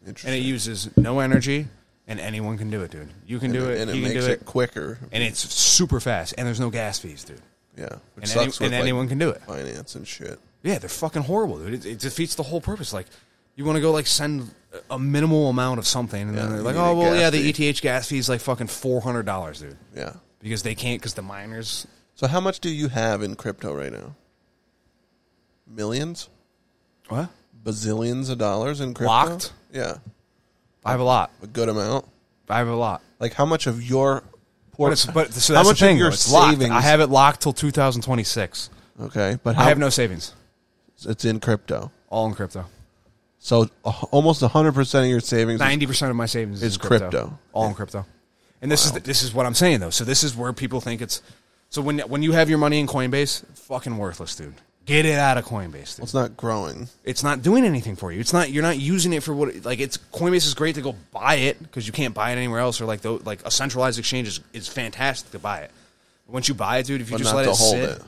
And it Interesting. uses no energy, and anyone can do it, dude. You can And do it. and it he can makes do it quicker. and it's super fast, and there's no gas fees, dude. yeah, which and any- sucks and with, like, anyone can do it. Finance and shit. Yeah, they're fucking horrible, dude. It, it defeats the whole purpose. Like, you want to go like send a minimal amount of something, and Yeah, then they're you like, need oh a well, gas yeah, fee." the ETH gas fee is like fucking four hundred dollars, dude, Yeah. because they can't because the miners. So how much do you have in crypto right now? Millions, What? bazillions of dollars in crypto. Locked? Yeah, I have a lot. a good amount. I have a lot. Like how much of your But, port? it's, but so how that's much the thing, of your though. It's locked. savings? I have it locked till 2026. Okay, but how, I have no savings. It's in crypto. All in crypto. So uh, almost hundred percent of your savings. is- Ninety percent of my savings It's is in crypto. crypto. All in crypto. And this is this is what I'm saying though. So this is where people think it's. So when when you have your money in Coinbase, fucking worthless, dude. Get it out of Coinbase, dude. it's not growing. it's not doing anything for you. It's not you're not using it for what it- like it's Coinbase is great to go buy it because you can't buy it anywhere else or like the, like a centralized exchange is, is fantastic to buy it. But once you buy it, dude, if you But just not let to it hold sit, it.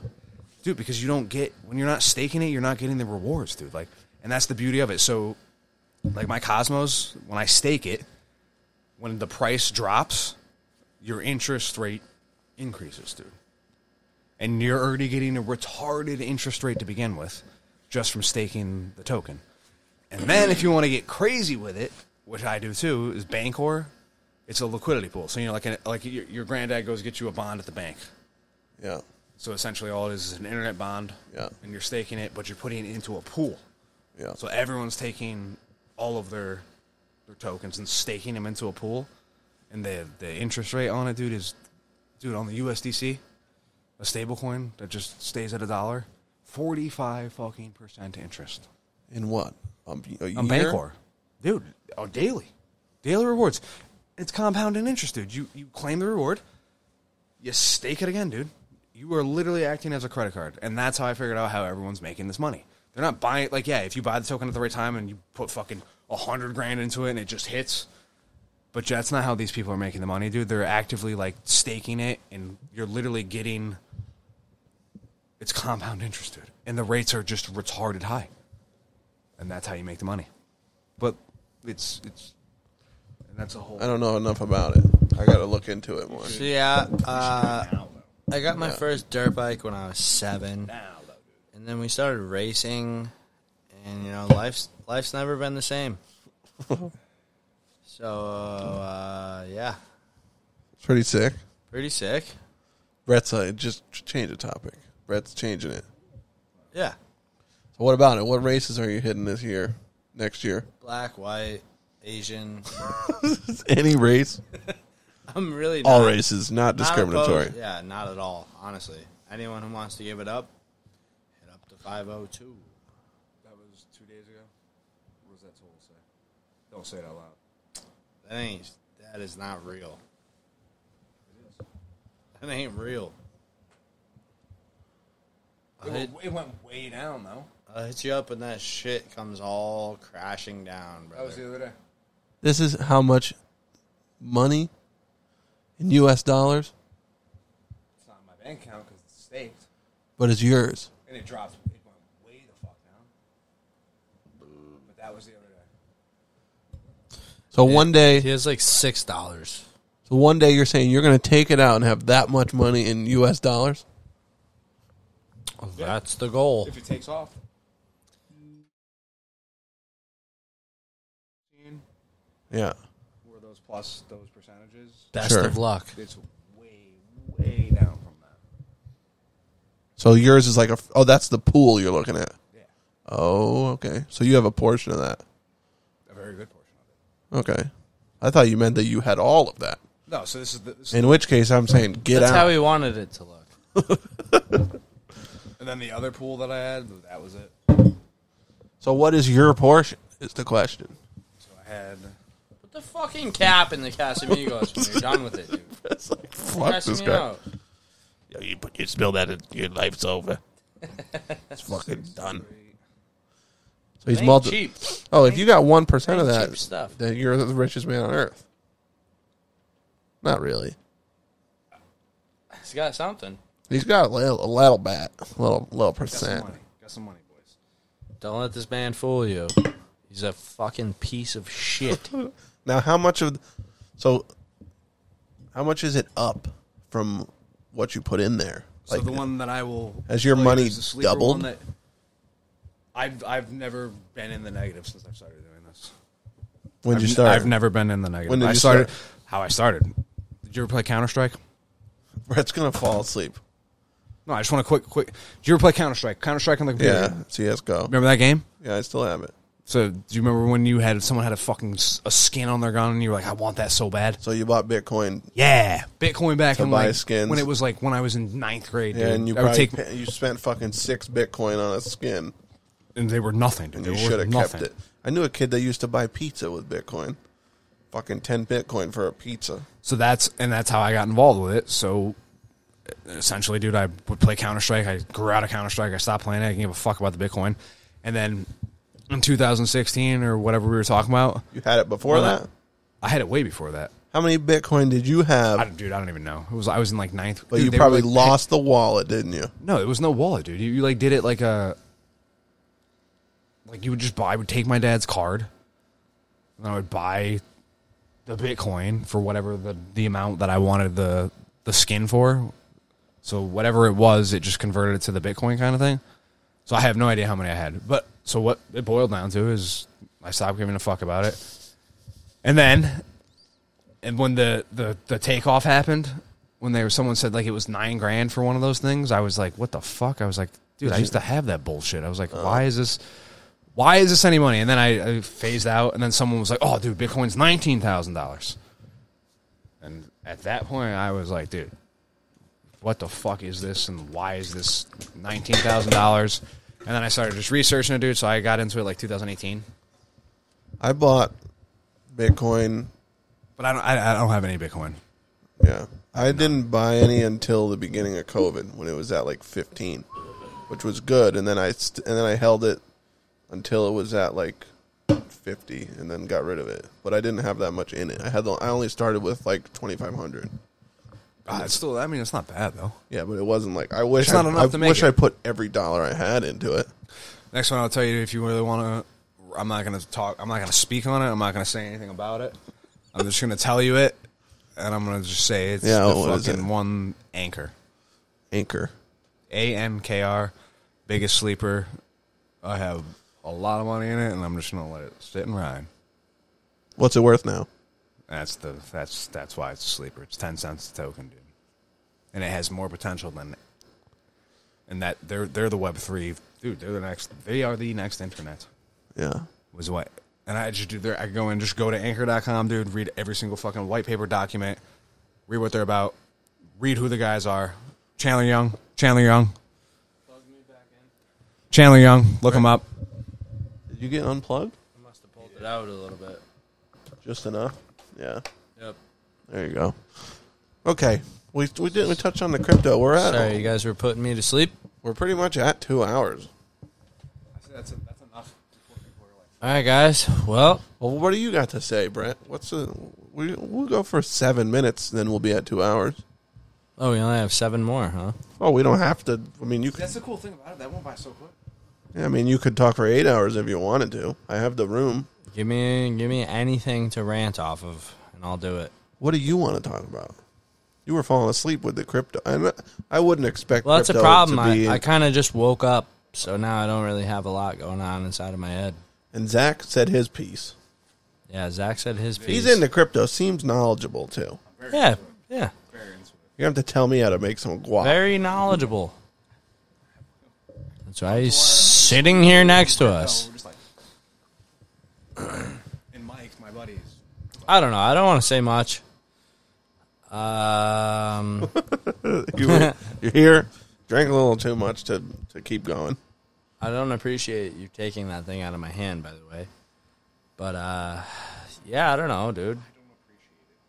dude, because you don't get when you're not staking it, you're not getting the rewards, dude. Like, and that's the beauty of it. So, like my Cosmos, when I stake it, when the price drops, your interest rate increases, dude. And you're already getting a retarded interest rate to begin with just from staking the token. And then if you want to get crazy with it, which I do too, is Bancor. It's a liquidity pool. So, you know, like, an, like your, your granddad goes get you a bond at the bank. Yeah, So essentially, all it is is an internet bond, Yeah. and you're staking it, but you're putting it into a pool. yeah. So everyone's taking all of their their tokens and staking them into a pool, and the the interest rate on it, dude, is dude on the USDC, a stable coin that just stays at a dollar, forty five fucking percent interest in what? Um, a year? on Bancor, dude. Oh, daily, daily rewards. It's compound and interest, dude. You you claim the reward, you stake it again, dude. You are literally acting as a credit card, and that's how I figured out how everyone's making this money. They're not buying like yeah, if you buy the token at the right time and you put fucking a hundred grand into it and it just hits. But that's not how these people are making the money, dude. They're actively like staking it, and you're literally getting it's compound interest, dude. And the rates are just retarded high and that's how you make the money. But it's it's and that's a whole. I don't know enough about it. I got to look into it more. So yeah, uh, I got my first dirt bike when I was seven, and then we started racing, and you know life's life's never been the same. so uh, yeah, It's pretty sick. pretty sick. Brett's uh, just ch- change the topic. Brett's changing it. Yeah, So what about it? What races are you hitting this year? Next year? black, white, Asian. *laughs* *laughs* Any race? I'm really All not- races, not not discriminatory. opposed- Yeah, not at all. Honestly, anyone who wants to give it up, hit up to five oh two. That was two days ago. What does that total say? Don't say it out loud. That ain't. That is not real. That ain't real. I'll hit, it went way down though. I'll hit you up when that shit comes all crashing down, brother. other day. This is how much money in U.S. dollars, It's not in my bank account because it's staked, but it's yours. and it dropped. It went way the fuck down. But that was the other day. So one day, He has like six dollars. so one day, you're saying you're going to take it out and have that much money in U.S. dollars? Oh, That's the goal. If it takes off. Yeah. Were those plus those percentages? Best Sure. of luck. It's way way down from that. So yours is like a oh, that's the pool you're looking at. Yeah. Oh, okay. So you have a portion of that. a very good portion of Okay. I thought you meant that you had all of that. it. No, so this is the this is In which case, I'm saying get That's out. how he wanted it to look. And then the other pool that I had, that was it. So what is your portion? Is the question. *laughs* So I had Put the fucking cap in the Casamigos when you're done with it, dude. It's like *laughs* fuck Stress this me guy. out. Yo, you put you spill that, and your life's over. It's fucking done. So he's Ain't multi- cheap. Oh, if you got one percent of Ain't that cheap stuff. then you're the richest man on earth. Not really. He's got something. He's got a little, a little bat, a little, little got some percent. money. Got some money, boys. Don't let this man fool you. He's a fucking piece of *laughs* shit. Now, how much of so? How much is it up from what you put in there? So the one that I will Has your tell you money is the sleeper doubled? one that- I've I've never been in the negative since I started doing this. when I've, you start? *laughs* I've never been in the negative. When did I you started start? how I started. Did you ever play Counter Strike? Brett's gonna fall asleep. No, I just want to quick, quick. Did you ever play Counter Strike? Counter Strike on the computer. Yeah, CS:GO. Remember that game? Yeah, I still have it. So, do you remember when you had someone had a fucking s- a skin on their gun and you were like, I want that so bad? So you bought Bitcoin, Yeah, Bitcoin back To in buy like skins. when it was like when I was in ninth grade, dude. and you I would probably take pa- you spent fucking six Bitcoin on a skin, and they were nothing. Dude. and They you should were worth have nothing. kept it. I knew a kid that used to buy pizza with Bitcoin, fucking ten Bitcoin for a pizza. So that's and that's how I got involved with it. So essentially, dude, I would play Counter Strike. I grew out of Counter Strike. I stopped playing it. I didn't give a fuck about the Bitcoin. And then in 2016 or whatever we were talking about, You had it before Well, that. I had it way before that. How many Bitcoin did you have? I, don't- dude, I don't even know. It was I was in like ninth. but dude, you they were, probably like, lost the wallet, didn't you? No, it was no wallet, dude. You, you like did it like a like you would just buy. I would take my dad's card, and I would buy the Bitcoin for whatever the the amount that I wanted the the skin for. So whatever it was, it just converted it to the Bitcoin kind of thing. So I have no idea how many I had. But so what it boiled down to is I stopped giving a fuck about it, and then and when the the the takeoff happened, when there was someone said like it was nine grand for one of those things, I was like, what the fuck? I was like, dude, I used to have that bullshit. I was like, why is this? Why is this any money? And then I, I phased out, and then someone was like, oh, dude, Bitcoin's nineteen thousand dollars. And at that point, I was like, dude, what the fuck is this? And why is this nineteen thousand dollars? And then I started just researching it, dude. So I got into it like 2018. I bought Bitcoin. But I don't, I, I don't have any Bitcoin. Yeah, I didn't buy any until the beginning of COVID when it was at like fifteen, which was good. And then I st- and then I held it until it was at like fifty, and then got rid of it. But I didn't have that much in it. I had the, I only started with like twenty five hundred. Ah, it's still, I mean, it's not bad though. Yeah, but it wasn't like I wish. It's not I, enough I to make wish it. I put every dollar I had into it. Next one, I'll tell you if you really want to. I'm not going to talk. I'm not going to speak on it. I'm not going to say anything about it. I'm just going to tell you it, and I'm going to just say it's Yeah, the what is fucking it? one anchor, Anchor. A N K R, biggest sleeper. I have a lot of money in it, and I'm just going to let it sit and ride. What's it worth now? That's the that's that's why it's a sleeper. It's ten cents a token, dude, and it has more potential than. And that they're they're the Web three dude. They're the next. They are the next internet. Yeah. was what and I just do there I go and just go to anchor.com dude read every single fucking white paper document read what they're about read who the guys are Chandler Young Chandler Young Chandler Young look him up Did you get unplugged? I must have pulled it out a little bit. Just enough. Yeah. Yep. There you go. Okay. We we didn't we touched on the crypto. We're at Sorry, you guys were putting me to sleep. we're pretty much at two hours. that's, that's enough All right, guys. Well, Well, what do you got to say, Brett? What's the we we'll go for seven minutes, then we'll be at two hours. oh, we only have seven more, huh? Oh, we don't have to. I mean, you could. the cool thing about it that went by so quick I mean, you could talk for eight hours if you wanted to. I have the room. Give me, give me anything to rant off of, and I'll do it. What do you want to talk about? You were falling asleep with the crypto. I'm not- I wouldn't expect. Well, that's a crypto problem. to I, be- I kind of just woke up, so now I don't really have a lot going on inside of my head. and Zach said his piece. Yeah, Zach said his piece. He's into crypto. Seems knowledgeable too. Yeah, yeah. You have to tell me how to make some guac. Very knowledgeable. That's why he's sitting here next to us. just *clears throat* like and Mike my buddies I don't know. I don't want to say much. Um, *laughs* You, *laughs* are here. Drank a little too much to, to keep going. I don't appreciate you taking that thing out of my hand, by the way. But uh, yeah, I don't know, dude.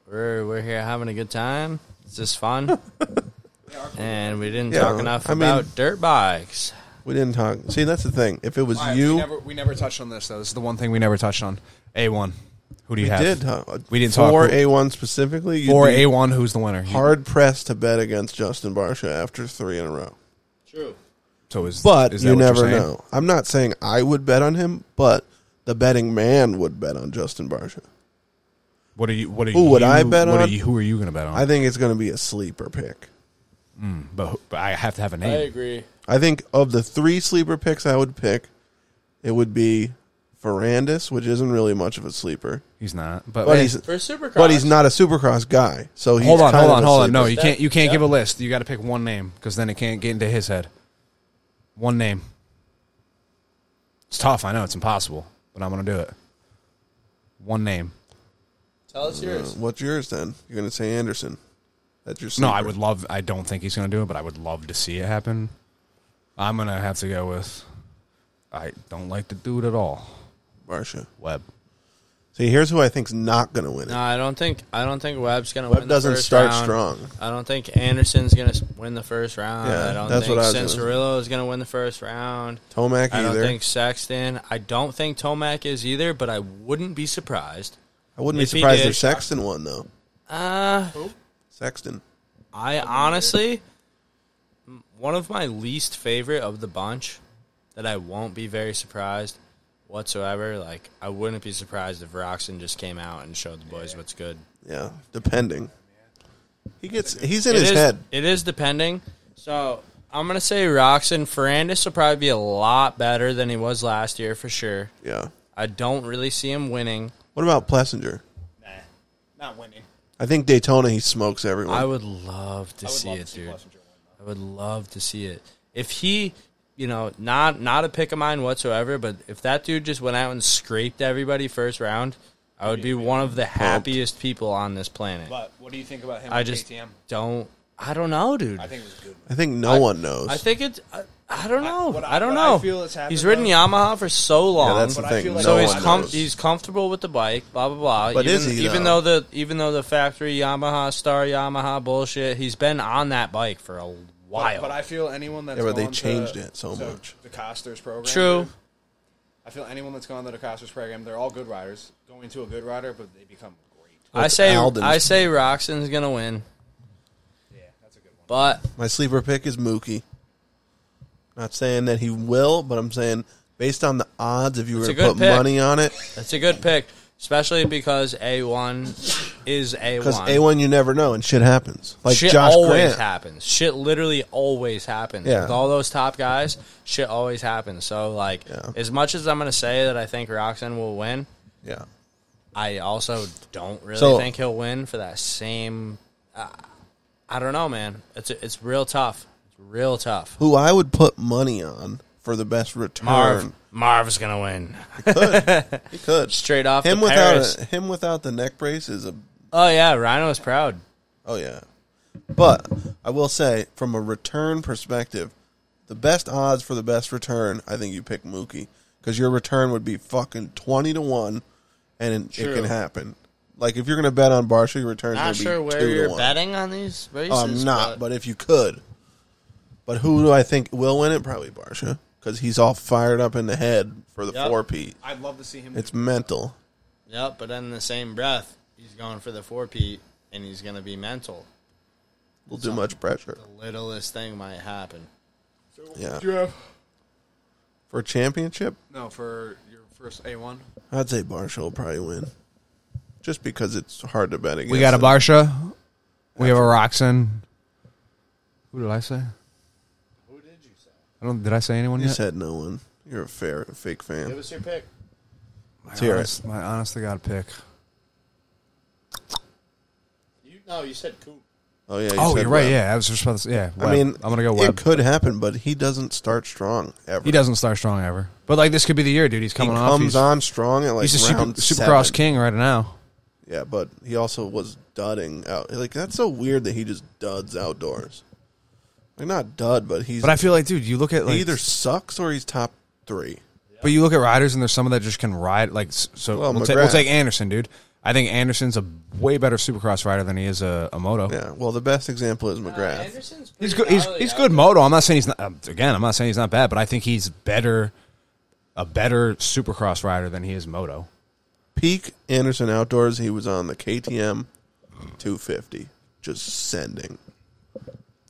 We're we're here having a good time. It's *laughs* just fun, and we didn't Yeah, talk enough I mean- about dirt bikes. We didn't talk. See, that's the thing. If it was All right, you, We never, we never touched on this, though. This is the one thing we never touched on. A1. Who do you we have? did. Huh? We didn't talk. for A one specifically. You'd For be A1, who's the winner? hard pressed to bet against Justin Barsha after three in a row. True. So is, But is that you what you're never saying? know. I'm not saying I would bet on him, but the betting man would bet on Justin Barsha. What are you? What are Who you, would I bet what Are on? you, who are you going to bet on? I think it's going to be a sleeper pick. but, who- but I have to have a I name. agree. I think of the three sleeper picks I would pick, it would be Ferrandis, which isn't really much of a sleeper, He's not. But, but eh, he's For Supercross, but he's not a supercross guy. So he's hold on, kind hold of on, a hold on. No, sleeper. you can't. You can't Yep. give a list. You got to pick one name because then it can't get into his head. One name. It's tough. I know it's impossible, but I'm going to do it. One name. Tell us yours. What's yours then? You're going to say Anderson. That's your No, sleeper. I would love. I don't think he's going to do it, but I would love to see it happen. I'm going to have to go with. I don't like the dude at all. Barsha. Webb. See, here's who I think's not going to win it. No, I don't think I don't think Webb's gonna. Webb win the doesn't first start round. strong. I don't think Anderson's gonna s- win the first round. Yeah, I don't that's think what I was gonna say. Cincerillo is gonna win the first round. Tomac I don't either. think Sexton. I don't think Tomac is either, but I wouldn't be surprised. I wouldn't be If he surprised did- if Sexton won though. Uh, Sexton. I honestly, m- one of my least favorite of the bunch that I won't be very surprised whatsoever. Like, I wouldn't be surprised if Roxon just came out and showed the boys what's good. Yeah, depending. He gets he's in It his is- head. It is depending. So I'm gonna say Roxon. Ferrandis will probably be a lot better than he was last year for sure. Yeah. I don't really see him winning. What about Plessinger? Not winning. I think Daytona he smokes everyone. I would love to see it, dude. I would love to see it. If he, you know, not not a pick of mine whatsoever, but if that dude just went out and scraped everybody first round, I would be one of the happiest people on this planet. But what do you think about him? I just don't. I don't know, dude. I think, it was good. I think no one knows. I think it's. I, I don't know. what I, I- don't what I know. feel has happened, he's ridden though- Yamaha for so long. yeah, that's the But I thing. feel like no so no he's one com- knows. he's comfortable with the bike, blah blah blah. But even, is he, even though? though the even though the factory Yamaha Star Yamaha bullshit, he's been on that bike for a while. But, but I feel anyone that's Yeah, but they gone to- changed it so to much. The Costers program. True. dude, I feel anyone that's gone to the Costers program, they're all good riders. Going to a good rider, but they become great. I say Alden's I say Roxon's gonna win, Yeah, that's a good one. but My sleeper pick is Mookie. Not saying that he will, but I'm saying based on the odds, if you were That's to a good put pick. money on it, that's a good pick, especially because A one is A because one. A one you never know and shit happens. Like shit Josh always Grant, happens. Shit literally always happens. Yeah. With all those top guys, shit always happens. So like, Yeah. as much as I'm gonna say that I think Roxon will win, yeah, I also don't really So- think he'll win for that same. Uh, I don't know, man. It's it's real tough. It's real tough. who I would put money on for the best return. Marv Marv's gonna win *laughs* He could straight off him the without Paris. a, him without the neck brace is a oh yeah, Rhino is proud. Oh yeah, but I will say from a return perspective, the best odds for the best return, I think you pick Mookie because your return would be fucking twenty to one, and it, it can happen. Like if you're gonna bet on Barsha, your return Not going to sure be where two you're to one. Um, betting on these races. I'm not, but if you could, but who do I think will win it? Probably Barsha because he's all fired up in the head for the Yep. four P. I'd love to see him. It's mental. yep. But in the same breath, he's going for the four P, and he's gonna be mental. We'll do much pressure. The littlest thing might happen. Yeah, you have for a championship, no for your first A one. I'd say Barsha will probably win, just because it's hard to bet against. We got a him. Barsha. We have a Roxon. Who did I say? Who did you say? I don't. Did I say anyone You yet? said no one. You're a fair fake fan. was your pick. my, hear it. honest, my honest to God pick. You no, you said Coop. oh yeah. You oh, said you're right. Webb. Yeah, I was just about to say. Yeah, I Webb. mean, I'm gonna go It Webb. could happen, but he doesn't start strong ever. he doesn't start strong ever, but like this could be the year, dude. He's He coming off. comes he's, on strong at like he's a super, round supercross seven. king right now. Yeah, but he also was dudding out. Like that's so weird that he just duds outdoors. Like not dud, but he's But I feel like, dude, you look at he like, either sucks or he's top three. but you look at riders, and there's some of that just can ride. Like, s- so Well, we'll, take, we'll McGrath. take Anderson, dude. I think Anderson's a way better Supercross rider than he is a, a moto. Yeah. Well, the best example is McGrath. Anderson's He's pretty good. He's, gnarly he's out good there. moto. I'm not saying he's not. um, Again, I'm not saying he's not bad, but I think he's better, a better Supercross rider than he is moto. Peak Anderson outdoors. He was on the KTM 250, just sending.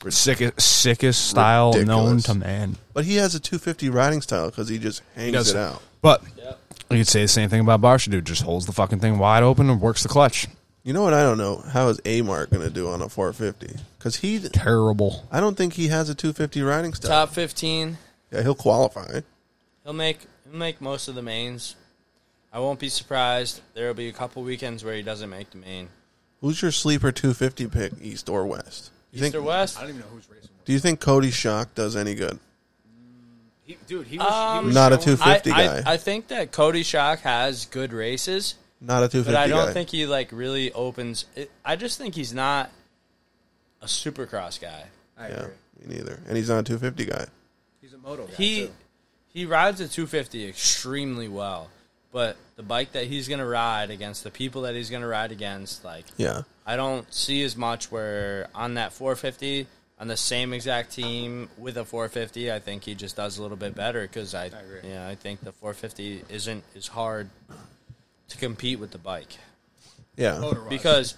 Sickest, sickest style known Ridiculous. to man. But he has a 250 riding style because he just hangs does it it. out. But you could say the same thing about Barsha, dude. Just holds the fucking thing wide open and works the clutch. You know what? I don't know. How is Amar going to do on a 450? Because he, Terrible. I don't think he has a 250 riding style. Top fifteen. Yeah, he'll qualify. He'll make he'll make most of the mains. I won't be surprised. There will be a couple weekends where he doesn't make the main. Who's your sleeper 250 pick, East or West? You East think, or West? Do you think Cody Shock does any good? He, dude, he Um, Not a 250 I, guy. I, I think that Cody Shock has good races, Not a 250 but I don't guy. think he like really opens. It, I just think he's not a supercross guy. yeah, me neither. And he's not a 250 guy. he's a moto guy. he he rides a 250 extremely well, but the bike that he's going to ride against the people that he's going to ride against, like Yeah. I don't see as much where on that 450 on the same exact team with a 450, I think he just does a little bit better because I, yeah, I think the 450 isn't as hard to compete with the bike Yeah. because,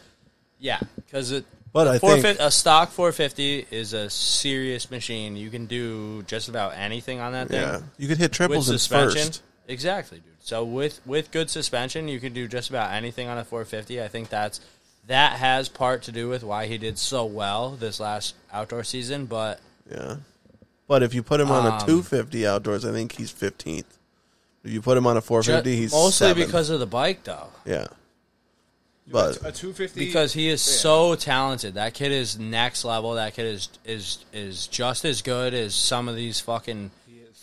yeah, because it. But I think 450, a stock 450 is a serious machine. You can do just about anything on that thing yeah, you could hit triples in first. exactly, dude. So with with good suspension, you can do just about anything on a 450. I think that's that has part to do with why he did so well this last outdoor season. But Yeah. But if you put him on a Um, 250 outdoors, I think he's 15th. If you put him on a ju- 450, he's mostly seventh. because of the bike, though, yeah. But a two fifty because he is so talented. That kid is next level. That kid is is is just as good as some of these fucking.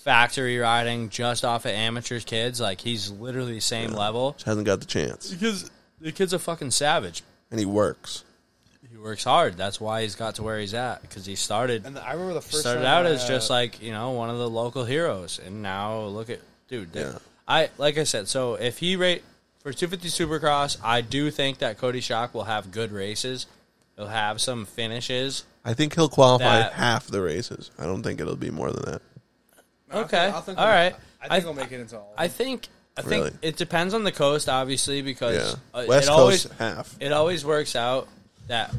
Factory riding just off of amateur kids, like he's literally same level. hasn't got the chance, Because the kid's a fucking savage. and he works. he works hard. That's why he's got to where he's at because he started And the, I remember the first started time out as I, just uh, like you know one of the local heroes, and now look at dude. th- Yeah. I like I said. So if he rate for 250 Supercross, I do think that Cody Shock will have good races. He'll have some finishes. I think he'll qualify That- half the races. I don't think it'll be more than that. Okay, I think all I'll- right. I I- think I'll make it into all. I think I think Really? it depends on the coast, obviously, because Yeah, uh, West it always Coast half. it always works out that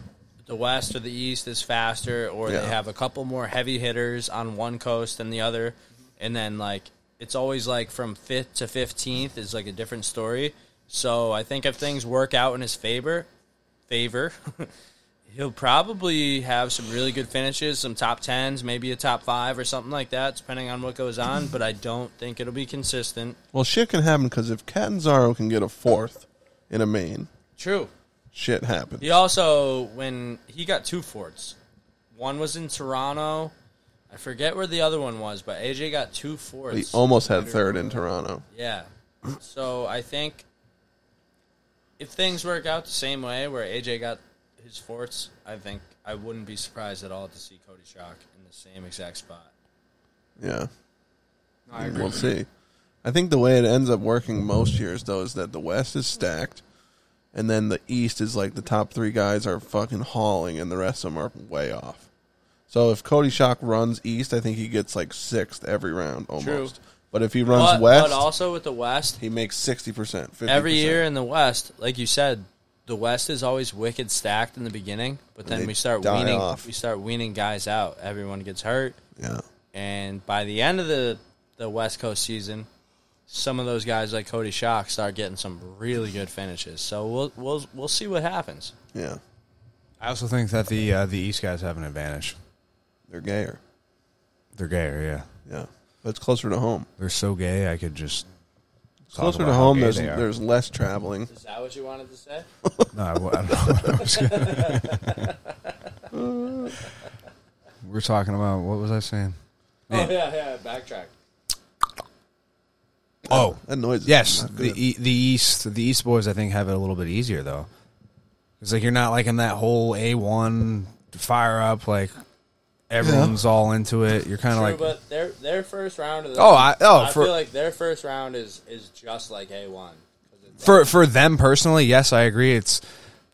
the west or the east is faster or Yeah. they have a couple more heavy hitters on one coast than the other and then like it's always like from 5th to 15th is like a different story so i think if things work out in his favor favor *laughs* he'll probably have some really good finishes some top 10s maybe a top 5 or something like that depending on what goes on but i don't think it'll be consistent Well, shit can happen because if Catanzaro can get a fourth in a main, true shit happens. He also, when he got two forts, one was in Toronto. I forget where the other one was, but AJ got two He forts. almost had third in Toronto. yeah. So I think if things work out the same way where AJ got his forts, I think I wouldn't be surprised at all to see Cody Shock in the same exact spot. Yeah. We'll see. I think the way it ends up working most years, though, is that the West is stacked, and then the East is like the top three guys are fucking hauling, and the rest of them are way off. So if Cody Shock runs East, I think he gets like sixth every round almost. But if he runs But, West, but also with the West, he makes 60%, 50%. every year in the West, like you said, the West is always wicked stacked in the beginning, but then they we start die weaning off. we start weaning guys out. Everyone gets hurt, Yeah. and by the end of the the West Coast season, some of those guys like Cody Shock start getting some really good finishes. So we'll we'll we'll see what happens. Yeah. I also think that the uh, the East guys have an advantage. They're gayer. They're gayer, yeah. Yeah. But it's closer to home. They're so gay. I could just It's closer about to how home, gay there's, they are. there's less traveling. Is that what you wanted to *laughs* say? no. I, don't know what I was gonna- *laughs* We're talking about what was I saying? Oh yeah, yeah. Backtrack. Oh, I That noise. Is Yes, not the good. e- the East the East boys I think have it a little bit easier though. It's like you're not like in that whole A one fire up like everyone's all into it. You're kind of True, like but their their first round of the Oh, I- oh, I for- feel like their first round is is just like A one. for for them personally. Yes, I agree. It's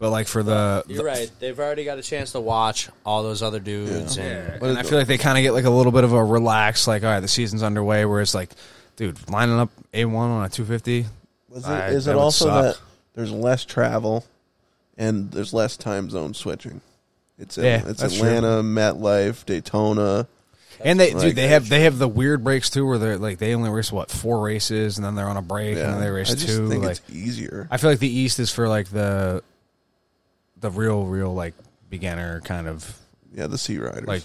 but like for the, You're right. They've already got a chance to watch all those other dudes. And and I feel like they kind of get like a little bit of a relaxed like all right the season's underway where it's like dude lining up A one on a two fifty. Was it, I- is that it would also suck. that there's less travel and there's less time zone switching? It's in, Yeah, it's that's true. Atlanta, MetLife, Daytona. And they Like, dude, they have they have the weird breaks too, where they're like they only race what four races, and then they're on a break, and then they race I just two. think like it's easier. I feel like the East is for like the the real, real like beginner kind of yeah, the Sea Riders. like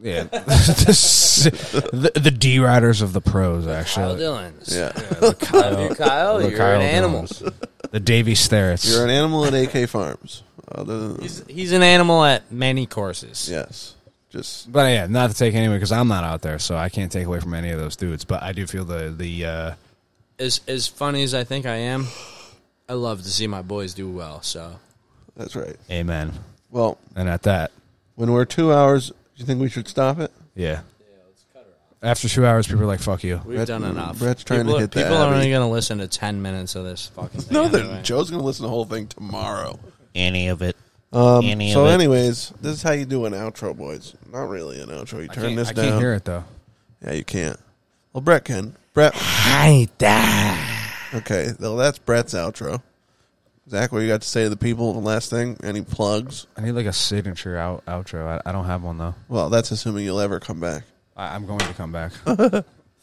yeah *laughs* the, s- the, the D riders of the pros Kyle actually. Dillon's. yeah, Love you, Kyle. the You're Kyle an animal. Dillons. The Davy Starrett's. you're an animal at AK Farms. Other than He's, he's an animal at many courses. yes, just but yeah, not to take anyway because I'm not out there, so I can't take away from any of those dudes. But I do feel the the uh, As as funny as I think I am, I love to see my boys do well. So that's right. amen. Well, And at that, when we're two hours, do you think we should stop it? yeah. After two hours, people are like, "Fuck you." we've Brett- done enough. Brett's trying to people, hit the People are Abbey. only going to listen to ten minutes of this fucking. Thing No, then anyway. Joe's gonna listen to the whole thing tomorrow. Any of it. Um, Any so, of it. anyways, this is how you do an outro, boys. Not really an outro. You turn this I down. can't hear it though. Yeah, you can't. Well, Brett can. Brett. Hi, that. Okay, well, that's Brett's outro. Zach, what you got to say to the people? Last thing, any plugs? I need like a signature out, outro. I, I don't have one though. Well, that's assuming you'll ever come back. I, I'm going to come back.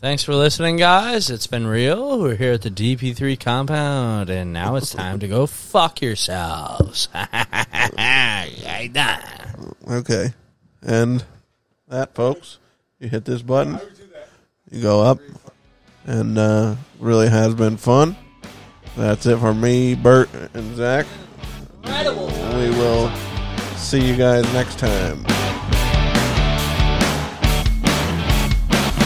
Thanks for listening, guys. It's been real. We're here at the DP3 compound, and now it's time to go fuck yourselves. *laughs* Bye. Okay, and that, folks, you hit this button, you go up, and uh, really has been fun. That's it for me, Bert, and Zach. We will see you guys next time.